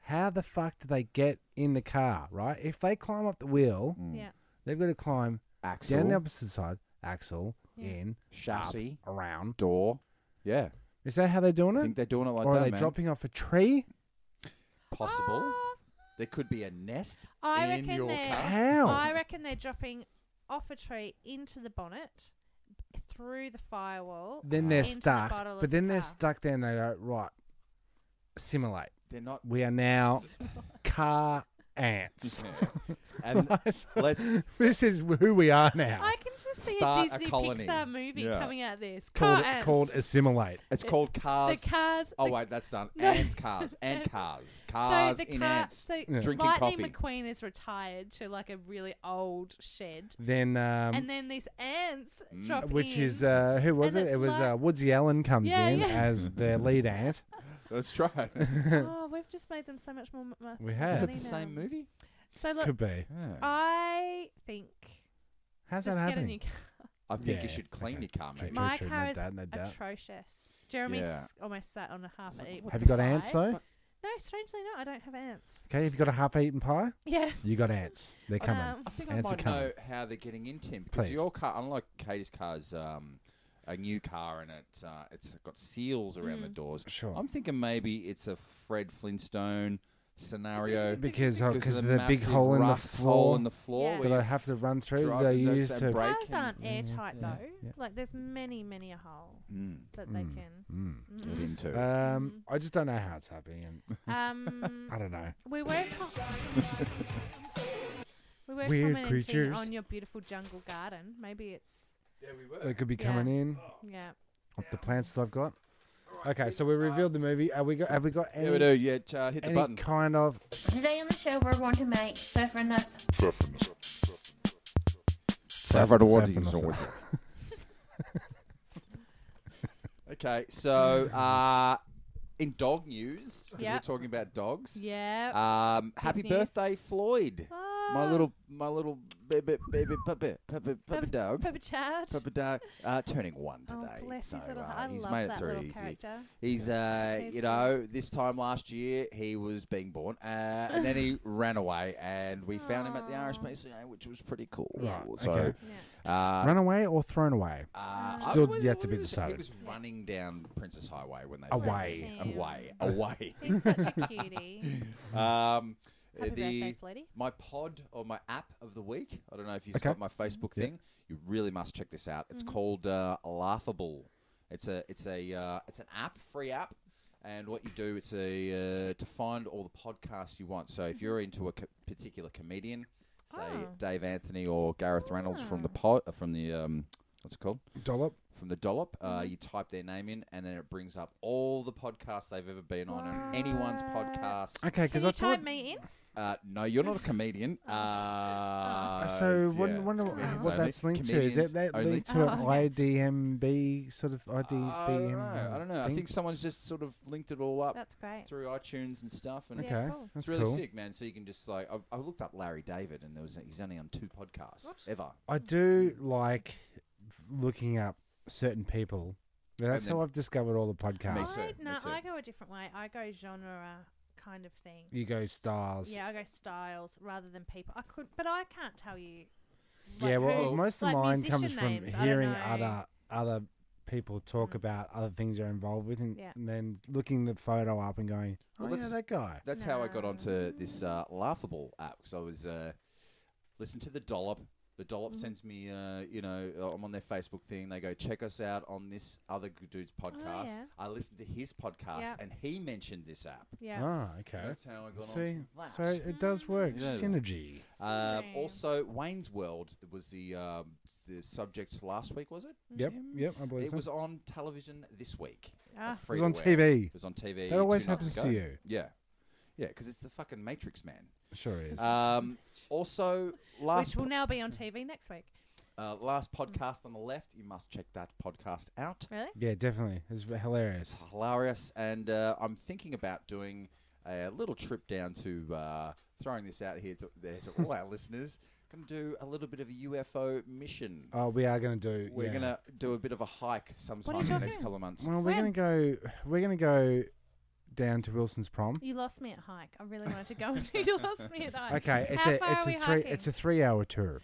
Speaker 4: How the fuck do they get in the car, right? If they climb up the wheel,
Speaker 3: Mm,
Speaker 5: yeah.
Speaker 4: they've got to climb
Speaker 3: Axle.
Speaker 4: Mm. down the opposite side, axle,
Speaker 5: Yeah.
Speaker 4: in,
Speaker 3: chassis.
Speaker 4: around.
Speaker 3: Door. Yeah.
Speaker 4: Is that how they're doing
Speaker 3: I
Speaker 4: it?
Speaker 3: think they're doing it like
Speaker 4: or
Speaker 3: that,
Speaker 4: are they
Speaker 3: man.
Speaker 4: dropping off a tree?
Speaker 5: Oh.
Speaker 3: Possible. there could be a nest
Speaker 5: Ah, I
Speaker 3: in
Speaker 5: reckon
Speaker 3: your
Speaker 5: they're-
Speaker 3: car.
Speaker 4: How?
Speaker 5: I reckon they're dropping off a tree into the bonnet, through the firewall.
Speaker 4: then they're
Speaker 5: into the
Speaker 4: stuck.
Speaker 5: bottle of
Speaker 4: but then
Speaker 5: the
Speaker 4: they're
Speaker 5: car.
Speaker 4: stuck there and they go, right, assimilate.
Speaker 3: They're not.
Speaker 4: We are now car ants.
Speaker 3: And
Speaker 4: Right?
Speaker 3: let's
Speaker 4: this is who we are now.
Speaker 5: I can just see
Speaker 3: Start a
Speaker 5: a Disney
Speaker 3: colony.
Speaker 5: Pixar movie
Speaker 3: Yeah.
Speaker 5: coming out of this. Car
Speaker 4: called,
Speaker 5: ants.
Speaker 4: called assimilate.
Speaker 3: It's called
Speaker 5: the
Speaker 3: cars.
Speaker 5: cars.
Speaker 3: oh
Speaker 5: the-
Speaker 3: wait, that's done.
Speaker 5: No.
Speaker 3: Ants, cars, and cars,
Speaker 5: so
Speaker 3: cars
Speaker 5: the
Speaker 3: in
Speaker 5: car,
Speaker 3: ants.
Speaker 5: So
Speaker 3: Drinking
Speaker 5: Lightning
Speaker 3: coffee.
Speaker 5: McQueen is retired to like a really old shed,
Speaker 4: Then, um,
Speaker 5: and then these ants
Speaker 3: Mm.
Speaker 5: drop
Speaker 4: which
Speaker 5: in.
Speaker 4: is, uh, who was
Speaker 5: And
Speaker 4: it?
Speaker 5: it's
Speaker 4: It was
Speaker 5: like-
Speaker 4: uh, Woodsy Allen comes
Speaker 5: Yeah,
Speaker 4: in
Speaker 5: yeah.
Speaker 4: as their lead ant.
Speaker 3: That's right.
Speaker 5: oh, we've just made them so much more. m- m-
Speaker 4: We
Speaker 3: Is
Speaker 4: have.
Speaker 3: it
Speaker 5: money
Speaker 3: the same
Speaker 5: now.
Speaker 3: movie?
Speaker 5: So look,
Speaker 4: Could be.
Speaker 5: I think
Speaker 4: How's
Speaker 5: just
Speaker 4: that
Speaker 5: get a
Speaker 4: happening?
Speaker 5: new car.
Speaker 3: I think
Speaker 4: Yeah,
Speaker 3: you should clean
Speaker 4: okay.
Speaker 3: your car,
Speaker 4: True,
Speaker 3: mate.
Speaker 4: true.
Speaker 5: My car
Speaker 4: no
Speaker 5: is
Speaker 4: doubt, no doubt.
Speaker 5: atrocious. Jeremy's
Speaker 3: Yeah.
Speaker 5: almost sat on a half
Speaker 3: It's like,
Speaker 5: eaten.
Speaker 3: what
Speaker 4: Have you got ants
Speaker 5: pie.
Speaker 4: though?
Speaker 5: No, strangely not. I don't have ants.
Speaker 4: Okay, have you got a half-eaten pie?
Speaker 5: Yeah.
Speaker 4: You got ants. They're coming.
Speaker 5: Um,
Speaker 3: I think I
Speaker 4: Ants are
Speaker 3: might
Speaker 4: coming.
Speaker 3: know how they're getting in, Tim. Because
Speaker 4: Please.
Speaker 3: your car, unlike Katie's car's um, a new car and it, uh, it's got seals around the doors.
Speaker 4: Sure.
Speaker 3: I'm thinking maybe it's a Fred Flintstone scenario.
Speaker 4: because oh, because
Speaker 3: of
Speaker 4: of the big
Speaker 3: massive
Speaker 4: hole in the
Speaker 3: rust
Speaker 4: floor
Speaker 3: hole in the floor
Speaker 5: Yeah.
Speaker 3: where
Speaker 4: that I
Speaker 3: you
Speaker 4: have to run through.
Speaker 3: drive
Speaker 4: They
Speaker 3: and don't-
Speaker 4: use
Speaker 3: don't
Speaker 4: to
Speaker 3: break
Speaker 5: Cars
Speaker 3: and-
Speaker 5: aren't
Speaker 4: Yeah,
Speaker 5: airtight
Speaker 4: yeah,
Speaker 5: though.
Speaker 4: yeah.
Speaker 5: Like there's many, many a hole
Speaker 3: Mm,
Speaker 5: that
Speaker 4: Mm.
Speaker 5: they
Speaker 4: Mm.
Speaker 3: get
Speaker 5: can. Mm-hmm.
Speaker 3: into.
Speaker 4: Um, I just don't know how it's happening, and
Speaker 5: Mm. um,
Speaker 4: I don't know.
Speaker 5: we were co- we were
Speaker 4: Weird
Speaker 5: commenting
Speaker 4: creatures.
Speaker 5: on your beautiful jungle garden. Maybe it's
Speaker 4: They could be
Speaker 5: Yeah.
Speaker 4: coming in
Speaker 5: yeah.
Speaker 4: with the plants that I've got. Okay, so we revealed the movie. Are we got, have we got any,
Speaker 3: yeah, we do. Yeah, t- uh, hit the
Speaker 4: any
Speaker 3: button.
Speaker 4: kind of
Speaker 8: Today on the show, we're going to make pfeffernuss.
Speaker 3: okay, so uh, in dog news, 'cause we're
Speaker 5: Yep.
Speaker 3: talking about dogs.
Speaker 5: Yeah.
Speaker 3: Um, happy
Speaker 5: news.
Speaker 3: birthday, Floyd. My
Speaker 5: Ah,
Speaker 3: little, my little baby, baby, puppy, puppy, puppy dog,
Speaker 5: Pepper Chat.
Speaker 3: puppy dog, uh, turning one
Speaker 5: Oh,
Speaker 3: today.
Speaker 5: bless
Speaker 3: so,
Speaker 5: his little
Speaker 3: uh,
Speaker 5: heart. I
Speaker 3: he's
Speaker 5: love
Speaker 3: made it
Speaker 5: that
Speaker 3: through
Speaker 5: little
Speaker 3: easy.
Speaker 5: character.
Speaker 3: He's, uh,
Speaker 5: He's
Speaker 3: you know, this time last year he was being born, uh, and then he ran away, and we found him at the
Speaker 5: Aw.
Speaker 3: RSPCA, which was pretty cool.
Speaker 5: Right,
Speaker 3: So,
Speaker 4: okay.
Speaker 5: Yeah.
Speaker 3: uh,
Speaker 4: run away or thrown away?
Speaker 3: uh,
Speaker 4: Still
Speaker 3: I was-
Speaker 4: yet to be
Speaker 3: was-
Speaker 4: decided.
Speaker 3: He was running down Princess Highway when they
Speaker 4: Away.
Speaker 3: found him. away, away.
Speaker 5: He's such a cutie.
Speaker 3: um, Uh,
Speaker 5: Happy birthday,
Speaker 3: the
Speaker 5: Fletty.
Speaker 3: my pod or my app of the week. I don't know if you
Speaker 4: Okay.
Speaker 3: spot my Facebook thing. You really must check this out. It's called uh, Laughable. It's a it's a uh, it's an app, free app. And what you do, it's a uh, to find all the podcasts you want. So if you're into a co- particular comedian, say
Speaker 5: Oh.
Speaker 3: Dave Anthony or Gareth Reynolds from the pod uh, from the um, what's it called
Speaker 4: Dollop.
Speaker 3: from the dollop, uh, you type their name in, and then it brings up all the podcasts they've ever been on and anyone's
Speaker 5: What?
Speaker 3: podcast.
Speaker 4: Okay,
Speaker 5: Can
Speaker 4: because
Speaker 5: you
Speaker 4: I thought.
Speaker 5: time me in?
Speaker 3: Uh, no, you're not a comedian. Uh,
Speaker 4: so
Speaker 3: yeah,
Speaker 4: one wonder
Speaker 3: it's
Speaker 4: what,
Speaker 3: comedians
Speaker 4: what
Speaker 3: only.
Speaker 4: that's linked to. Is that,
Speaker 3: Comedians
Speaker 4: that
Speaker 3: only.
Speaker 4: linked to an
Speaker 5: Oh,
Speaker 4: IDMB sort of IDBM?
Speaker 3: I don't know. I don't know. I
Speaker 4: thing?
Speaker 3: think someone's just sort of linked it all up
Speaker 5: That's great.
Speaker 3: through iTunes and stuff, and
Speaker 5: Yeah,
Speaker 4: Okay,
Speaker 5: cool.
Speaker 4: that's
Speaker 3: it's really
Speaker 4: cool.
Speaker 3: sick, man. So you can just like I, I looked up Larry David, and there was he's only on two podcasts ever.
Speaker 4: I do like looking up certain people. Yeah, that's
Speaker 3: And
Speaker 4: how
Speaker 3: then-
Speaker 4: I've discovered all the podcasts.
Speaker 3: too,
Speaker 5: I,
Speaker 3: me
Speaker 5: no,
Speaker 3: too.
Speaker 5: I go a different way. I go genre kind of thing.
Speaker 4: You go stars.
Speaker 5: Yeah, I go styles rather than people. I could, but I can't tell you.
Speaker 4: Yeah,
Speaker 5: like,
Speaker 4: well,
Speaker 5: who-
Speaker 4: most of
Speaker 5: like
Speaker 4: mine
Speaker 5: musician
Speaker 4: comes from
Speaker 5: names, I don't
Speaker 4: hearing
Speaker 5: know. Mm.
Speaker 4: other other people talk about other things they're involved with, and,
Speaker 5: Yeah.
Speaker 4: and then looking the photo up and going, "Oh
Speaker 3: Well,
Speaker 4: yeah,
Speaker 3: that's-
Speaker 4: that guy."
Speaker 3: That's how I got onto this uh, laughable app because I was uh, listening to the dollop. The
Speaker 5: Mm.
Speaker 3: dollop sends me, uh, you know, uh, I'm on their Facebook thing. They go check us out on this other g- dude's podcast.
Speaker 5: Oh, yeah.
Speaker 3: I listened to his podcast
Speaker 5: Yeah.
Speaker 3: and he mentioned this app.
Speaker 5: Yeah.
Speaker 4: Ah, okay.
Speaker 3: That's how I got
Speaker 4: See,
Speaker 3: onto that.
Speaker 4: so it does work.
Speaker 3: Yeah.
Speaker 4: Synergy.
Speaker 3: Uh,
Speaker 5: Same.
Speaker 3: also, Wayne's World was the um, the subject last week, was it?
Speaker 4: Yep,
Speaker 3: Jim?
Speaker 4: yep. I believe
Speaker 3: It
Speaker 4: so.
Speaker 3: was on television this week.
Speaker 5: Ah.
Speaker 3: Free
Speaker 4: It was on
Speaker 3: to air.
Speaker 4: TV.
Speaker 3: It was on TV.
Speaker 4: That always
Speaker 3: two nights
Speaker 4: happens to
Speaker 3: ago.
Speaker 4: you.
Speaker 3: Yeah, yeah, because it's the fucking Matrix, man.
Speaker 4: sure is.
Speaker 3: Um, also,
Speaker 5: Which
Speaker 3: last
Speaker 5: will now be on TV next week.
Speaker 3: uh, last podcast on the left, you must check that podcast out.
Speaker 5: Really?
Speaker 4: yeah, definitely. It's hilarious.
Speaker 3: Hilarious, and uh, I'm thinking about doing a little trip down to uh, throwing this out here to, there to all our listeners. Going to do a little bit of a UFO mission.
Speaker 4: Oh, we are going to do.
Speaker 3: Uh-huh. We're
Speaker 4: yeah.
Speaker 3: going to do a bit of a hike sometime
Speaker 5: you
Speaker 3: in the
Speaker 5: talking?
Speaker 3: next couple of months.
Speaker 4: Well, we're going
Speaker 5: When?
Speaker 4: to go. We're going to go down to Wilson's prom.
Speaker 5: You lost me at hike. I really wanted to go and you lost me at hike.
Speaker 4: Okay, it's
Speaker 5: How
Speaker 4: a
Speaker 5: far
Speaker 4: it's
Speaker 5: are we
Speaker 4: a three
Speaker 5: hiking?
Speaker 4: it's a three hour tour.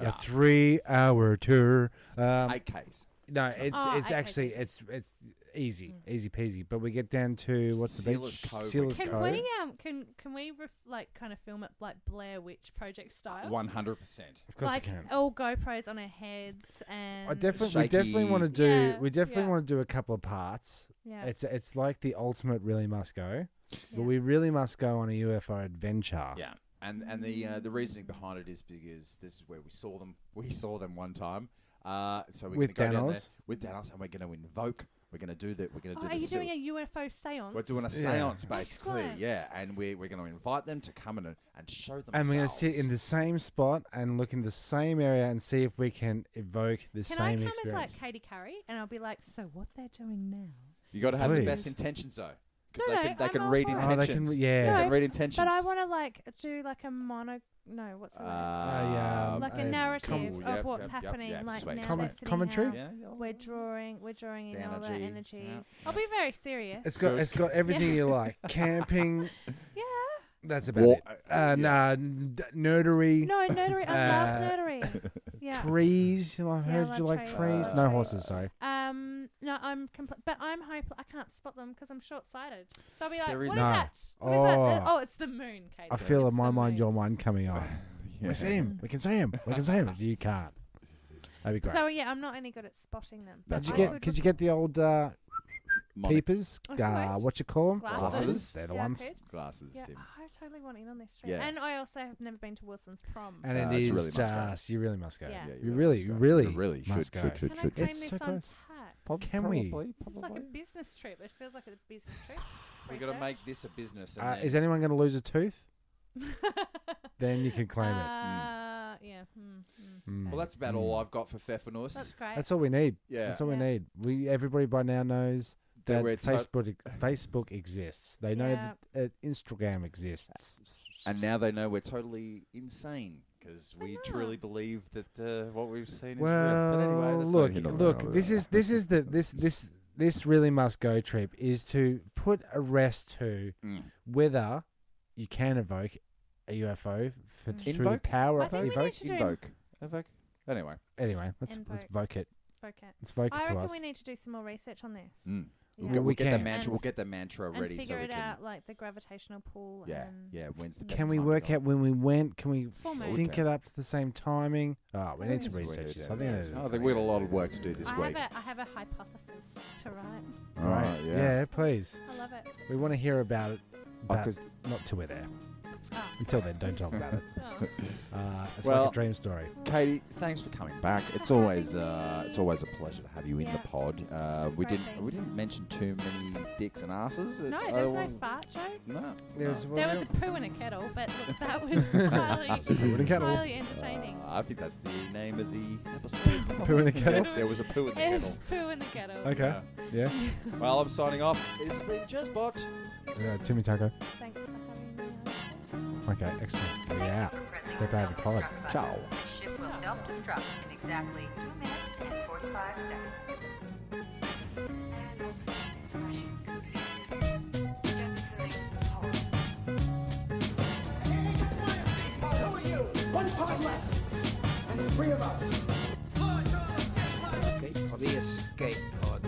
Speaker 3: Yeah.
Speaker 4: A three hour tour. Um,
Speaker 3: Eight Ks.
Speaker 4: no, it's
Speaker 5: Oh,
Speaker 4: it's
Speaker 5: okay,
Speaker 4: actually
Speaker 5: okay. Mm.
Speaker 4: it's it's easy, easy peasy. But we get down to what's the
Speaker 3: Sealer's
Speaker 4: beach?
Speaker 3: Cove we
Speaker 4: Sealer's
Speaker 3: can
Speaker 5: Can
Speaker 3: go.
Speaker 4: Cove.
Speaker 5: we um can can we ref, like kind of film it like Blair Witch Project style?
Speaker 3: One hundred percent.
Speaker 4: Of course
Speaker 5: like
Speaker 4: we can.
Speaker 5: all GoPros on our heads and
Speaker 4: I definitely, we definitely
Speaker 3: Shaky-
Speaker 4: want to do.
Speaker 5: Yeah,
Speaker 4: we definitely
Speaker 5: yeah.
Speaker 4: want to do a couple of parts.
Speaker 5: yeah.
Speaker 4: It's it's like the ultimate really must go,
Speaker 5: Yeah.
Speaker 4: but we really must go on a UFO adventure.
Speaker 3: Yeah, and and the uh, the reasoning behind it is because this is where we saw them. We saw them one time. Uh, so we're
Speaker 4: With
Speaker 3: gonna go down there
Speaker 4: Danos?
Speaker 3: with Danos, and we're going to invoke. We're going to do that. We're going to
Speaker 5: oh,
Speaker 3: do.
Speaker 5: are
Speaker 3: the
Speaker 5: you
Speaker 3: sil-
Speaker 5: doing a UFO seance?
Speaker 3: We're doing a
Speaker 4: Yeah.
Speaker 3: séance, basically,
Speaker 5: Excellent.
Speaker 3: yeah, and we're, we're going to invite them to come in and, and show themselves.
Speaker 4: And we're going to sit in the same spot and look in the same area and see if we can evoke the
Speaker 5: Can I
Speaker 4: same
Speaker 5: come
Speaker 4: experience.
Speaker 5: as like Katy Curry and I'll be like, so what they're doing now?
Speaker 3: You got to have the best
Speaker 4: Please.
Speaker 3: intentions though, because
Speaker 5: No,
Speaker 3: they
Speaker 5: no,
Speaker 3: can they
Speaker 5: I'm
Speaker 3: can
Speaker 5: all
Speaker 3: read
Speaker 5: for it.
Speaker 4: Oh,
Speaker 3: intentions.
Speaker 4: they can- yeah.
Speaker 3: They
Speaker 5: No,
Speaker 3: can read intentions. Uh,
Speaker 5: But I want to like do like a mono. No, what's the word?
Speaker 4: yeah,
Speaker 5: Like
Speaker 4: uh,
Speaker 5: a narrative
Speaker 4: com-
Speaker 5: of
Speaker 3: Um, yep,
Speaker 5: what's
Speaker 3: yep, yep,
Speaker 5: happening.
Speaker 3: yep,
Speaker 5: like
Speaker 3: persuade.
Speaker 5: now
Speaker 4: Comment-
Speaker 5: they're sitting
Speaker 4: commentary?
Speaker 5: out.
Speaker 3: Yeah, yeah.
Speaker 5: We're drawing. We're drawing in
Speaker 3: The
Speaker 5: all that
Speaker 3: energy,
Speaker 5: energy.
Speaker 3: yeah.
Speaker 5: I'll be very serious.
Speaker 4: It's got it's got everything you like. Camping.
Speaker 5: yeah.
Speaker 4: That's about
Speaker 3: Wa-
Speaker 4: it. Uh, Nah, n- d- nerdery.
Speaker 5: No, nerdery. I love
Speaker 4: Uh,
Speaker 5: nerdery. Yeah.
Speaker 4: Trees. You know, I
Speaker 5: Yeah, I
Speaker 4: heard
Speaker 5: love
Speaker 4: you like
Speaker 5: trees.
Speaker 4: trees.
Speaker 3: Uh,
Speaker 4: no horses. Sorry.
Speaker 5: Um, no, I'm compl- but I'm hopeful. I can't spot them because I'm short-sighted. So I'll be like,
Speaker 3: There
Speaker 5: what
Speaker 3: is-
Speaker 5: is
Speaker 4: No.
Speaker 5: that? What is that?
Speaker 4: Oh.
Speaker 5: Oh, it's the moon, Kate.
Speaker 4: I feel
Speaker 5: It's
Speaker 4: in my
Speaker 5: the
Speaker 4: mind,
Speaker 5: moon.
Speaker 4: your mind coming on.
Speaker 3: Yeah.
Speaker 4: We see him. We can see him. We can see him. You can't. That'd be great.
Speaker 5: So yeah, I'm not any good at spotting them. but
Speaker 4: could you
Speaker 5: I
Speaker 4: get
Speaker 5: could
Speaker 4: could you get the old uh,
Speaker 3: Monoc-
Speaker 4: peepers?
Speaker 5: I
Speaker 4: Uh,
Speaker 5: could.
Speaker 4: what you call them?
Speaker 5: Glasses.
Speaker 3: Glasses.
Speaker 4: They're the
Speaker 5: Yeah, I
Speaker 4: ones.
Speaker 5: could.
Speaker 3: glasses,
Speaker 5: Yeah,
Speaker 3: Tim.
Speaker 5: I totally want in on this trip.
Speaker 3: Yeah.
Speaker 5: And I also have never been to Wilson's prom.
Speaker 4: And
Speaker 3: Uh,
Speaker 4: it
Speaker 3: it's
Speaker 4: is
Speaker 3: really must go.
Speaker 4: just you really must go.
Speaker 5: Yeah. Yeah,
Speaker 4: you really, you really,
Speaker 3: really should,
Speaker 4: must
Speaker 3: should,
Speaker 4: go.
Speaker 3: should, should.
Speaker 5: Can I claim
Speaker 4: It's
Speaker 5: this
Speaker 4: so
Speaker 5: on
Speaker 4: close.
Speaker 5: tax?
Speaker 4: Can we?
Speaker 5: This is like a business trip. It feels like a business trip.
Speaker 3: We got to
Speaker 5: Research.
Speaker 3: make this a business. And
Speaker 4: Uh,
Speaker 3: then-
Speaker 4: is anyone going to lose a tooth? Then you can claim it.
Speaker 5: uh,
Speaker 3: Mm.
Speaker 5: Yeah. Hmm,
Speaker 4: Mm.
Speaker 5: hmm.
Speaker 3: well, that's about all I've got for Pfeffernuss.
Speaker 5: That's great.
Speaker 4: That's all we need.
Speaker 3: yeah,
Speaker 4: That's all we
Speaker 5: Yeah.
Speaker 4: need. We everybody by now knows
Speaker 3: That
Speaker 4: that
Speaker 3: we're to-
Speaker 4: Facebook Facebook exists. They know
Speaker 5: Yeah.
Speaker 4: that uh, Instagram exists.
Speaker 3: and now they know we're totally insane because
Speaker 5: I
Speaker 3: we
Speaker 5: know.
Speaker 3: truly believe that uh, what we've seen. is
Speaker 4: Well,
Speaker 3: real. But anyway, that's
Speaker 4: look,
Speaker 3: neither here nor
Speaker 4: look.
Speaker 3: there.
Speaker 4: This is this is the this this this really must go trip is to put a rest to
Speaker 3: Mm.
Speaker 4: whether you can evoke a UFO for, through
Speaker 3: Invoke?
Speaker 4: the power
Speaker 5: Mm. I
Speaker 4: of
Speaker 5: think we need
Speaker 4: evoke.
Speaker 5: to do
Speaker 3: Invoke. Evoke. Anyway,
Speaker 4: Anyway, let's let's
Speaker 5: Invoke.
Speaker 4: voke it.
Speaker 5: Okay.
Speaker 4: Let's voke
Speaker 5: I
Speaker 4: it to
Speaker 5: reckon
Speaker 4: us.
Speaker 5: we need to do some more research on this.
Speaker 3: Mm. We'll,
Speaker 5: Yeah.
Speaker 3: get,
Speaker 4: We
Speaker 3: we'll get the
Speaker 4: can.
Speaker 3: mantra.
Speaker 5: And-
Speaker 3: We'll get the mantra
Speaker 5: and
Speaker 3: ready
Speaker 5: figure
Speaker 3: so we
Speaker 5: it
Speaker 3: can.
Speaker 5: out like the gravitational pull.
Speaker 3: Yeah,
Speaker 5: and
Speaker 3: yeah. When's the best
Speaker 4: Can we
Speaker 3: time to
Speaker 4: work
Speaker 3: go?
Speaker 4: out when we went? Can we
Speaker 5: Full moon.
Speaker 4: sync
Speaker 3: Okay.
Speaker 4: it up to the same timing? Oh, we need to
Speaker 5: Yes,
Speaker 3: We
Speaker 4: research
Speaker 3: need
Speaker 4: this.
Speaker 3: to
Speaker 4: I think,
Speaker 3: do
Speaker 4: that is-
Speaker 3: that. I think we had a lot of work to do this
Speaker 5: I
Speaker 3: week.
Speaker 5: have a I have a hypothesis to write.
Speaker 3: All right,
Speaker 4: Right.
Speaker 3: yeah. Oh,
Speaker 4: Yeah. please.
Speaker 5: I love it.
Speaker 4: We want to hear about it, but
Speaker 3: 'cause-
Speaker 4: not till we're there.
Speaker 5: Oh,
Speaker 4: Until then, don't talk about it.
Speaker 5: oh.
Speaker 4: Uh, it's
Speaker 3: Well-
Speaker 4: like a dream story.
Speaker 3: Katie, thanks for coming back.
Speaker 5: Thanks
Speaker 3: It's
Speaker 5: for
Speaker 3: always
Speaker 5: having
Speaker 3: uh, it's
Speaker 5: me.
Speaker 3: always a pleasure to have you in
Speaker 5: Yeah.
Speaker 3: the pod. Uh,
Speaker 5: It's
Speaker 3: we
Speaker 5: great
Speaker 3: didn't
Speaker 5: being
Speaker 3: we
Speaker 5: here.
Speaker 3: didn't mention too many dicks and asses.
Speaker 5: No,
Speaker 3: Uh,
Speaker 5: there was no
Speaker 3: well,
Speaker 5: fart jokes.
Speaker 3: No,
Speaker 4: There was-
Speaker 3: no.
Speaker 5: There was a poo in a kettle, but look, that was highly,
Speaker 4: kettle.
Speaker 5: highly entertaining.
Speaker 3: Uh, I think that's the name of the episode.
Speaker 4: Poo in a
Speaker 3: Yeah,
Speaker 4: kettle?
Speaker 3: there was a poo in the
Speaker 5: There's
Speaker 3: kettle.
Speaker 5: poo in the kettle.
Speaker 4: Okay. Yeah.
Speaker 3: Well, I'm signing off. It's been Jazzbot.
Speaker 4: Uh, Timmy Taco.
Speaker 5: Thanks for having me.
Speaker 4: Okay, excellent. We out. Step out of the pod.
Speaker 3: Ciao.
Speaker 9: The ship will self-destruct in exactly 2 minutes and 45 seconds.
Speaker 2: Escape pod. The escape pod.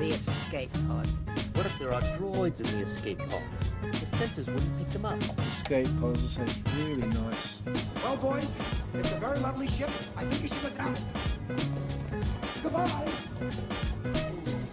Speaker 10: The escape pod. What if there are droids in the escape pod? The sensors wouldn't pick them up.
Speaker 2: Escape pod sounds really nice.
Speaker 11: Well, boys, it's a very lovely ship. I think you should look it up. Goodbye.